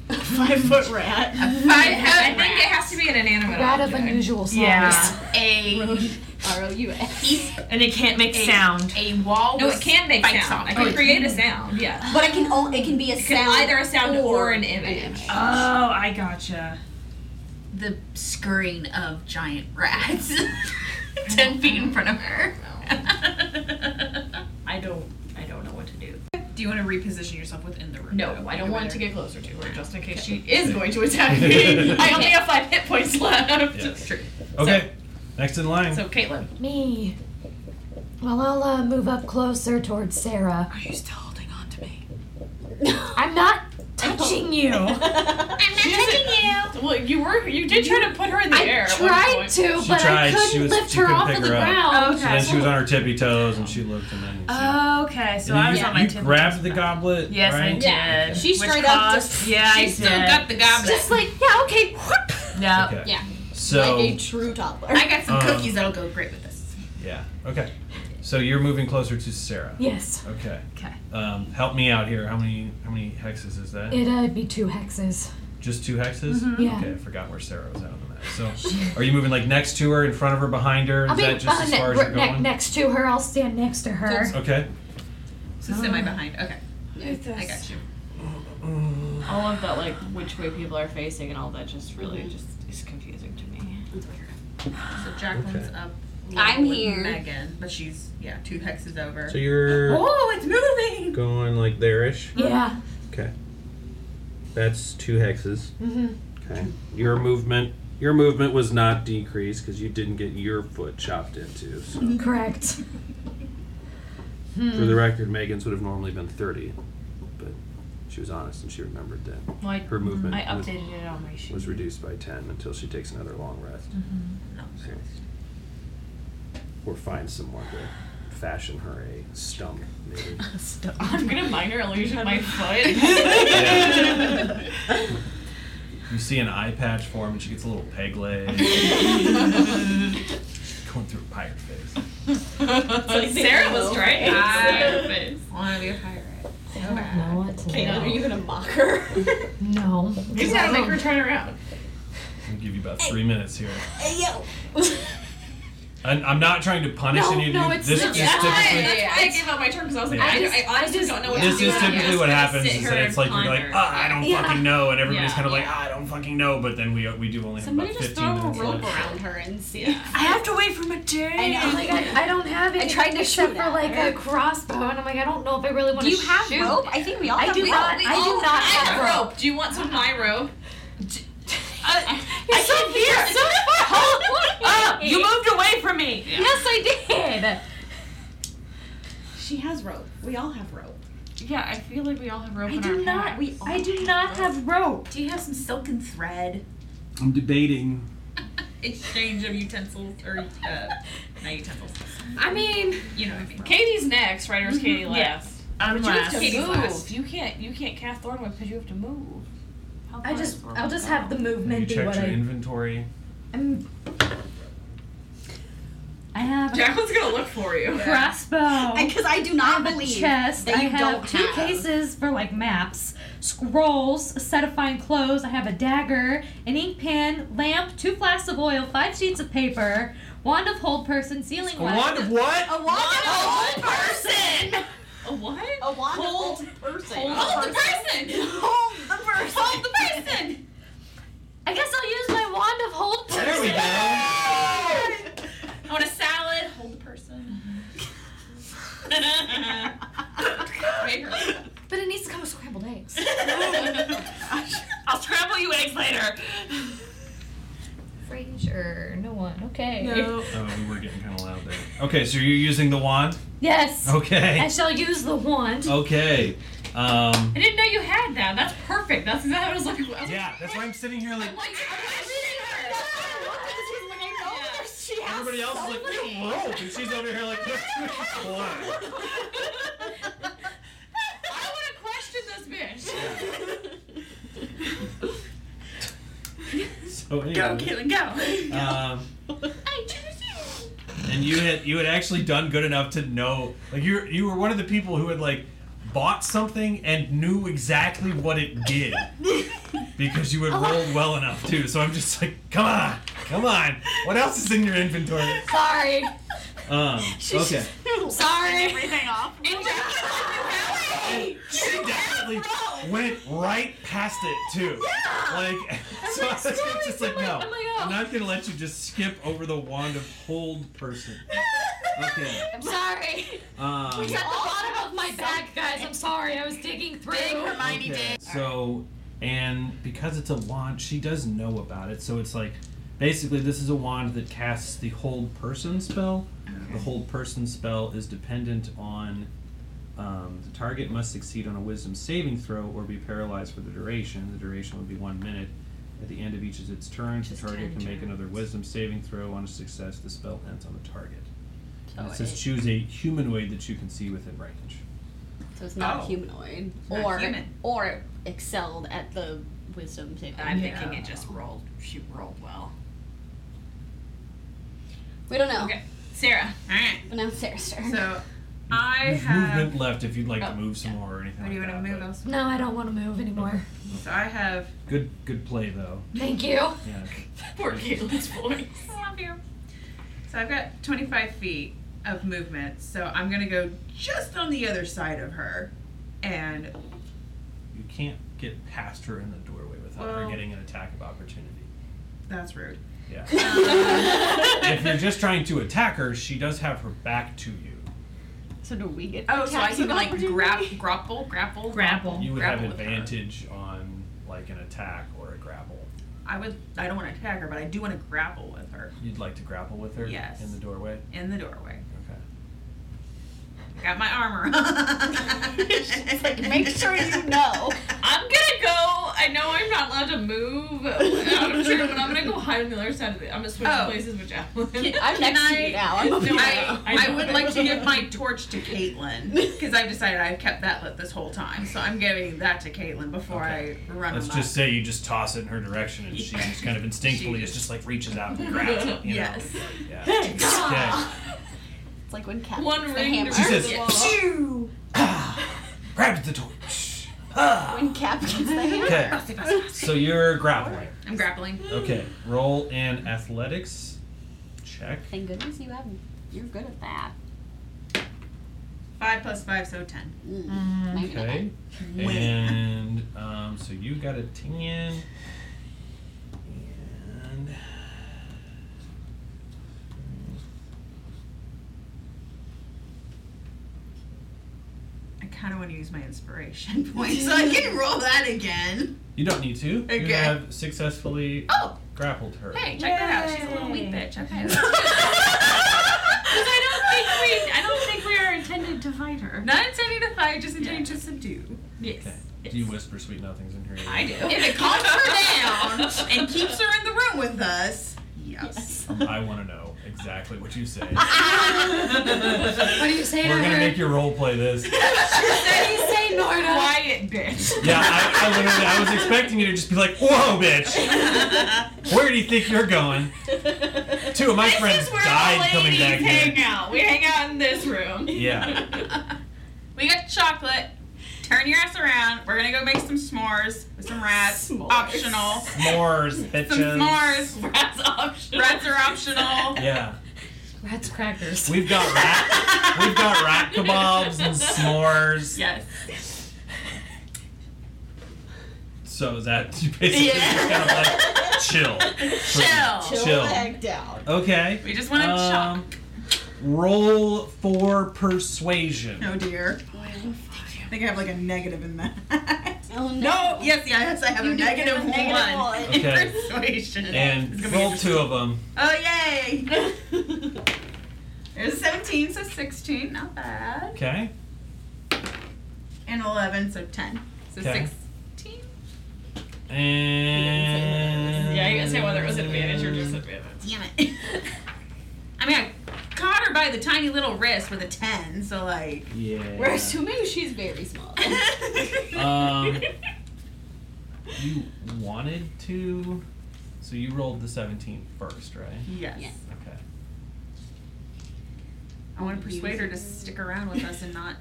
five foot rat. A I, five I think it has to be an inanimate Rat of object. unusual size. Yeah. a E. R O U S. And it can't make sound. a wall. No, with it can make spikes sound. on I it. can create a sound. Yeah. But it can only it can be a It can sound. either a sound or, an image. Oh, I gotcha. the scurrying of giant rats ten feet in front of her. I don't. I don't know what to do. Do you want to reposition yourself within the room? No, though? I don't Either want way. to get closer to her just in case she is going to attack me. I only have five hit points left. Yes. True. Okay. Next in line. So Caitlin, Me. Well, I'll uh, move up closer towards Sarah. Are you still holding on to me? I'm not touching you. well, you were you did try to put her in the air. I at one tried point. to, She but tried, I she couldn't was- lift she her couldn't off pick of the her up. ground. Okay. So then she was on her tippy toes and she looked and then. Okay, so Oh, I was you, on my you tippy grabbed toes the for that. goblet. Yes, right? I did. Yeah. Okay. She Which straight up caused- yeah, I She still got the goblet. Just like, yeah, okay. whoop. No. Okay. Yeah. So like a true toddler. I got some Um, cookies that'll go great with this. yeah. Okay. So you're moving closer to Sarah. Yes. Okay. Okay. Um, help me out here. How many how many hexes is that? It'd uh, be two hexes. Just two hexes? Yeah. Okay, I forgot where Sarah was at on the map. So are you moving like next to her, in front of her, behind her? Is I'll be that just as uh, far as ne- you're ne- going? next to her. I'll stand next to her. Okay. So semi Uh-huh. behind. Okay, I got you. all of that like which way people are facing and all that just really just is confusing to me. So Jacqueline's Okay. up. I'm with here. Megan, but she's yeah two hexes over. So you're oh, it's moving. going like there ish. Yeah. Okay. That's two hexes. hmm Okay. Your movement your movement was not decreased because you didn't get your foot chopped into. So Correct. Hmm. for the record, Megan's would have normally been thirty, but she was honest and she remembered that Well, I, her movement I was, updated it on my sheet. was reduced by ten until she takes another long rest. Mm-hmm. Oh, No. So, or find someone to fashion her a stump, maybe. I'm gonna minor illusion my foot. You see an eye patch form, and she gets a little peg leg. Going through a pirate face. Like Sarah was trying. I want to be a pirate. So I don't bad. know what to Caitlin, are do. you gonna mock her? No. You gotta make her turn around. I'll give you about three minutes here. Hey, yo. And I'm not trying to punish No, any of you. no, it's- this it's is That's why, typically, that's why I gave up my turn because I was like, Yeah. I, I just- I honestly I just- don't know what this to do. is I'm typically just what gonna happens is sit here that and it's like you're like, ponder. ah, I don't Yeah. fucking know, and everybody's Yeah. kind of like, ah, I don't fucking know, but then we we do only have Somebody about just 15 throw a minutes rope left. around her and see. I have to wait for my turn. I know. I'm like, I, I don't have it. tried to except shoot for at like her. a crossbow, and I'm like, I don't know if I really want Do to you shoot. have rope? I think we all I have do we not. All, we I all do I not have have rope. Do you want some of my rope? Uh, You're so weird. So Oh, you moved away from me. yes, I did. She has rope. We all have rope. Yeah, I feel like we all have rope. I do not. We all I do not have rope. Do you have some silken thread? I'm debating. Exchange of utensils or uh, not utensils. I mean, You know what I mean. Katie's next. Writer's Katie last. I'm But you have to last. Katie's move. last. You can't. You can't cast Thornwood because you have to move. How I far just, is Thornwood I'll just down? have the Have you movement be checked what your I. inventory? I'm, I have a Jacqueline's gonna look for you. crossbow. Because I do I not have a believe chest. that I you have don't two have. cases for like maps, scrolls, a set of fine clothes. I have a dagger, an ink pen, lamp, two flasks of oil, five sheets of paper, wand of hold person, sealing wax. Wand of what? Oh, A wand of old person. A what? A wand of Hold- old person. Hold the person. Hold the person. Hold the person. I guess I'll use my wand of hold. There we go. I want a salad. Hold the person. But it needs to come with scrambled eggs. I'll scramble you eggs later. Frasier, no one. Okay. Oh, we were getting kind of loud there. Okay, so you're using the wand. Yes. I Okay. shall use the wand. Okay. Um, I didn't know you had that. That's perfect. That's exactly what I was looking for. I was yeah, that's why I'm sitting here like. Like, like, Everybody else is like, we don't rope, and she's over here like, why? I want to question this bitch. So Go, anyway, Caitlin, go. um, I choose you. and you had you had actually done good enough to know like you you were one of the people who had like bought something and knew exactly what it did because you had Oh. rolled well enough too. So I'm just like, come on, come on, what else is in your inventory? Sorry. Um, okay. Sorry. Everything off. She definitely went right past it too. Like, so I was just like, oh. no, I'm not gonna let you just skip over the wand of hold person. Okay. I'm sorry. Um, It's at the bottom of my bag, guys. I'm sorry. I was digging through. Hermione Okay, So, and because it's a wand, she does know about it. So it's like, basically, this is a wand that casts the hold person spell. The hold person spell is dependent on um, the target must succeed on a wisdom saving throw or be paralyzed for the duration. The duration would be one minute. At the end of each of its turns, the target can make another wisdom saving throw. On a success, the spell ends on the target. And Oh, it So says it- choose a humanoid that you can see within range. So it's not Oh. humanoid, not or human. or it excelled at the wisdom saving. I'm throw. thinking it just rolled. She rolled well. We don't know. Okay. Sarah. All right. But now it's Sarah's turn. So I There's have. movement left if you'd like to move some more or anything what Oh, do like you want that. to move but- else? No, I don't want to move anymore. So I have Good, good play though. Thank you. Yeah. Poor Caitlin's voice. so I've got 25 feet of movement. So I'm gonna go just on the other side of her, and You can't get past her in the doorway without her Well- getting an attack of opportunity. that's rude. Yeah. if you're just trying to attack her, she does have her back to you. So do we get? Oh, so I attacks can of like opportunity? grab, grapple, grapple, Grapple. You would Grapple have with her. advantage on like an attack or a grapple. I would. I don't want to attack her, but I do want to grapple with her You'd like to grapple with her Yes. in the doorway. in the doorway. Okay. I got my armor. on. She's like, make sure you know. I'm gonna go. I know I'm not allowed to move out of turn, but I'm gonna go hide on the other side of the. I'm gonna switch Oh. places with Jacqueline. I'm next to I- you now. I'm over No, here I, now. I I, know. would like to give my torch to Caitlin because I've decided I've kept that lit this whole time, so I'm giving that to Caitlin before Okay. I run. Let's amok. just say you just toss it in her direction, and she just kind of instinctively is just like reaches out and grabs it. You yes. Know? Yeah. It's like when Cat One the ring hammer. to She says, Yeah. "Phew!" Ah, grabs the torch. Ah. when Cap gets the hammer. Okay. So you're grappling. I'm grappling. Okay. Roll an athletics check. Thank goodness you have. You're good at that. Five plus five, so ten. Mm. Maybe not. Okay. And um, so you got a 10. And. I kind of want to use my inspiration point, so I can roll that again. You don't need to. Okay. You have successfully Oh. grappled her. Hey, check that out. She's a little weak bitch. Okay. Because I don't think we. I don't think we are intended to fight her. Not intending to fight, just intending to subdue. Yes. Okay. Do you whisper sweet nothings in her ear? I do. If it calms her down and keeps her in the room with us, yes. I want to know exactly what you say. What do you say We're to gonna her? make your role play this. What do you say, Norda? Quiet bitch. Yeah, I, I literally, I was expecting you to just be like, "Whoa, bitch! Where do you think you're going?" Two of my friends This is where died the coming ladies back hang here. out. We hang out in this room. Yeah. we got chocolate. Turn your ass around. We're gonna go make some s'mores with some rats. S'mores. Optional. S'mores, bitches. Some s'mores. That's optional. Rats are optional. Yeah, Rats crackers. we've got rat, we've got rat kebabs and s'mores. Yes. So is that you basically just kind of like chill, Chill. chill, chill. down. Okay. We just wanna um, Roll for persuasion. Oh dear. I think I have like a negative in that. Oh no. no. Yes. Yes. I have You a do have a negative one. negative one. in Okay. Persuasion. It's And gonna be roll two of them. Oh yay! There's 17, so 16, not bad. Okay. And 11, so 10, so Okay. 16. And Yeah, you gotta say whether it was an advantage or disadvantage. Damn it! I mean, I caught her by the tiny little wrist with a 10, so like. Yeah. We're assuming she's very small. Um, you wanted to, so you rolled the 17 first, right? yes. Yeah. Okay. I want to persuade her to stick around with us and not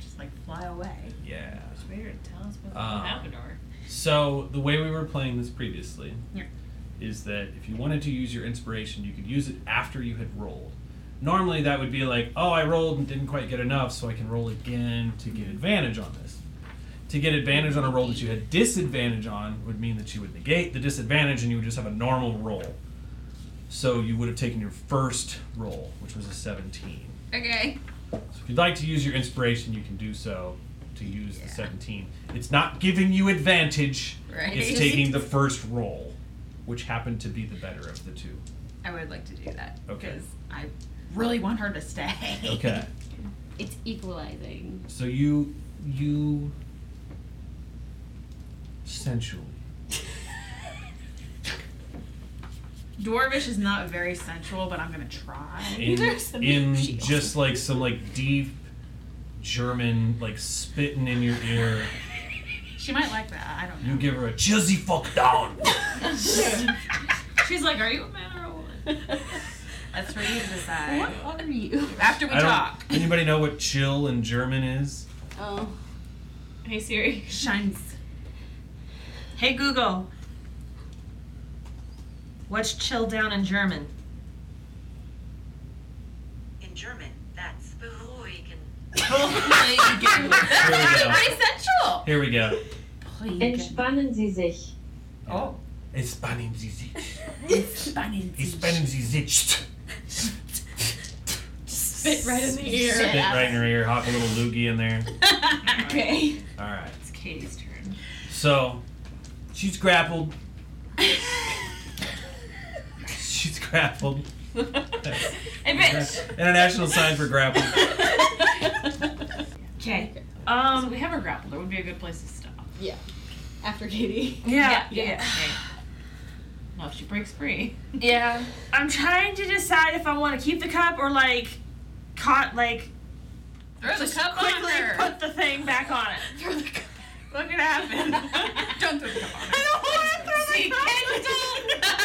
just like fly away. Yeah. Persuade her to tell us what Oh. Um, happened to her. So the way we were playing this previously Yeah. is that if you wanted to use your inspiration, you could use it after you had rolled. Normally that would be like, oh, I rolled and didn't quite get enough, so I can roll again to get advantage on this. To get advantage on a roll that you had disadvantage on would mean that you would negate the disadvantage and you would just have a normal roll. So you would have taken your first roll, which was a 17. Okay. So if you'd like to use your inspiration, you can do so to use the 17. It's not giving you advantage, Right. it's taking the first roll, which happened to be the better of the two. I would like to do that. Okay. Because I really want her to stay. Okay. It's equalizing. So you you sensually Dwarvish is not very sensual, but I'm gonna try. in, in just like some like deep German like spitting in your ear, she might like that. I don't you give her a chizzy fuck down. She's like, are you a man or a woman? That's for you to decide. What are you? After we I don't- talk. Anybody know what chill in German is? Oh. Hey Siri. Shines. Hey Google. What's chill down in German? In German, that's beruhigen. Here we go. Very sensual. Here we go. Entspannen Sie sich. Oh. Entspannen Sie sich. Entspannen Entspannen Sie sich. Spit right in the ear. Spit right in her ear. Hop a little loogie in there. okay. All right. It's Katie's turn. So, she's grappled. she's grappled. bitch. International sign for grappled. Okay. Um, we have a grappler. Would be a good place to stop. Yeah. After Katie. Yeah. Yeah. okay. No, if she breaks free. Yeah. I'm trying to decide if I want to keep the cup or like, caught like. Throw the just cup on quickly her. put the thing back on it. Throw the cup. Look what happened. Don't throw the cup on her. I don't want to throw the She cup.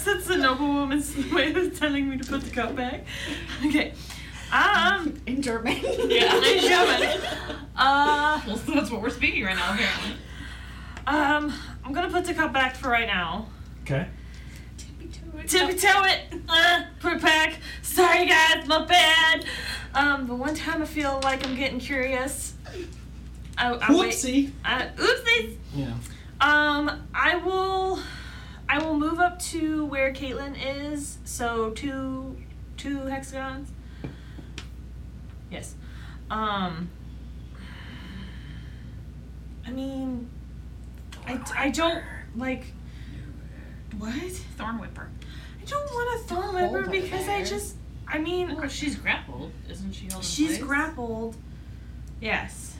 Since the noblewoman's way of telling me to put the cup back. Okay. Um. In German. Yeah. In German. Uh. Well, that's what we're speaking right now, apparently. Um. I'm gonna put the cup back for right now. Okay. Tippy toe it. Uh, put it back. Sorry guys, my bad. Um, but one time I feel like I'm getting curious. I, I Oh, Wait, Whoopsie. I, oopsies. Yeah. Um, I will, I will move up to where Caitlin is. So two, two hexagons. Yes. Um. I mean, I, I don't like. What? Thorn whipper. I don't want to throw at her Hold her because I there. just. I mean, Well, if she's grappled, isn't she holding she's place? grappled. Yes.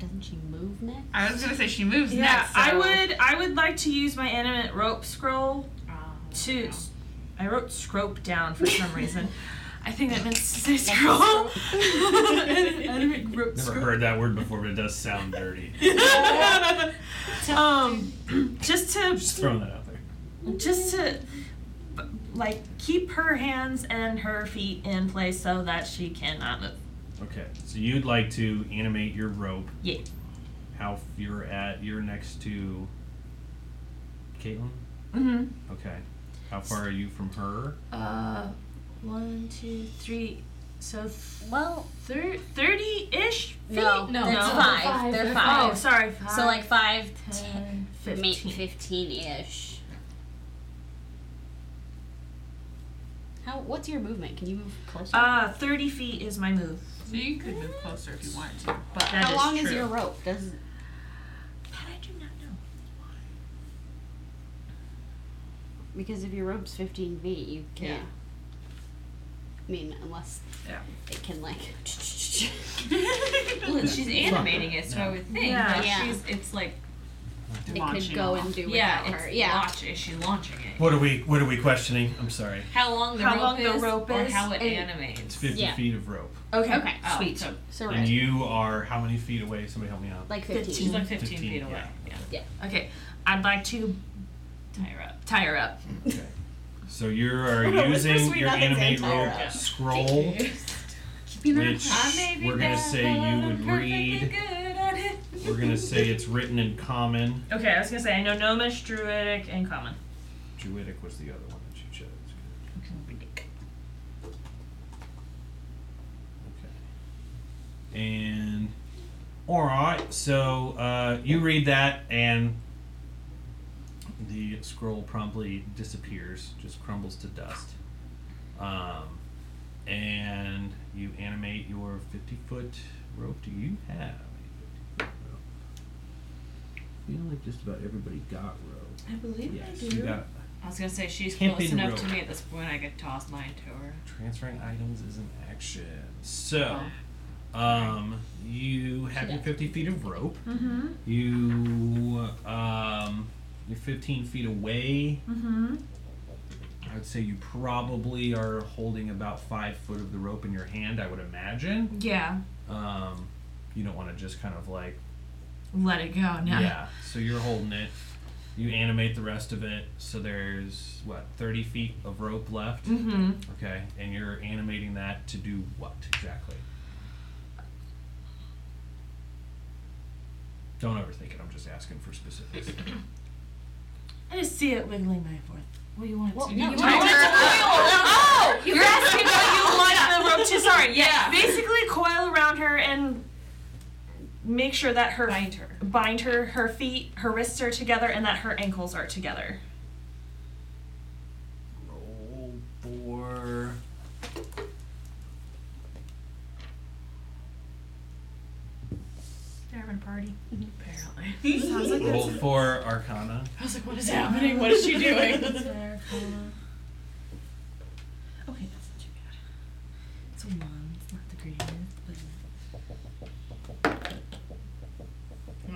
Doesn't she move next? I was gonna say she moves yeah. next. So. I would. I would like to use my animate rope scroll Oh, Um, to. I wrote scrope down for some reason. I think that meant to say scroll. animate Never rope scroll. heard that word before, but it does sound dirty. um, just to Just throwing that out there. just to b- like keep her hands and her feet in place so that she cannot move. Okay. So you'd like to animate your rope. Yeah. How you're at? You're next to Caitlin. Mm-hmm. Okay. How far are you from her? Uh, one, two, three. So Well, thir- 30-ish feet? No, no, that's no. five. They're five. Oh, sorry, five. so like five, ten, ten, fifteen. maybe fifteen-ish. How? What's your movement? Can you move closer? Uh, 30 feet is my move. So you could move closer if you wanted to. But That How is long is true. your rope? Does That I do not know. because if your rope's fifteen feet, you can't. I mean, unless Yeah. it can like. Well, she's animating it, so I would think Yeah. that Yeah. she's. It's like it could go and do yeah, without it's her. Yeah. launch- Is she launching it? What are we? What are we questioning? I'm sorry. How long the How rope long the is, rope or is, how it and- It's animates? 50 Yeah. feet of rope. Okay. Okay. Oh, Sweet. so So And right. you are how many feet away? Somebody help me out. like she's fifteen. like 15, 15, feet away. yeah. Yeah. Okay. I'd like to Tie her up. tie her up. Okay. So you are Whisper using Sweet your Nothing's anime entire roll app. scroll, which we're gonna say you would read. We're gonna say it's written in common. Okay, I was gonna say I know Gnomish, Druidic, and Common. Druidic was the other one that you chose. Okay. And all right, so uh, you read that, and the scroll promptly disappears, just crumbles to dust. Um, and you animate your fifty-foot rope. Do you have? a 50-foot rope? I feel like just about everybody got rope. I believe yes, I do. you got I was gonna say she's Camping close enough rope. to me at this point. I could toss mine to her. Transferring items is an action. So, um, you have your 50 feet of rope. Mm-hmm. You, um, you're 15 feet away. Mm-hmm. I would say you probably are holding about five foot of the rope in your hand, I would imagine. Yeah. Um, you don't want to just kind of like Let it go now. yeah, so you're holding it. You animate the rest of it. So there's what, 30 feet of rope left? Mhm. Okay, and you're animating that to do what exactly? Don't overthink it. I'm just asking for specifics. I just see it wiggling back and forth. What do you want it to do? no, You you want it want to it to coil coil. Oh, Oh, you're you got asking it. what you want the rope to. Sorry, Oh, yeah. Yeah. Basically, coil around her and make sure that her bind her, bind her, her feet, her wrists are together, and that her ankles are together. Roll for. They're having a party. Apparently. Sounds like Roll that's- for Arcana. I was like, what is happening? What is she doing? Fair, Okay, that's not too bad. It's a one. It's not the greatest, but.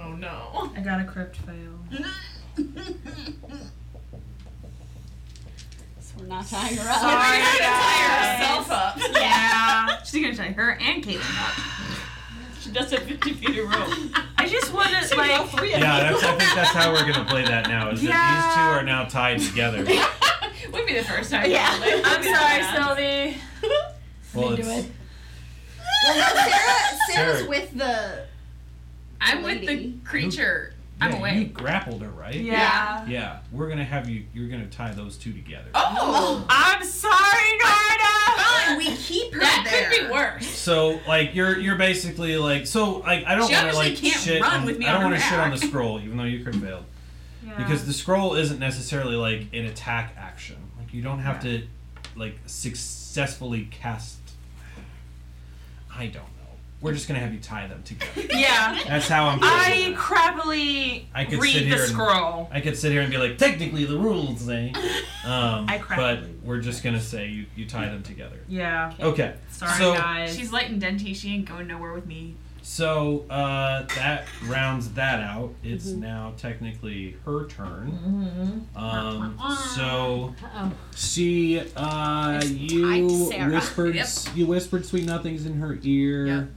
Oh no. I got a crypt fail. So we're not tying her up. Sorry, We're gonna guys. Yeah. She's gonna tie her and Caitlin up. She does have 50 feet of rope. I just want to like. Yeah, that's, I think that's how we're gonna play that now. Is that these two are now tied together. Would be the first time. Yeah. probably. I'm Yeah. sorry, Sylvie. Well, it's, Well, no, Sarah, Sarah's Sarah. with the. I'm with the creature. I'm yeah, You away. grappled her, right? Yeah. Yeah. We're gonna have you. You're gonna tie those two together. Oh! I'm sorry, Garda. Fine, we keep her That there. could be worse. So like you're you're basically like so like I don't She want to obviously like can't shit. run on, with me I don't on wanna her shit on the back. scroll, even though you could failed. Yeah. Because the scroll isn't necessarily like an attack action. Like you don't have to like successfully cast. I don't know. We're just gonna have you tie them together. Yeah. That's how I'm. I feeling. crappily I could read sit the here and- scroll. I could sit here and be like, technically the rules say, um, I but crappily- we're just gonna say you, you tie them together. Yeah. Okay. Sorry, so, guys. She's light and denty. She ain't going nowhere with me. So uh, that rounds that out. It's now technically her turn. Um, so she, uh, you Sarah. whispered, Yep. you whispered sweet nothings in her ear.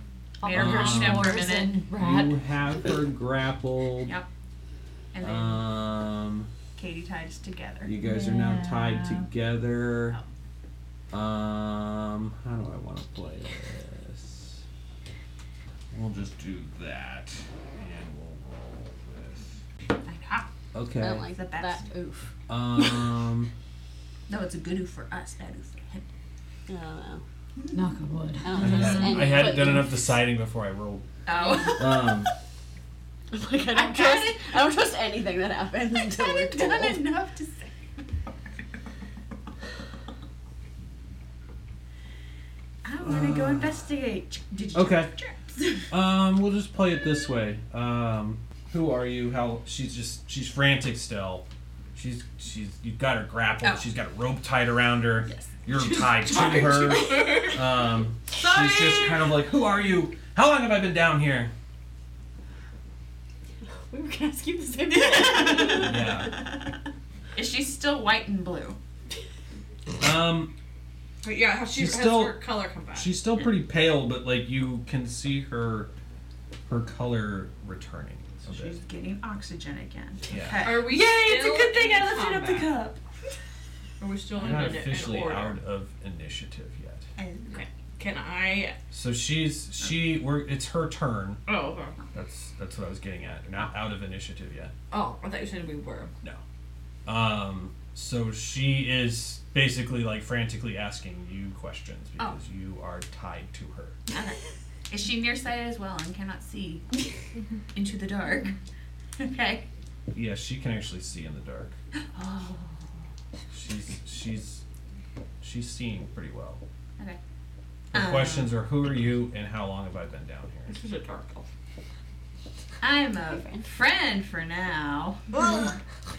Made her Um, um, snap for a Doors minute. and rat. You have her grappled. Yep. And then Um, Katie tied us together. you guys are now tied together. Oh. Um, how do I want to play this? We'll just do that, and we'll roll this. Like, ha. Okay. I like The that. best. oof. Um. No, it's a good oof for us, bad oof for him. I don't know. Knock on wood. I don't trust any. I hadn't done enough deciding before I rolled. Oh. Um. Like, I don't trust. I don't trust anything that happens until we're Done told. enough to say. I want to go investigate. Did you Uh, Okay. traps? Um. We'll just play it this way. Um. Who are you? How? She's just. She's frantic still. She's. She's. You've got her grappled. Oh. She's got a rope tied around her. Yes. You're tied to her. Um. She's just kind of like, who are you? How long have I been down here? We were gonna ask you the same thing. Yeah. Is she still white and blue? Um. But yeah, how she She's has still- her color come back. She's still pretty pale, but like you can see her. Her color returning. a bit. She's getting oxygen again. Yeah. Okay. Are we? Yay! It's still a good thing in I lifted up the combat? cup. Are we still You're in, not in, officially in order? out of initiative yet. Okay. Can I? So she's she we're it's her turn. Oh, okay. That's that's what I was getting at. You're not out of initiative yet. Oh, I thought you said we were. No. Um so she is basically like frantically asking you questions Oh. because you are tied to her. Okay. Is she nearsighted as well and cannot see into the dark? Okay. Yeah, she can actually see in the dark. Oh. She's she's she's seeing pretty well. Okay. Her Um. Uh, questions are who are you and how long have I been down here? This is a dark elf. I'm a friend for now.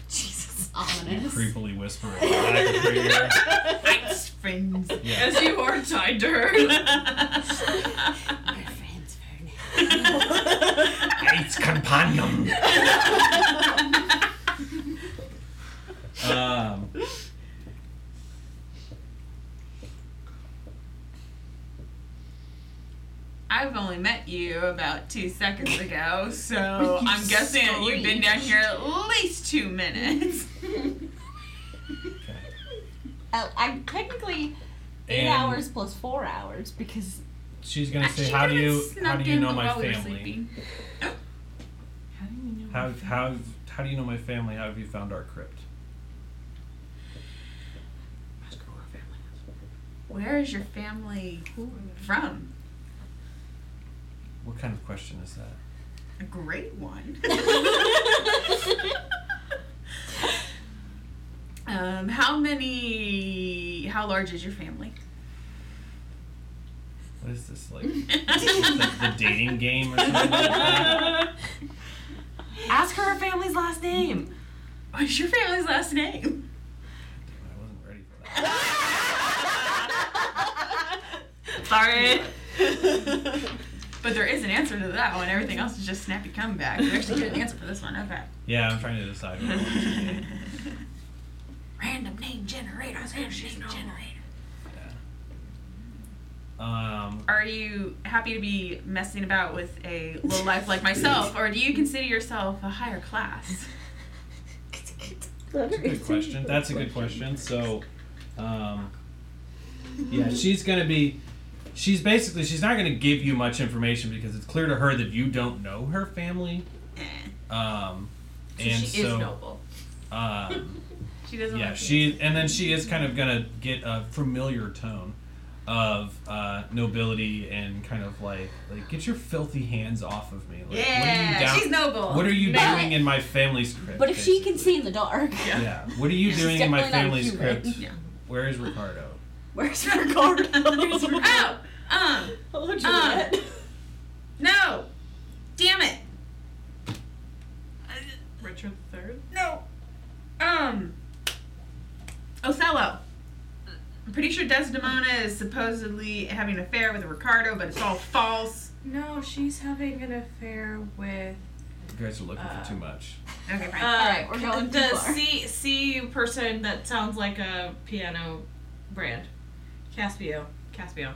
Jesus. You creepily whisper it. Thanks, friends. Yeah. As you are tied to her. It's companion. um, I've only met you about two seconds ago, so You I'm guessing that you've screamed. been down here at least two minutes. Uh, I'm technically eight And- hours plus four hours because she's gonna say, She "How do could've you snuck how do you in know my Oh, while we were family? How how how do you know my family? How have you found our crypt? Where is your family from? What kind of question is that? A great one. um, how many? How large is your family? What is this like? the, the dating game or something? like that? Ask her her family's last name. What's your family's last name? I wasn't ready for that. Sorry. But there is an answer to that one. Everything else is just snappy comeback. There's a good answer for this one. Okay. Yeah, I'm trying to decide. What I want to do. Random name generator. Random name generator. Um, Are you happy to be messing about with a low life like myself, or do you consider yourself a higher class? That's a good question. That's a good question. So, um, yeah, she's gonna be. She's basically she's not gonna give you much information because it's clear to her that you don't know her family. Um, Eh. So and she is so, noble. Um, She doesn't. yeah, like she and then she is kind of gonna get a familiar tone of uh, nobility and kind of like like get your filthy hands off of me. Like, Yeah, she's noble. What are you But- doing in my family's crypt? But if she can see in the dark, Yeah. What are you She's doing in my definitely not family's human. crypt? Where is Ricardo? where's Ricardo? Where's Ricardo? Oh, um, Hello, um, Juliet. no, damn it, Richard III? no, um, Othello. I'm pretty sure Desdemona is supposedly having an affair with Ricardo, but it's all false. No, she's having an affair with. You guys are looking for too much. Okay, Uh, fine. c- the C C person that sounds like a piano brand, Caspio. Caspio. You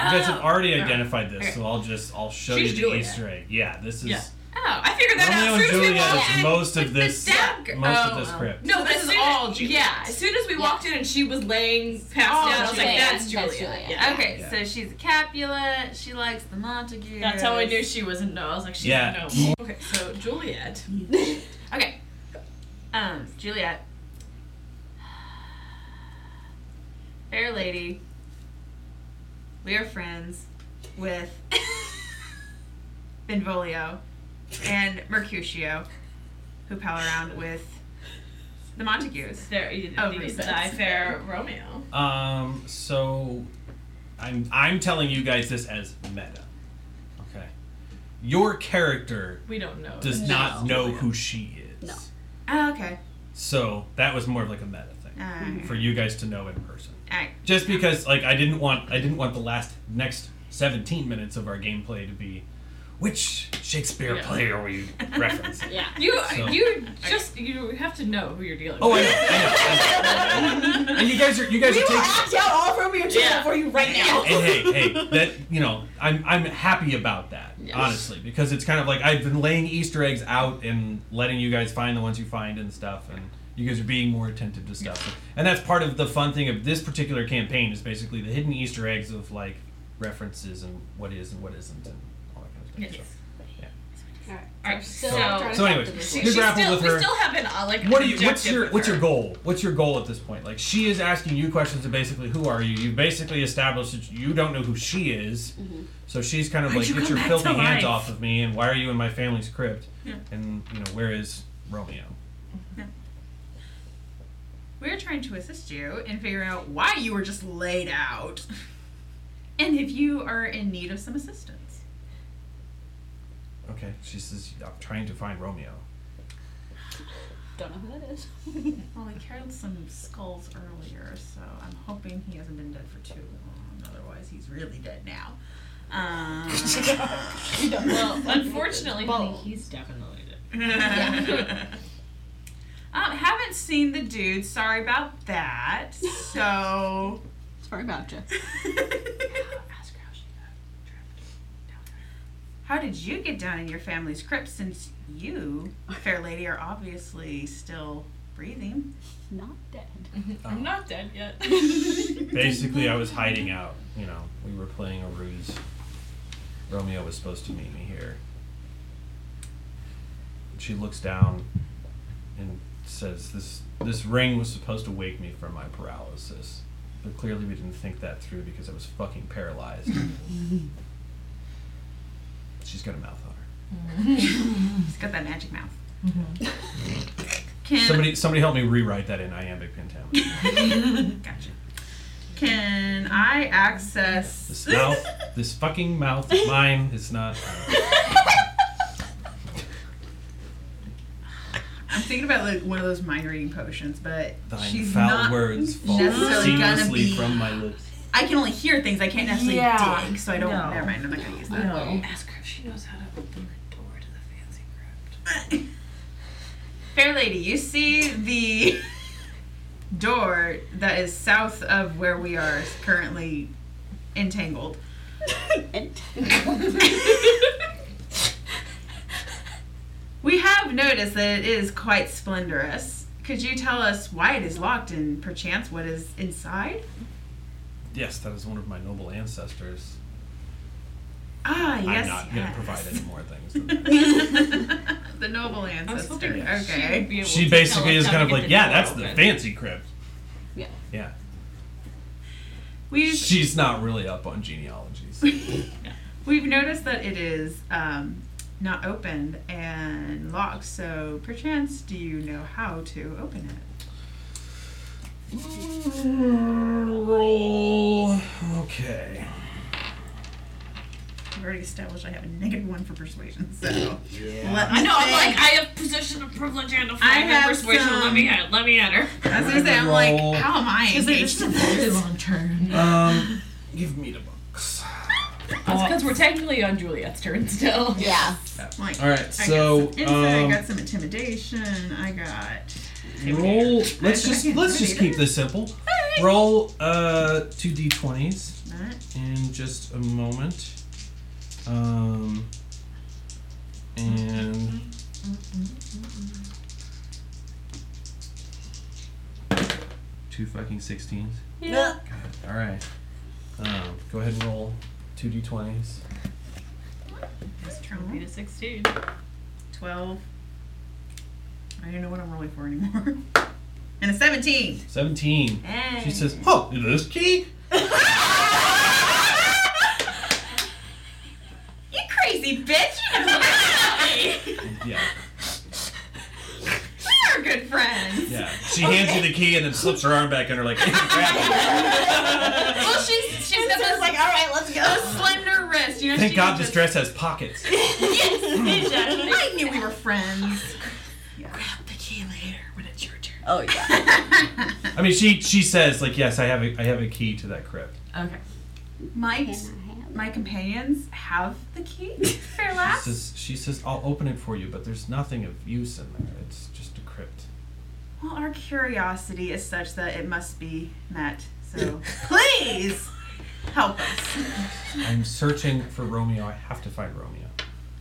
guys have already Oh. identified this, Okay. so I'll just I'll show She's you the Juliet. Easter egg. Yeah, this is Yeah. Oh, I figured that Romeo out. and As soon as we Juliet walked is in, most of this that most gr- Oh, of this crypt. No, So but this as is soon- all Juliet. Yeah, as soon as we walked in and she was laying passed out, Oh, I was like, Juliet. "That's Juliet." That's Yeah. Okay, so she's a Capulet. She likes the Montagues. That's how I knew she wasn't no. I was like, she's Yeah. no. Okay, so Juliet. Okay. Um, Juliet. Fair lady. We are friends with Benvolio and Mercutio, who pal around with the Montagues. There, you Oh, didn't need to Rufus. die fair Romeo. Um, so I'm I'm telling you guys this as meta. Okay. Your character We don't know. does that not she's know Juliet. who she is. No. Oh, okay. So that was more of like a meta Ah. thing Alright. for you guys to know in person. Alright. Just because like I didn't want I didn't want the last next 17 minutes of our gameplay to be which Shakespeare Yeah. play are we referencing? Yeah. You So- you just you have to know who you're dealing Oh, I with. know, I know. and you guys are you guys we are will taking act out all Romeo and Juliet for you right now. and hey, hey, that you know, I'm I'm happy about that, honestly, because it's kind of like I've been laying Easter eggs out and letting you guys find the ones you find and stuff, and You guys are being more attentive to stuff, and that's part of the fun thing of this particular campaign is basically the hidden Easter eggs of like references and what is and what isn't and all that kind of stuff. Yes. Yeah. Alright, Alright, so, So, so anyways, she, you she grapple still, with her. We still haven't uh, like. what do you? What's objective your with What's her. your goal? What's your goal at this point? Like she is asking you questions of basically who are you? You basically established that you don't know who she is, so she's kind of Why'd like you get come your back filthy to hands life?" off of me, and why are you in my family's crypt? Yeah. And you know where is Romeo? We're trying to assist you in figuring out why you were just laid out and if you are in need of some assistance. Okay, she says I'm trying to find Romeo. Don't know who that is. well, we killed some skulls earlier, so I'm hoping he hasn't been dead for too long. Otherwise, he's really dead now. Um, well, unfortunately, honey, he's definitely dead. Um, haven't seen the dude. Sorry about that. So. Sorry about you. How did you get down in your family's crypt since you, fair lady, are obviously still breathing? Not dead. I'm not dead yet. Basically, I was hiding out. You know, we were playing a ruse. Romeo was supposed to meet me here. She looks down and says, "This this ring was supposed to wake me from my paralysis, but clearly we didn't think that through because I was fucking paralyzed." She's got a mouth on her. He's got that magic mouth. Can Somebody somebody help me rewrite that in iambic pentameter. gotcha. Can I access? This mouth, this fucking mouth of mine, is not. I'm thinking about like one of those mind reading potions, but Thine she's foul not words fall necessarily gonna seamlessly be. from my lips. I can only hear things. I can't necessarily Yeah. dig, so I don't. No. Never mind. I'm not gonna use that. No. Ask her if she knows how to open the door to the fancy crypt. Fair lady, you see the door that is south of where we are currently entangled. we have noticed that it is quite splendorous. Could you tell us why it is locked and perchance what is inside? Yes, that is one of my noble ancestors. Ah, yes. I'm not going to provide any more things. than the noble ancestor. hoping that she Okay. would be that. able she to tell basically us is how to kind of get like, the yeah, door that's the open." fancy crypt. Yeah. Yeah. We've She's not really up on genealogies. We've noticed that it is um, not opened and locked, so perchance do you know how to open it? Roll. Okay. We've already established I have a negative one for persuasion, so let me I know. I'm say- like, I have position of privilege and a I find have her persuasion. Let me at, let me at her. I was gonna say, I'm Roll. like, how am I She's like, this is engaged a in very this? long turn. Um, give me the box. That's because we're technically on Juliet's turn still. Yeah. I'm like, All I right, got so some insight, I um, got some intimidation, I got. roll. I- Let's I just can't let's just intimidate keep this simple. Alright. Roll uh two d20s. her. Alright. in just a moment. Um, and two fucking 16s. Yeah. All right. Um, go ahead and roll two d20s. Just Beat turn a 16. 12. I don't know what I'm rolling for anymore. And a 17. 17. Hey. She says, "Oh, it is key." You crazy bitch! You never met me. Yeah, We are good friends. yeah. She hands you the key and then slips her arm back under, like, Well, she's she's got this like, all right, let's go. slender wrist, you know. "Thank she God can this just, dress has pockets." I knew we were friends. Grab the key later when it's your turn. Oh yeah. I mean, she she says, "Like, yes, I have a I have a key to that crypt." Okay. My my companions have the key. Fair She laugh. says, she says, I'll open it for you, but there's nothing of use in there. It's just a crypt. Well, our curiosity is such that it must be met. So please help us. I'm searching for Romeo. I have to find Romeo.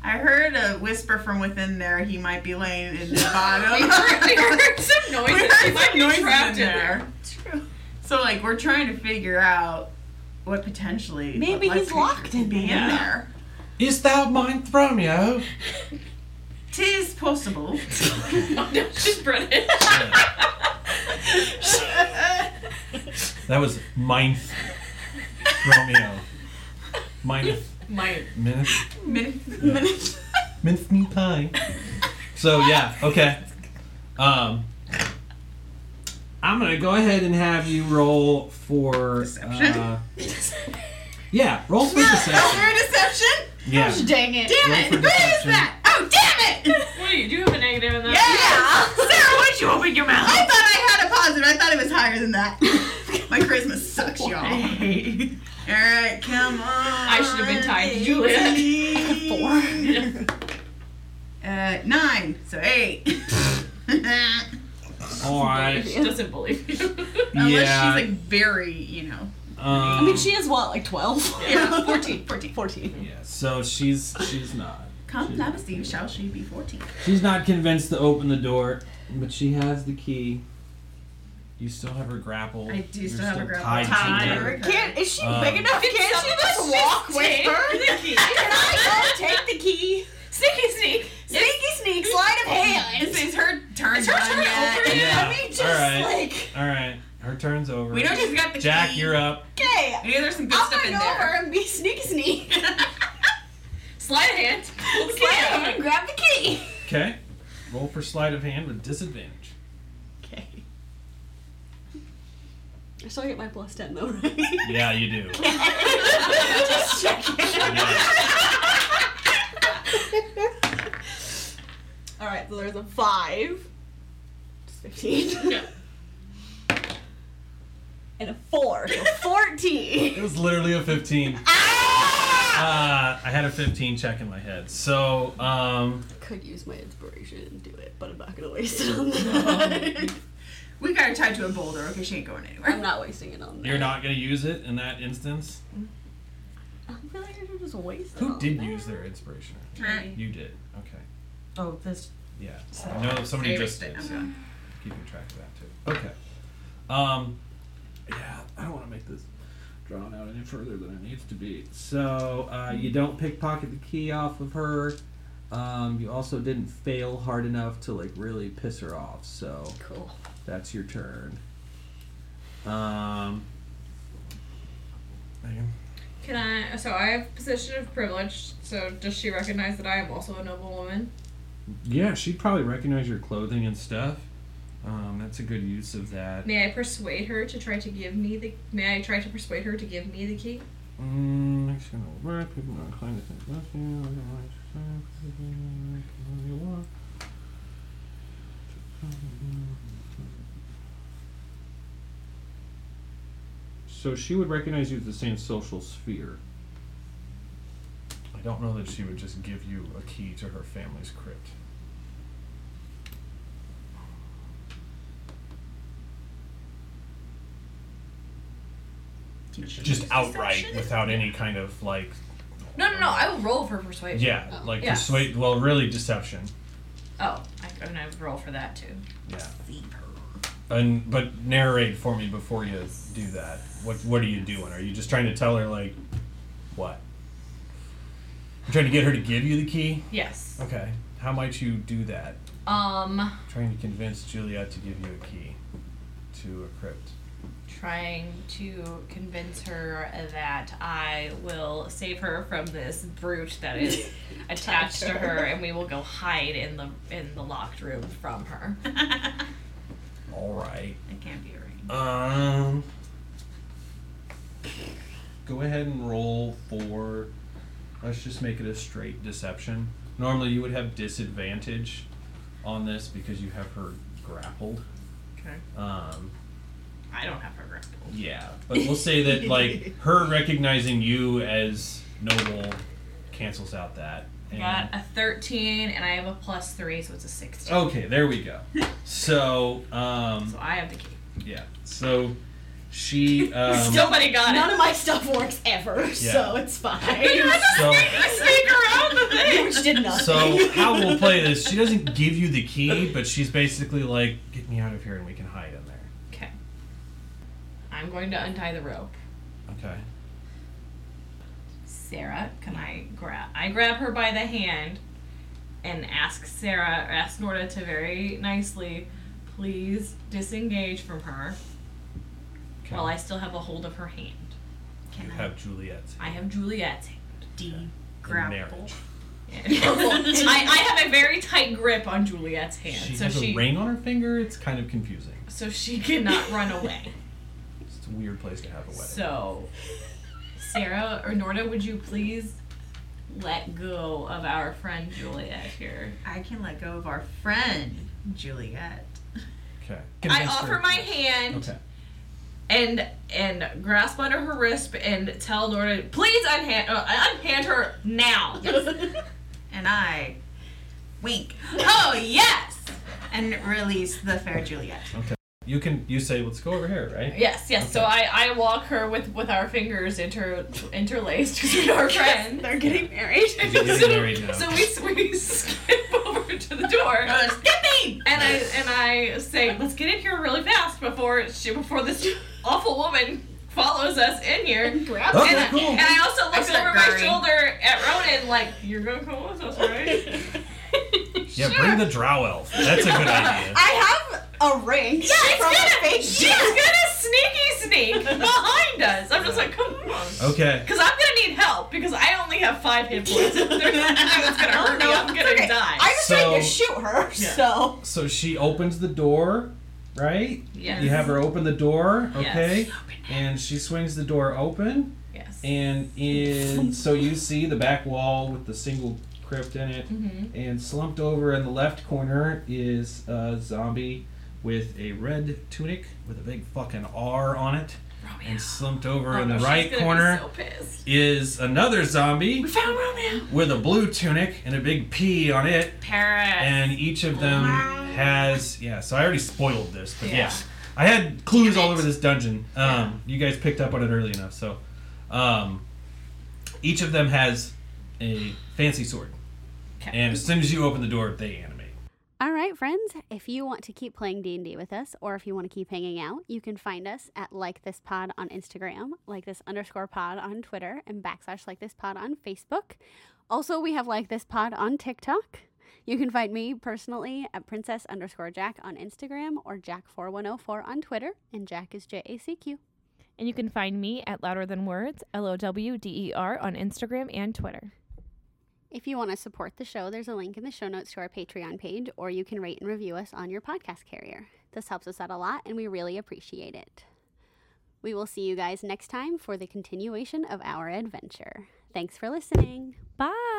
I heard a whisper from within there. He might be laying in the bottom. We heard- we heard some noises. We heard He some might be noises trapped in True. So like we're trying to figure out what potentially Maybe what he's could locked in be in there. there. Is thou mine Thromio? Tis possible. She's British. That was Minth Romeo. Minth. Minth. Minth. Minute, Minth me pie. So yeah, okay. Um, I'm gonna go ahead and have you roll for deception. Uh, yeah, roll for deception. Your deception? Yeah. Dang it. Roll Damn it. for What is deception. that? Oh, damn it. Wait, you do have a negative in that. Yeah. Sarah, why'd you open your mouth? I thought I had a positive. I thought it was higher than that. My charisma sucks, y'all. All right, come on. I should have been tied to Julia. Four. Uh, nine. So eight. Unless All right. She doesn't believe you. Yeah. she's like very, you know. um, is what, like twelve? Yeah, 14, 14, 14. So she's she's not. Come, let us see. Shall she be fourteen? She's not convinced to open the door, but she has the key. You still have her grapple. I do You're still have her grapple. Tied Tied. to her. Can't, is she Um, big enough? Can she just walk with her? Can I go take the key? Sneaky sneak. Sneaky sneak. Sleight of hand. It's, it's her turn. It's her done turn yet. over yet. Yeah. I mean, just All right. like, All right. Her turn's over. We don't just got the Jack, key. you're up. okay, Yeah, there's some good I'm stuff in gonna go there. over and be sneaky sneak. Slide of hand. Pull the key Sleight of out. hand, grab the key. Okay. Roll for sleight of hand with disadvantage. Okay. I still get my plus 10 though, right? Yeah, you do. just checking. All right, so there's a five. It's fifteen. Yeah. And a four. So fourteen. It was literally a 15. Ah! Uh, I had a 15 check in my head. So, um, Could use my inspiration and do it, but I'm not gonna waste it on that. We got her tied to a boulder. Okay, she ain't going anywhere. I'm not wasting it on that. you're not going to use it in that instance? I feel like I should just waste it. Who on did that. use their inspiration? Me. You did. Okay. Oh, this. Yeah. I know somebody just did. So Okay. keeping track of that, too. Okay. Um, yeah, I don't want to make this drawn out any further than it needs to be. So, uh, you don't pickpocket the key off of her. Um, you also didn't fail hard enough to, like, really piss her off. So, Cool. That's your turn. Um. Megan? Can I? So I have position of privilege. So does she recognize that I am also a noblewoman? Yeah, she'd probably recognize your clothing and stuff. Um, that's a good use of that. May I persuade her to try to give me the? May I try to persuade her to give me the key? Mm, makes you not work. People are inclined to think less of you. I don't like to think, I don't like to know you are. So she would recognize you as the same social sphere. I don't know that she would just give you a key to her family's crypt. Just outright, without any kind of like, No, no, no. I will roll for persuasion. yeah, like Yeah. persuade. Well, really, deception. Oh, I, I'm gonna roll for that too. Yeah. And but narrate for me before you do that. What what are you doing? Are you just trying to tell her like what? You're trying to get her to give you the key? Yes. Okay. How might you do that? Um, Trying to convince Juliet to give you a key to a crypt. trying to convince her that I will save her from this brute that is attached to her, and we will go hide in the in the locked room from her. All right. It can't be a ring. Um. Go ahead and roll for. Let's just make it a straight deception. Normally, you would have disadvantage on this because you have her grappled. Okay. Um, I don't have her grappled. yeah, but we'll say that like her recognizing you as noble cancels out that. and- Got a 13, and I have a plus three, so it's a 16. Okay, there we go. So, um, So I have the key. Yeah. So She um, Nobody got it. None of my stuff works ever, so it's fine. So- sneak around the thing. Which did nothing. So how we'll play this? She doesn't give you the key, but she's basically like, "Get me out of here, and we can hide in there." Okay. I'm going to untie the rope. Okay. Sarah, can I grab? I grab her by the hand and ask Sarah, or ask Norda to very nicely, please disengage from her while I still have a hold of her hand. You have Juliet's I have Juliet's hand. D. in marriage. I, I have a very tight grip on Juliet's hand, She so has she a ring on her finger. It's kind of confusing. so she cannot run away. It's a weird place to have a wedding. So, Sarah or Norda, would you please let go of our friend Juliet here? I can let go of our friend, Juliet. Okay. I offer my hand and and grasp under her wrist and tell Norda, please unhand uh, unhand her now. and I wink. Oh yes! And release the fair Juliet. Okay. You can you say let's go over here, right? Yes, yes. So I, I walk her with, with our fingers inter interlaced because we are friends. They're getting married. They're getting married now. So we, we skip over to the door. Skipping. And I and I say, let's get in here really fast before she before this awful woman follows us in here. Grabs and, her. I- Cool. and I also I look start over my crying. shoulder at Ronan like, you're gonna come with us, right? Yeah, bring the drow elf. That's a good idea. I have a ring. Yeah, it's from gonna, a fake she's gift. gonna sneaky sneak behind us. I'm just like, come on. Okay. Because I'm gonna need help because I only have five hit points. If there's anything that's gonna hurt me, I'm gonna die. I was trying to So- shoot her, so. So she opens the door, right? Yes. You have her open the door, Yes. okay? And she swings the door open. Yes. And in so you see the back wall with the single crypt in it. Mhm. And slumped over in the left corner is a zombie with a red tunic with a big fucking R on it. And slumped over Oh, in no, the she's right gonna be corner so pissed. is another zombie We found Romeo. with a blue tunic and a big P on it. Paris. And each of them has yeah. So I already spoiled this, but Yeah. yeah, I had clues all over this dungeon. Um, You guys picked up on it early enough, so um, each of them has a fancy sword, and as soon as you open the door, they animate. All right, friends, if you want to keep playing D&D with us or if you want to keep hanging out, you can find us at like this pod on Instagram, like this underscore pod on Twitter, and backslash like this pod on Facebook. Also, we have like this pod on TikTok. You can find me personally at princess underscore Jack on Instagram or Jack4104 on Twitter, and Jack is J-A-C-Q. And you can find me at Louder Than Words, L O W D E R, on Instagram and Twitter. If you want to support the show, there's a link in the show notes to our Patreon page, or you can rate and review us on your podcast carrier. This helps us out a lot, and we really appreciate it. We will see you guys next time for the continuation of our adventure. Thanks for listening. Bye.